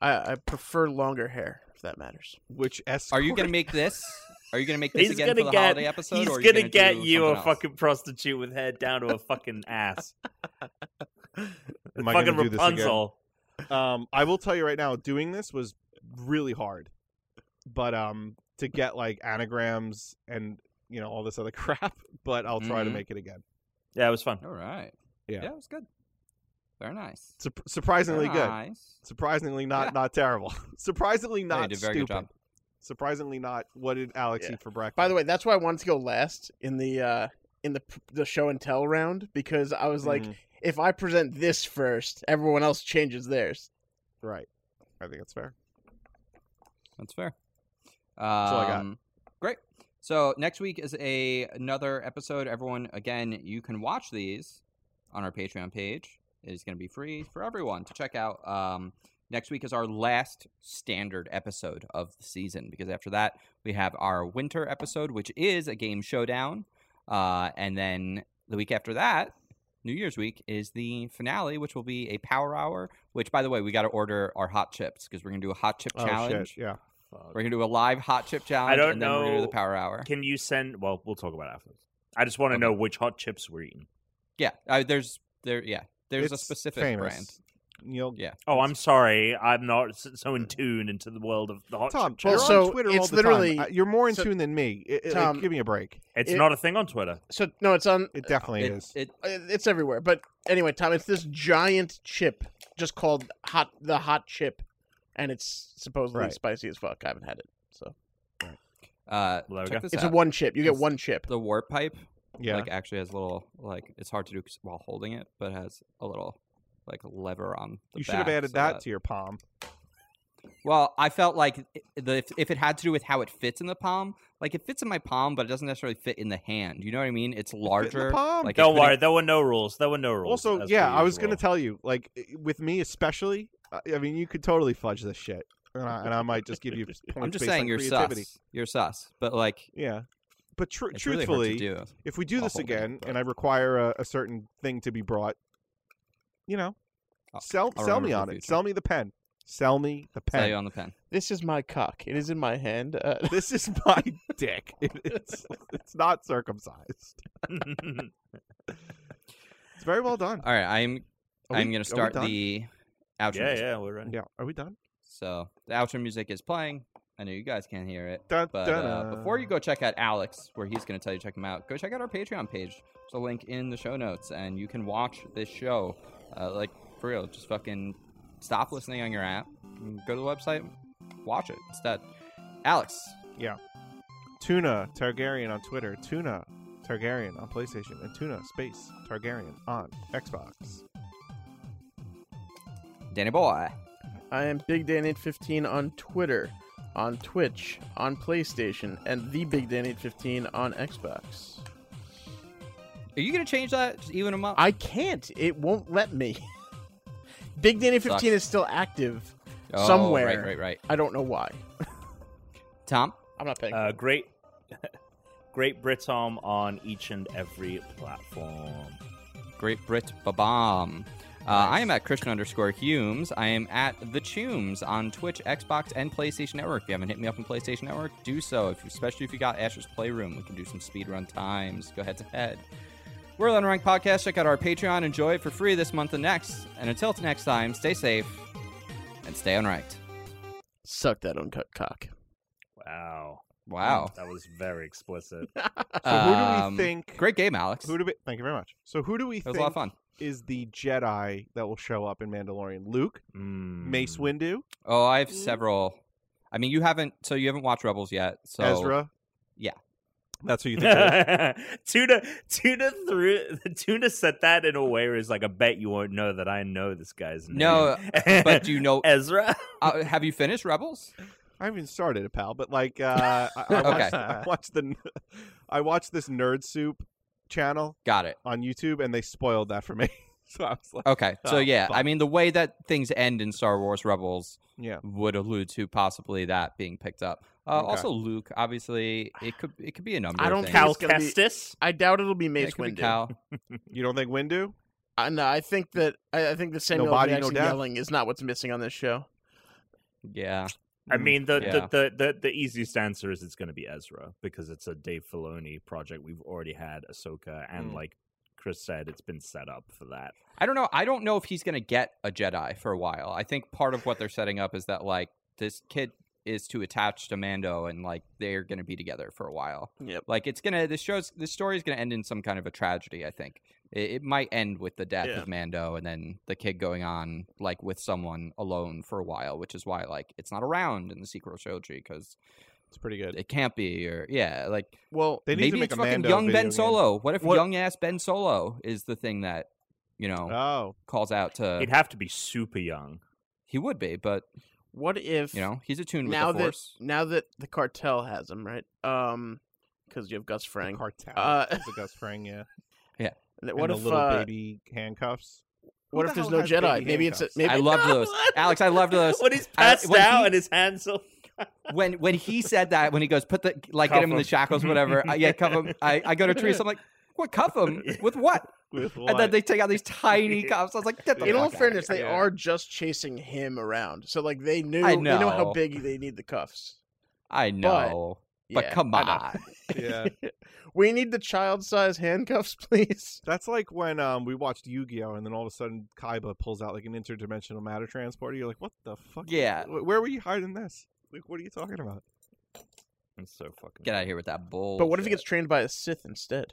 [SPEAKER 3] I, I prefer longer hair if that matters.
[SPEAKER 4] Which escort?
[SPEAKER 1] Are you going to make this? Are you going to make this
[SPEAKER 6] He's
[SPEAKER 1] again
[SPEAKER 6] gonna
[SPEAKER 1] for the
[SPEAKER 6] get-
[SPEAKER 1] holiday episode?
[SPEAKER 6] He's
[SPEAKER 1] or are
[SPEAKER 6] gonna,
[SPEAKER 1] you
[SPEAKER 6] get
[SPEAKER 1] do
[SPEAKER 6] you a
[SPEAKER 1] something else?
[SPEAKER 6] fucking prostitute with head down to a fucking ass.
[SPEAKER 4] Am I gonna
[SPEAKER 6] fucking
[SPEAKER 4] do this again?
[SPEAKER 6] Rapunzel.
[SPEAKER 4] Um, I will tell you right now, doing this was really hard, but um, to get like anagrams and you know all this other crap. But I'll try to
[SPEAKER 1] Mhm.
[SPEAKER 4] make it again.
[SPEAKER 6] Yeah, it was fun.
[SPEAKER 1] All right.
[SPEAKER 4] Yeah.
[SPEAKER 1] Yeah, it was good. Very nice.
[SPEAKER 4] Sup surprisingly
[SPEAKER 1] Very
[SPEAKER 4] good.
[SPEAKER 1] nice.
[SPEAKER 4] Surprisingly not
[SPEAKER 1] Yeah.
[SPEAKER 4] not terrible. surprisingly
[SPEAKER 1] No, Ah. you
[SPEAKER 4] not
[SPEAKER 1] did a very good
[SPEAKER 4] stupid.
[SPEAKER 1] job.
[SPEAKER 4] Surprisingly not. What did Alex
[SPEAKER 6] Yeah.
[SPEAKER 4] eat for breakfast?
[SPEAKER 3] By the way, that's why I wanted to go last in the uh, in the p- the show and tell round because I was like,
[SPEAKER 4] Mhm.
[SPEAKER 3] if I present this first, everyone else changes theirs.
[SPEAKER 4] right. I think that's fair.
[SPEAKER 1] That's fair.
[SPEAKER 4] all I got.
[SPEAKER 1] Um, Great. So next week is a another episode. Everyone, again, you can watch these on our Patreon page. It is going to be free for everyone to check out. Um, next week is our last standard episode of the season because after that we have our winter episode, which is a game showdown, uh, and then the week after that. New Year's week is the finale, which will be a power hour. Which, by the way, we got to order our hot chips because we're gonna do a hot chip
[SPEAKER 4] Oh
[SPEAKER 1] challenge.
[SPEAKER 4] shit. Yeah.
[SPEAKER 6] Fuck.
[SPEAKER 1] We're gonna do a live hot chip challenge.
[SPEAKER 6] don't
[SPEAKER 1] and then We're gonna do
[SPEAKER 6] know-
[SPEAKER 1] the power hour.
[SPEAKER 6] Can you send? Well, we'll talk about it afterwards. I just want to
[SPEAKER 1] Okay.
[SPEAKER 6] know which hot chips we're eating.
[SPEAKER 1] Yeah, uh, there's there. Yeah, there's a
[SPEAKER 4] It's
[SPEAKER 1] specific
[SPEAKER 4] famous.
[SPEAKER 1] brand.
[SPEAKER 4] You'll
[SPEAKER 1] Yeah.
[SPEAKER 6] Oh, I'm sorry. I'm not s- so in tune into the world of the hot
[SPEAKER 4] Tom,
[SPEAKER 6] chip
[SPEAKER 4] you're
[SPEAKER 6] challenge.
[SPEAKER 3] Well, so
[SPEAKER 4] on Twitter
[SPEAKER 3] it's
[SPEAKER 4] all the
[SPEAKER 3] literally-
[SPEAKER 4] time. Uh, You're more in
[SPEAKER 3] so-
[SPEAKER 4] tune than me. I- I- like,
[SPEAKER 3] Tom-
[SPEAKER 4] give me a break.
[SPEAKER 6] it's
[SPEAKER 3] it-
[SPEAKER 6] not a thing on Twitter.
[SPEAKER 3] So no, it's on.
[SPEAKER 4] It definitely
[SPEAKER 1] Uh, It,
[SPEAKER 4] is.
[SPEAKER 1] it-
[SPEAKER 3] Uh, It's everywhere. But anyway, Tom, it's this giant chip just called hot the hot chip, and it's supposedly
[SPEAKER 4] Right.
[SPEAKER 3] spicy as fuck. I haven't had it, so
[SPEAKER 1] uh,
[SPEAKER 6] Well, there we
[SPEAKER 1] check
[SPEAKER 6] go.
[SPEAKER 1] this
[SPEAKER 3] it's
[SPEAKER 1] out.
[SPEAKER 3] a one chip. You get
[SPEAKER 1] It's-
[SPEAKER 3] one chip.
[SPEAKER 1] the warp pipe
[SPEAKER 4] yeah.
[SPEAKER 1] like actually has a little like it's hard to do 'cause- while holding it, but has a little like lever on. The
[SPEAKER 4] you should have
[SPEAKER 1] back
[SPEAKER 4] added
[SPEAKER 1] so
[SPEAKER 4] that to your palm.
[SPEAKER 1] Well, I felt like i- the if, if it had to do with how it fits in the palm, like it fits in my palm, but it doesn't necessarily fit in the hand. You know what I mean? It's
[SPEAKER 4] Fit in the
[SPEAKER 1] larger.
[SPEAKER 4] palm.
[SPEAKER 1] Like it
[SPEAKER 6] Don't
[SPEAKER 1] couldn't-
[SPEAKER 6] worry. There were no rules. There were no rules.
[SPEAKER 4] Also,
[SPEAKER 6] as
[SPEAKER 4] yeah,
[SPEAKER 6] per
[SPEAKER 4] I was
[SPEAKER 6] usual.
[SPEAKER 4] gonna tell you, like i- with me especially. I I mean, you could totally fudge this shit, and I, and I might just give you points
[SPEAKER 1] I'm just
[SPEAKER 4] based
[SPEAKER 1] saying
[SPEAKER 4] on
[SPEAKER 1] you're
[SPEAKER 4] creativity.
[SPEAKER 1] sus. You're sus, but like
[SPEAKER 4] Yeah, but tr-
[SPEAKER 1] it's really hard
[SPEAKER 4] truthfully,
[SPEAKER 1] to do.
[SPEAKER 4] if we do
[SPEAKER 1] I'll
[SPEAKER 4] this
[SPEAKER 1] hold it,
[SPEAKER 4] again,
[SPEAKER 1] but-
[SPEAKER 4] and I require a, a certain thing to be brought, you know,
[SPEAKER 1] I'll-
[SPEAKER 4] sell
[SPEAKER 1] I'll
[SPEAKER 4] sell
[SPEAKER 1] remember
[SPEAKER 4] me
[SPEAKER 1] for
[SPEAKER 4] on
[SPEAKER 1] the
[SPEAKER 4] it.
[SPEAKER 1] future.
[SPEAKER 4] Sell me the pen. Sell me the
[SPEAKER 1] Tell you
[SPEAKER 4] pen.
[SPEAKER 1] on the pen.
[SPEAKER 3] This is my cock. It is in my hand. Uh,
[SPEAKER 4] This is my dick. It- it's it's not circumcised. It's very well done.
[SPEAKER 1] All right, I'm
[SPEAKER 4] Are
[SPEAKER 1] I'm going
[SPEAKER 4] we- are
[SPEAKER 1] to
[SPEAKER 4] we
[SPEAKER 1] start
[SPEAKER 4] done?
[SPEAKER 1] the outro.
[SPEAKER 6] yeah,
[SPEAKER 1] music.
[SPEAKER 6] yeah, we're right.
[SPEAKER 4] Yeah, are we done?
[SPEAKER 1] So the outro music is playing. I know you guys can't hear it.
[SPEAKER 4] Dun,
[SPEAKER 1] But
[SPEAKER 4] dun,
[SPEAKER 1] uh,
[SPEAKER 4] dun.
[SPEAKER 1] before you go check out Alex, where he's going to tell you to check him out, go check out our Patreon page. There's a link in the show notes, and you can watch this show. Uh, like for real, just fucking stop listening on your app. and Go to the website, watch it instead. Alex,
[SPEAKER 4] Tuna Targaryen on Twitter, Tuna Targaryen on PlayStation, and Tuna Space Targaryen on Xbox.
[SPEAKER 1] Danny boy,
[SPEAKER 3] I am Big Dan eight fifteen on Twitter, on Twitch, on PlayStation, and the Big Dan eight fifteen on Xbox.
[SPEAKER 1] are you going to change that? Just even him up.
[SPEAKER 3] I can't. It won't let me. Big Dan eight
[SPEAKER 1] Sucks.
[SPEAKER 3] fifteen is still active.
[SPEAKER 1] Oh,
[SPEAKER 3] somewhere.
[SPEAKER 1] Right, right, right.
[SPEAKER 3] I don't know why.
[SPEAKER 1] Tom,
[SPEAKER 3] I'm not paying.
[SPEAKER 6] Uh, great, great Britom on each and every platform.
[SPEAKER 1] Great Brit Babam. Uh, I am at Christian underscore Humes. I am at The Chumes on Twitch, Xbox, and PlayStation Network. If you haven't hit me up on PlayStation Network, do so. If you, especially if you got Asher's Playroom, we can do some speedrun times. Go head to head. We're the Unranked Podcast. Check out our Patreon. Enjoy it for free this month and next. And until next time, stay safe and stay unranked.
[SPEAKER 3] Suck that uncut cock.
[SPEAKER 6] Wow.
[SPEAKER 1] Wow.
[SPEAKER 6] That was very explicit.
[SPEAKER 4] So who do
[SPEAKER 1] Um,
[SPEAKER 4] we think?
[SPEAKER 1] Great game, Alex.
[SPEAKER 4] Who do we? Thank you very much. So who do we
[SPEAKER 1] that was
[SPEAKER 4] think
[SPEAKER 1] a lot of fun.
[SPEAKER 4] is the Jedi that will show up in Mandalorian? Luke,
[SPEAKER 6] Mm.
[SPEAKER 4] Mace Windu,
[SPEAKER 1] Oh, I have several. I mean, you haven't. So you haven't watched Rebels yet. So
[SPEAKER 4] Ezra.
[SPEAKER 1] yeah.
[SPEAKER 4] that's who you think. it is.
[SPEAKER 6] tuna, tuna threw tuna said that in a way where it's like, I bet you won't know that I know this guy's name.
[SPEAKER 1] No, but do you know?
[SPEAKER 6] Ezra?
[SPEAKER 1] uh, have you finished Rebels?
[SPEAKER 4] I haven't even started it, pal. But like, uh, I, I, watched, I watched the, I watched this Nerd Soup channel
[SPEAKER 1] Got it.
[SPEAKER 4] on YouTube, and they spoiled that for me. so I was like,
[SPEAKER 1] Okay. So
[SPEAKER 4] Oh,
[SPEAKER 1] yeah, I
[SPEAKER 4] fuck.
[SPEAKER 1] mean the way that things end in Star Wars Rebels
[SPEAKER 4] yeah,
[SPEAKER 1] would allude to possibly that being picked up. Uh,
[SPEAKER 4] Okay.
[SPEAKER 1] Also, Luke, obviously, it could it could be a number.
[SPEAKER 3] I
[SPEAKER 1] of
[SPEAKER 3] don't
[SPEAKER 1] things.
[SPEAKER 3] think
[SPEAKER 6] Cal
[SPEAKER 3] it's gonna be-
[SPEAKER 6] Kestis?
[SPEAKER 3] I doubt it'll be
[SPEAKER 1] Yeah,
[SPEAKER 3] Mace
[SPEAKER 1] it could be
[SPEAKER 3] Windu.
[SPEAKER 1] Cal.
[SPEAKER 4] you don't think Windu?
[SPEAKER 3] I, no, I think that I, I think the Samuel
[SPEAKER 4] body, no
[SPEAKER 3] Jackson
[SPEAKER 4] death.
[SPEAKER 3] yelling is not what's missing on this show.
[SPEAKER 1] Yeah.
[SPEAKER 6] I mean, the,
[SPEAKER 1] Yeah.
[SPEAKER 6] the, the, the, the easiest answer is it's going to be Ezra because it's a Dave Filoni project. We've already had Ahsoka, and
[SPEAKER 4] Mm.
[SPEAKER 6] like Chris said, it's been set up for that.
[SPEAKER 1] I don't know. I don't know if he's going to get a Jedi for a while. I think part of what they're setting up is that like this kid is too attached to Mando, and like they're going to be together for a while.
[SPEAKER 3] Yep.
[SPEAKER 1] Like it's gonna this show's this story's gonna end in some kind of a tragedy. I think it, it might end with the death
[SPEAKER 3] Yeah.
[SPEAKER 1] of Mando and then the kid going on like with someone alone for a while, which is why like it's not around in the sequel trilogy because
[SPEAKER 4] It's pretty good.
[SPEAKER 1] it can't be or yeah like
[SPEAKER 4] Well, they need
[SPEAKER 1] maybe
[SPEAKER 4] to make
[SPEAKER 1] it's
[SPEAKER 4] a
[SPEAKER 1] fucking
[SPEAKER 4] Mando
[SPEAKER 1] young
[SPEAKER 4] video
[SPEAKER 1] Ben
[SPEAKER 4] game.
[SPEAKER 1] Solo. What if
[SPEAKER 4] What-
[SPEAKER 1] young ass Ben Solo is the thing that you know
[SPEAKER 4] Oh,
[SPEAKER 1] calls out to
[SPEAKER 6] It'd have to be super young.
[SPEAKER 1] he would be, but
[SPEAKER 3] What if
[SPEAKER 1] you know he's attuned with
[SPEAKER 3] now
[SPEAKER 1] the
[SPEAKER 3] that
[SPEAKER 1] force.
[SPEAKER 3] now that the cartel has him right? Um, because you have Gus
[SPEAKER 4] the
[SPEAKER 3] Fring.
[SPEAKER 4] cartel.
[SPEAKER 3] Uh,
[SPEAKER 4] It's a Gus Fring, yeah.
[SPEAKER 3] That- What
[SPEAKER 4] and
[SPEAKER 3] if
[SPEAKER 4] the little
[SPEAKER 3] uh,
[SPEAKER 4] baby handcuffs? Who
[SPEAKER 3] what
[SPEAKER 4] the
[SPEAKER 3] if there's
[SPEAKER 4] hell
[SPEAKER 3] no
[SPEAKER 4] has
[SPEAKER 3] Jedi?
[SPEAKER 4] baby
[SPEAKER 3] Maybe it's a,
[SPEAKER 4] handcuffs?
[SPEAKER 3] maybe
[SPEAKER 1] I love those, Alex. I love those.
[SPEAKER 6] when he's
[SPEAKER 1] I-
[SPEAKER 6] passed
[SPEAKER 1] when
[SPEAKER 6] out
[SPEAKER 1] he-
[SPEAKER 6] and his hands are
[SPEAKER 1] when when he said that when he goes put the like
[SPEAKER 6] Cuff
[SPEAKER 1] get him in the
[SPEAKER 6] him.
[SPEAKER 1] shackles whatever I, yeah cuff him I, I go to Teresa I'm like what cuff him with what
[SPEAKER 4] With
[SPEAKER 1] and then they take out these tiny cuffs I was like get the
[SPEAKER 3] In
[SPEAKER 1] fuck
[SPEAKER 3] all
[SPEAKER 1] outta
[SPEAKER 3] fairness,
[SPEAKER 1] here.
[SPEAKER 3] they are just chasing him around. So like they knew
[SPEAKER 1] I
[SPEAKER 3] they know
[SPEAKER 1] know.
[SPEAKER 3] how big they need the cuffs.
[SPEAKER 1] I know but,
[SPEAKER 3] Yeah,
[SPEAKER 1] come
[SPEAKER 3] I know.
[SPEAKER 1] on
[SPEAKER 4] yeah.
[SPEAKER 3] We need the child size handcuffs, please.
[SPEAKER 4] That's like when um we watched Yu-Gi-Oh, and then all of a sudden Kaiba pulls out like an interdimensional matter transporter. You're like, what the fuck?
[SPEAKER 1] Yeah.
[SPEAKER 4] Wh- Where were you hiding this? Like, what are you talking about?
[SPEAKER 6] It's so fucking.
[SPEAKER 1] get out of here with that bull
[SPEAKER 3] But what if he gets trained by a Sith instead?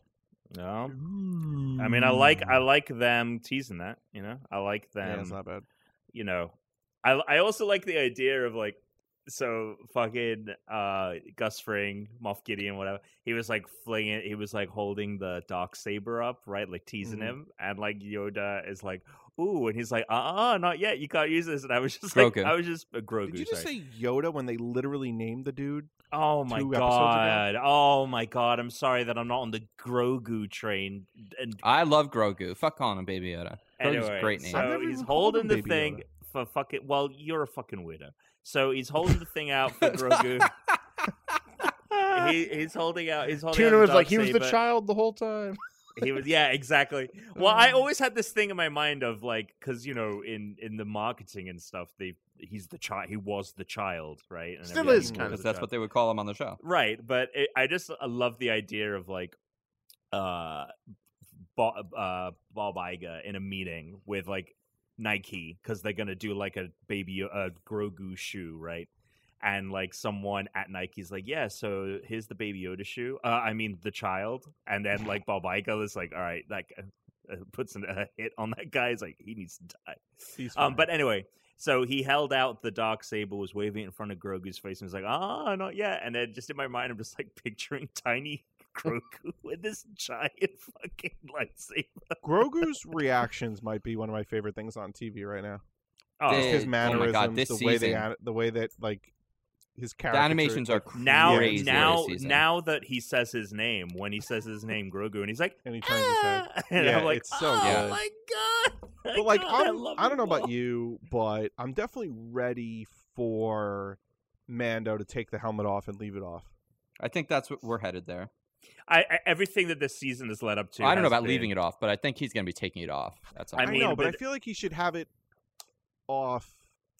[SPEAKER 6] No.
[SPEAKER 1] Mm.
[SPEAKER 6] I mean, I like I like them teasing that. You know, I like
[SPEAKER 4] yeah,
[SPEAKER 6] them.
[SPEAKER 4] that's not bad.
[SPEAKER 6] you know, I I also like the idea of like so fucking uh Gus Fring, Moff Gideon, whatever. He was like flinging. He was like holding the dark saber up, right, like teasing
[SPEAKER 4] Mhm.
[SPEAKER 6] him, and like Yoda is like. Ooh, and he's like, uh, uh not yet. You can't use this. And I was just
[SPEAKER 1] Grogu.
[SPEAKER 6] like, I was just uh, Grogu.
[SPEAKER 4] Did you just
[SPEAKER 6] sorry.
[SPEAKER 4] say Yoda when they literally named the dude?
[SPEAKER 6] Oh my
[SPEAKER 4] two episodes ago?
[SPEAKER 6] god! Oh my god! I'm sorry that I'm not on the Grogu train. And
[SPEAKER 1] I love Grogu fuck calling him Baby Yoda Grogu's
[SPEAKER 6] anyway,
[SPEAKER 1] a great name
[SPEAKER 4] I've
[SPEAKER 6] So
[SPEAKER 4] never
[SPEAKER 6] he's
[SPEAKER 4] even called
[SPEAKER 6] holding
[SPEAKER 4] him
[SPEAKER 6] the
[SPEAKER 4] Baby
[SPEAKER 6] thing
[SPEAKER 4] Yoda.
[SPEAKER 6] for fucking. Well, you're a fucking weirdo. So he's holding the thing out for Grogu. he, he's holding out. He's holding.
[SPEAKER 3] Tuna
[SPEAKER 6] out
[SPEAKER 3] was
[SPEAKER 6] the
[SPEAKER 3] like, he was the
[SPEAKER 6] darksaber.
[SPEAKER 3] child the whole time.
[SPEAKER 6] He was. Yeah, exactly. Well, I always had this thing in my mind of like, because you know, in in the marketing and stuff, they he's the child. He was the child, right? And
[SPEAKER 3] Still
[SPEAKER 6] everything
[SPEAKER 3] is
[SPEAKER 6] was
[SPEAKER 3] kind of
[SPEAKER 1] because
[SPEAKER 6] the
[SPEAKER 1] that's
[SPEAKER 6] child.
[SPEAKER 1] what they would call him on the show
[SPEAKER 6] Right, but it, I just I love the idea of like uh, Bob, uh, Bob Iger in a meeting with like Nike because they're gonna do like a baby a Grogu uh, shoe, right? and like someone at Nike's like, yeah, so here's the Baby Yoda shoe. Uh, I mean, the child, and then like Bob Iger is like, all right, that uh, puts an, a hit on that guy. He's like, he needs to die.
[SPEAKER 4] He's
[SPEAKER 6] Um,
[SPEAKER 4] fine.
[SPEAKER 6] but anyway, so he held out the dark saber, was waving it in front of Grogu's face, and was like, "Ah, not yet." And then just in my mind, I'm just like picturing tiny Grogu with this giant fucking lightsaber.
[SPEAKER 4] Grogu's reactions might be one of my favorite things on TV right now.
[SPEAKER 6] Oh,
[SPEAKER 1] They-
[SPEAKER 4] His
[SPEAKER 1] Oh my God,
[SPEAKER 4] mannerisms,
[SPEAKER 1] this
[SPEAKER 4] the way they
[SPEAKER 1] season-
[SPEAKER 4] an- the way that like his
[SPEAKER 1] The
[SPEAKER 4] character
[SPEAKER 1] animations are crazy.
[SPEAKER 6] now,
[SPEAKER 1] this
[SPEAKER 6] now,
[SPEAKER 1] season.
[SPEAKER 6] now that he says his name, when he says his name, Grogu, and he's like,
[SPEAKER 4] and he turns his head.
[SPEAKER 6] ah! and
[SPEAKER 4] Yeah,
[SPEAKER 6] I'm like,
[SPEAKER 4] it's so
[SPEAKER 6] oh
[SPEAKER 1] good.
[SPEAKER 6] my god!
[SPEAKER 4] But like,
[SPEAKER 6] God,
[SPEAKER 4] I'm,
[SPEAKER 6] love
[SPEAKER 4] I don't know
[SPEAKER 6] all.
[SPEAKER 4] about you, but I'm definitely ready for Mando to take the helmet off and leave it off.
[SPEAKER 1] I think that's what we're headed there.
[SPEAKER 6] I, I, everything that this season has led up to.
[SPEAKER 1] I don't know about
[SPEAKER 6] leaving it.
[SPEAKER 1] leaving it off, but I think he's going to be taking it off. That's all.
[SPEAKER 6] I
[SPEAKER 4] I,
[SPEAKER 1] I'm-
[SPEAKER 6] mean,
[SPEAKER 4] know, but I
[SPEAKER 6] but-
[SPEAKER 4] feel like he should have it off.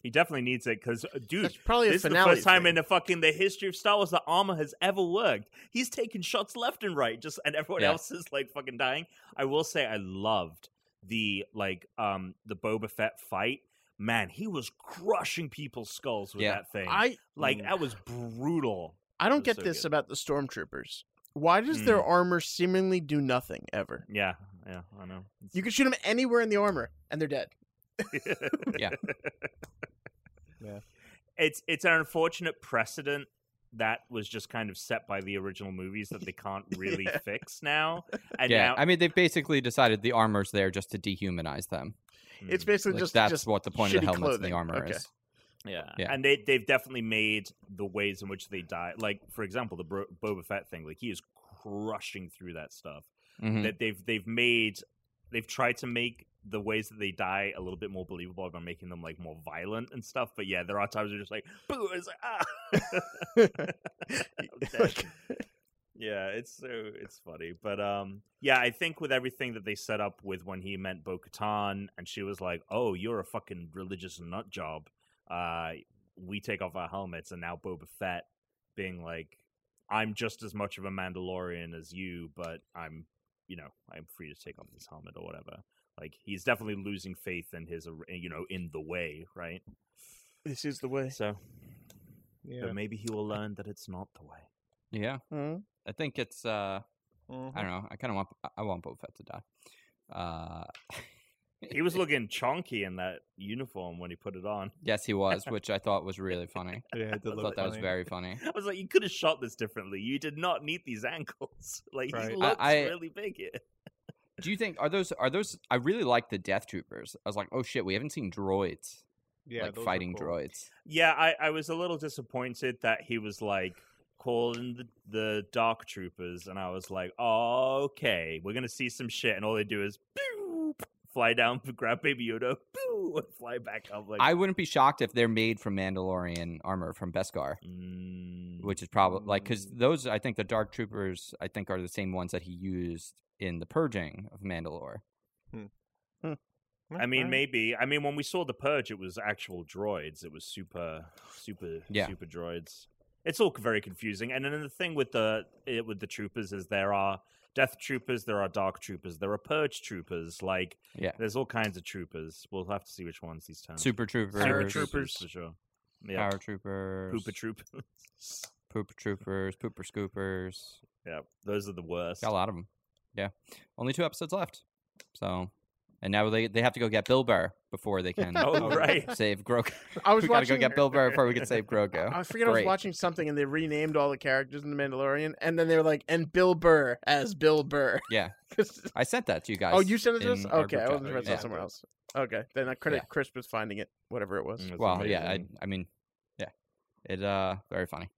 [SPEAKER 6] He definitely needs it because, dude,
[SPEAKER 3] That's probably a
[SPEAKER 6] this is the
[SPEAKER 3] finale
[SPEAKER 6] first time
[SPEAKER 3] thing.
[SPEAKER 6] in the fucking the history of Star Wars that armor has ever worked. He's taking shots left and right, just and everyone
[SPEAKER 1] Yeah.
[SPEAKER 6] else is like fucking dying. I will say, I loved the like um the Boba Fett fight. Man, he was crushing people's skulls with
[SPEAKER 1] Yeah.
[SPEAKER 6] that thing.
[SPEAKER 3] I
[SPEAKER 6] like that was brutal.
[SPEAKER 3] I don't
[SPEAKER 6] Mm-hmm. was
[SPEAKER 3] get
[SPEAKER 6] so
[SPEAKER 3] this
[SPEAKER 6] good. Mm.
[SPEAKER 3] about the stormtroopers. Why does their armor seemingly do nothing ever?
[SPEAKER 6] Yeah, yeah, I know.
[SPEAKER 3] You can shoot them anywhere in the armor, and they're dead.
[SPEAKER 1] Yeah.
[SPEAKER 4] Yeah.
[SPEAKER 6] It's it's an unfortunate precedent that was just kind of set by the original movies that they can't really
[SPEAKER 3] Yeah.
[SPEAKER 6] fix now. And
[SPEAKER 1] yeah,
[SPEAKER 6] now
[SPEAKER 1] I mean, they've basically decided the armor's there just to dehumanize them.
[SPEAKER 3] It's
[SPEAKER 6] Mm.
[SPEAKER 3] basically
[SPEAKER 1] Like,
[SPEAKER 3] just
[SPEAKER 1] that's
[SPEAKER 3] just
[SPEAKER 1] what the point of the
[SPEAKER 3] shitty
[SPEAKER 1] helmets and
[SPEAKER 3] clothing.
[SPEAKER 1] the armor
[SPEAKER 3] Okay.
[SPEAKER 1] is.
[SPEAKER 6] Yeah.
[SPEAKER 1] Yeah.
[SPEAKER 6] And they they've definitely made the ways in which they die. Like for example, the Bro- Boba Fett thing. Like he is crushing through that stuff.
[SPEAKER 1] Mhm.
[SPEAKER 6] That they've they've made they've tried to make the ways that they die a little bit more believable by making them like more violent and stuff. But yeah, there are times where just like boo, it's like ah. I'm dead. yeah, it's so it's funny, but um, yeah, I think with everything that they set up with when he meant Bo Katan and she was like, "Oh, you're a fucking religious nut job," uh, we take off our helmets, and now Boba Fett being like, "I'm just as much of a Mandalorian as you, but I'm, you know, I'm free to take off this helmet or whatever." Like he's definitely losing faith in his, or- you know, in the way, right?
[SPEAKER 3] This is the way.
[SPEAKER 6] So,
[SPEAKER 4] Yeah.
[SPEAKER 6] but maybe he will learn that it's not the way.
[SPEAKER 1] Yeah,
[SPEAKER 3] Hmm?
[SPEAKER 1] I think it's. uh
[SPEAKER 4] Mhm.
[SPEAKER 1] I don't know. I kind of want. I want Boba Fett to die. Uh,
[SPEAKER 6] He was looking chonky in that uniform when he put it on.
[SPEAKER 1] yes, he was, which I thought was really funny.
[SPEAKER 4] Yeah, it did
[SPEAKER 1] I
[SPEAKER 4] look
[SPEAKER 1] thought that was
[SPEAKER 4] funny.
[SPEAKER 1] very funny.
[SPEAKER 6] I was like, you could have shot this differently. You did not need these ankles. Like
[SPEAKER 4] Right. I-
[SPEAKER 6] he looks
[SPEAKER 1] I-
[SPEAKER 6] really big here.
[SPEAKER 1] Do you think are those are those? I really like the Death Troopers. I was like, oh shit, we haven't seen droids
[SPEAKER 4] yeah,
[SPEAKER 1] like fighting droids.
[SPEAKER 6] Yeah, I, I was a little disappointed that he was like calling the, the dark troopers, and I was like, oh, okay, we're gonna see some shit, and all they do is pew, fly down, grab Baby Yoda, pew, and fly back up. Like,
[SPEAKER 1] I wouldn't be shocked if they're made from Mandalorian armor from Beskar,
[SPEAKER 6] Mm,
[SPEAKER 1] which is probably like because those I think the Dark Troopers I think are the same ones that he used in the purging of Mandalore. Mm-hmm.
[SPEAKER 6] I mean, maybe. I mean, when we saw the purge, it was actual droids. It was super, super,
[SPEAKER 1] Yeah.
[SPEAKER 6] super droids. It's all very confusing. And then the thing with the it, with the troopers is there are death troopers, there are dark troopers, there are purge troopers. Like,
[SPEAKER 1] Yeah.
[SPEAKER 6] there's all kinds of troopers. We'll have to see which ones these terms.
[SPEAKER 1] Super Troopers,
[SPEAKER 6] Super
[SPEAKER 3] troopers.
[SPEAKER 6] for sure. Yeah,
[SPEAKER 1] Power Troopers,
[SPEAKER 6] pooper troopers.
[SPEAKER 1] Pooper Troopers, Pooper Scoopers.
[SPEAKER 6] yeah, those are the worst.
[SPEAKER 1] Got a lot of them. Yeah, only two episodes left. So, and now they they have to go get Bill Burr before they can.
[SPEAKER 6] Oh right.
[SPEAKER 1] Save Grogu.
[SPEAKER 3] I was
[SPEAKER 1] We gotta
[SPEAKER 3] watching.
[SPEAKER 1] go get Bill Burr before we can save Grogu.
[SPEAKER 3] I forget I was
[SPEAKER 1] Great.
[SPEAKER 3] watching something and they renamed all the characters in The Mandalorian, and then they were like, "And Bill Burr as Bill Burr."
[SPEAKER 1] Yeah.
[SPEAKER 3] 'Cause-
[SPEAKER 1] I sent that to you guys.
[SPEAKER 3] oh, you sent it to us?
[SPEAKER 1] in our
[SPEAKER 3] Okay,
[SPEAKER 1] group
[SPEAKER 3] I
[SPEAKER 1] chat.
[SPEAKER 3] wasn't sure I saw
[SPEAKER 1] Yeah.
[SPEAKER 3] it somewhere else. Okay, then I credit
[SPEAKER 1] Yeah.
[SPEAKER 3] Chris was finding it, whatever it was.
[SPEAKER 6] Mm, it's
[SPEAKER 1] Well, yeah, I,
[SPEAKER 6] amazing.
[SPEAKER 1] I mean, yeah, it uh, very funny.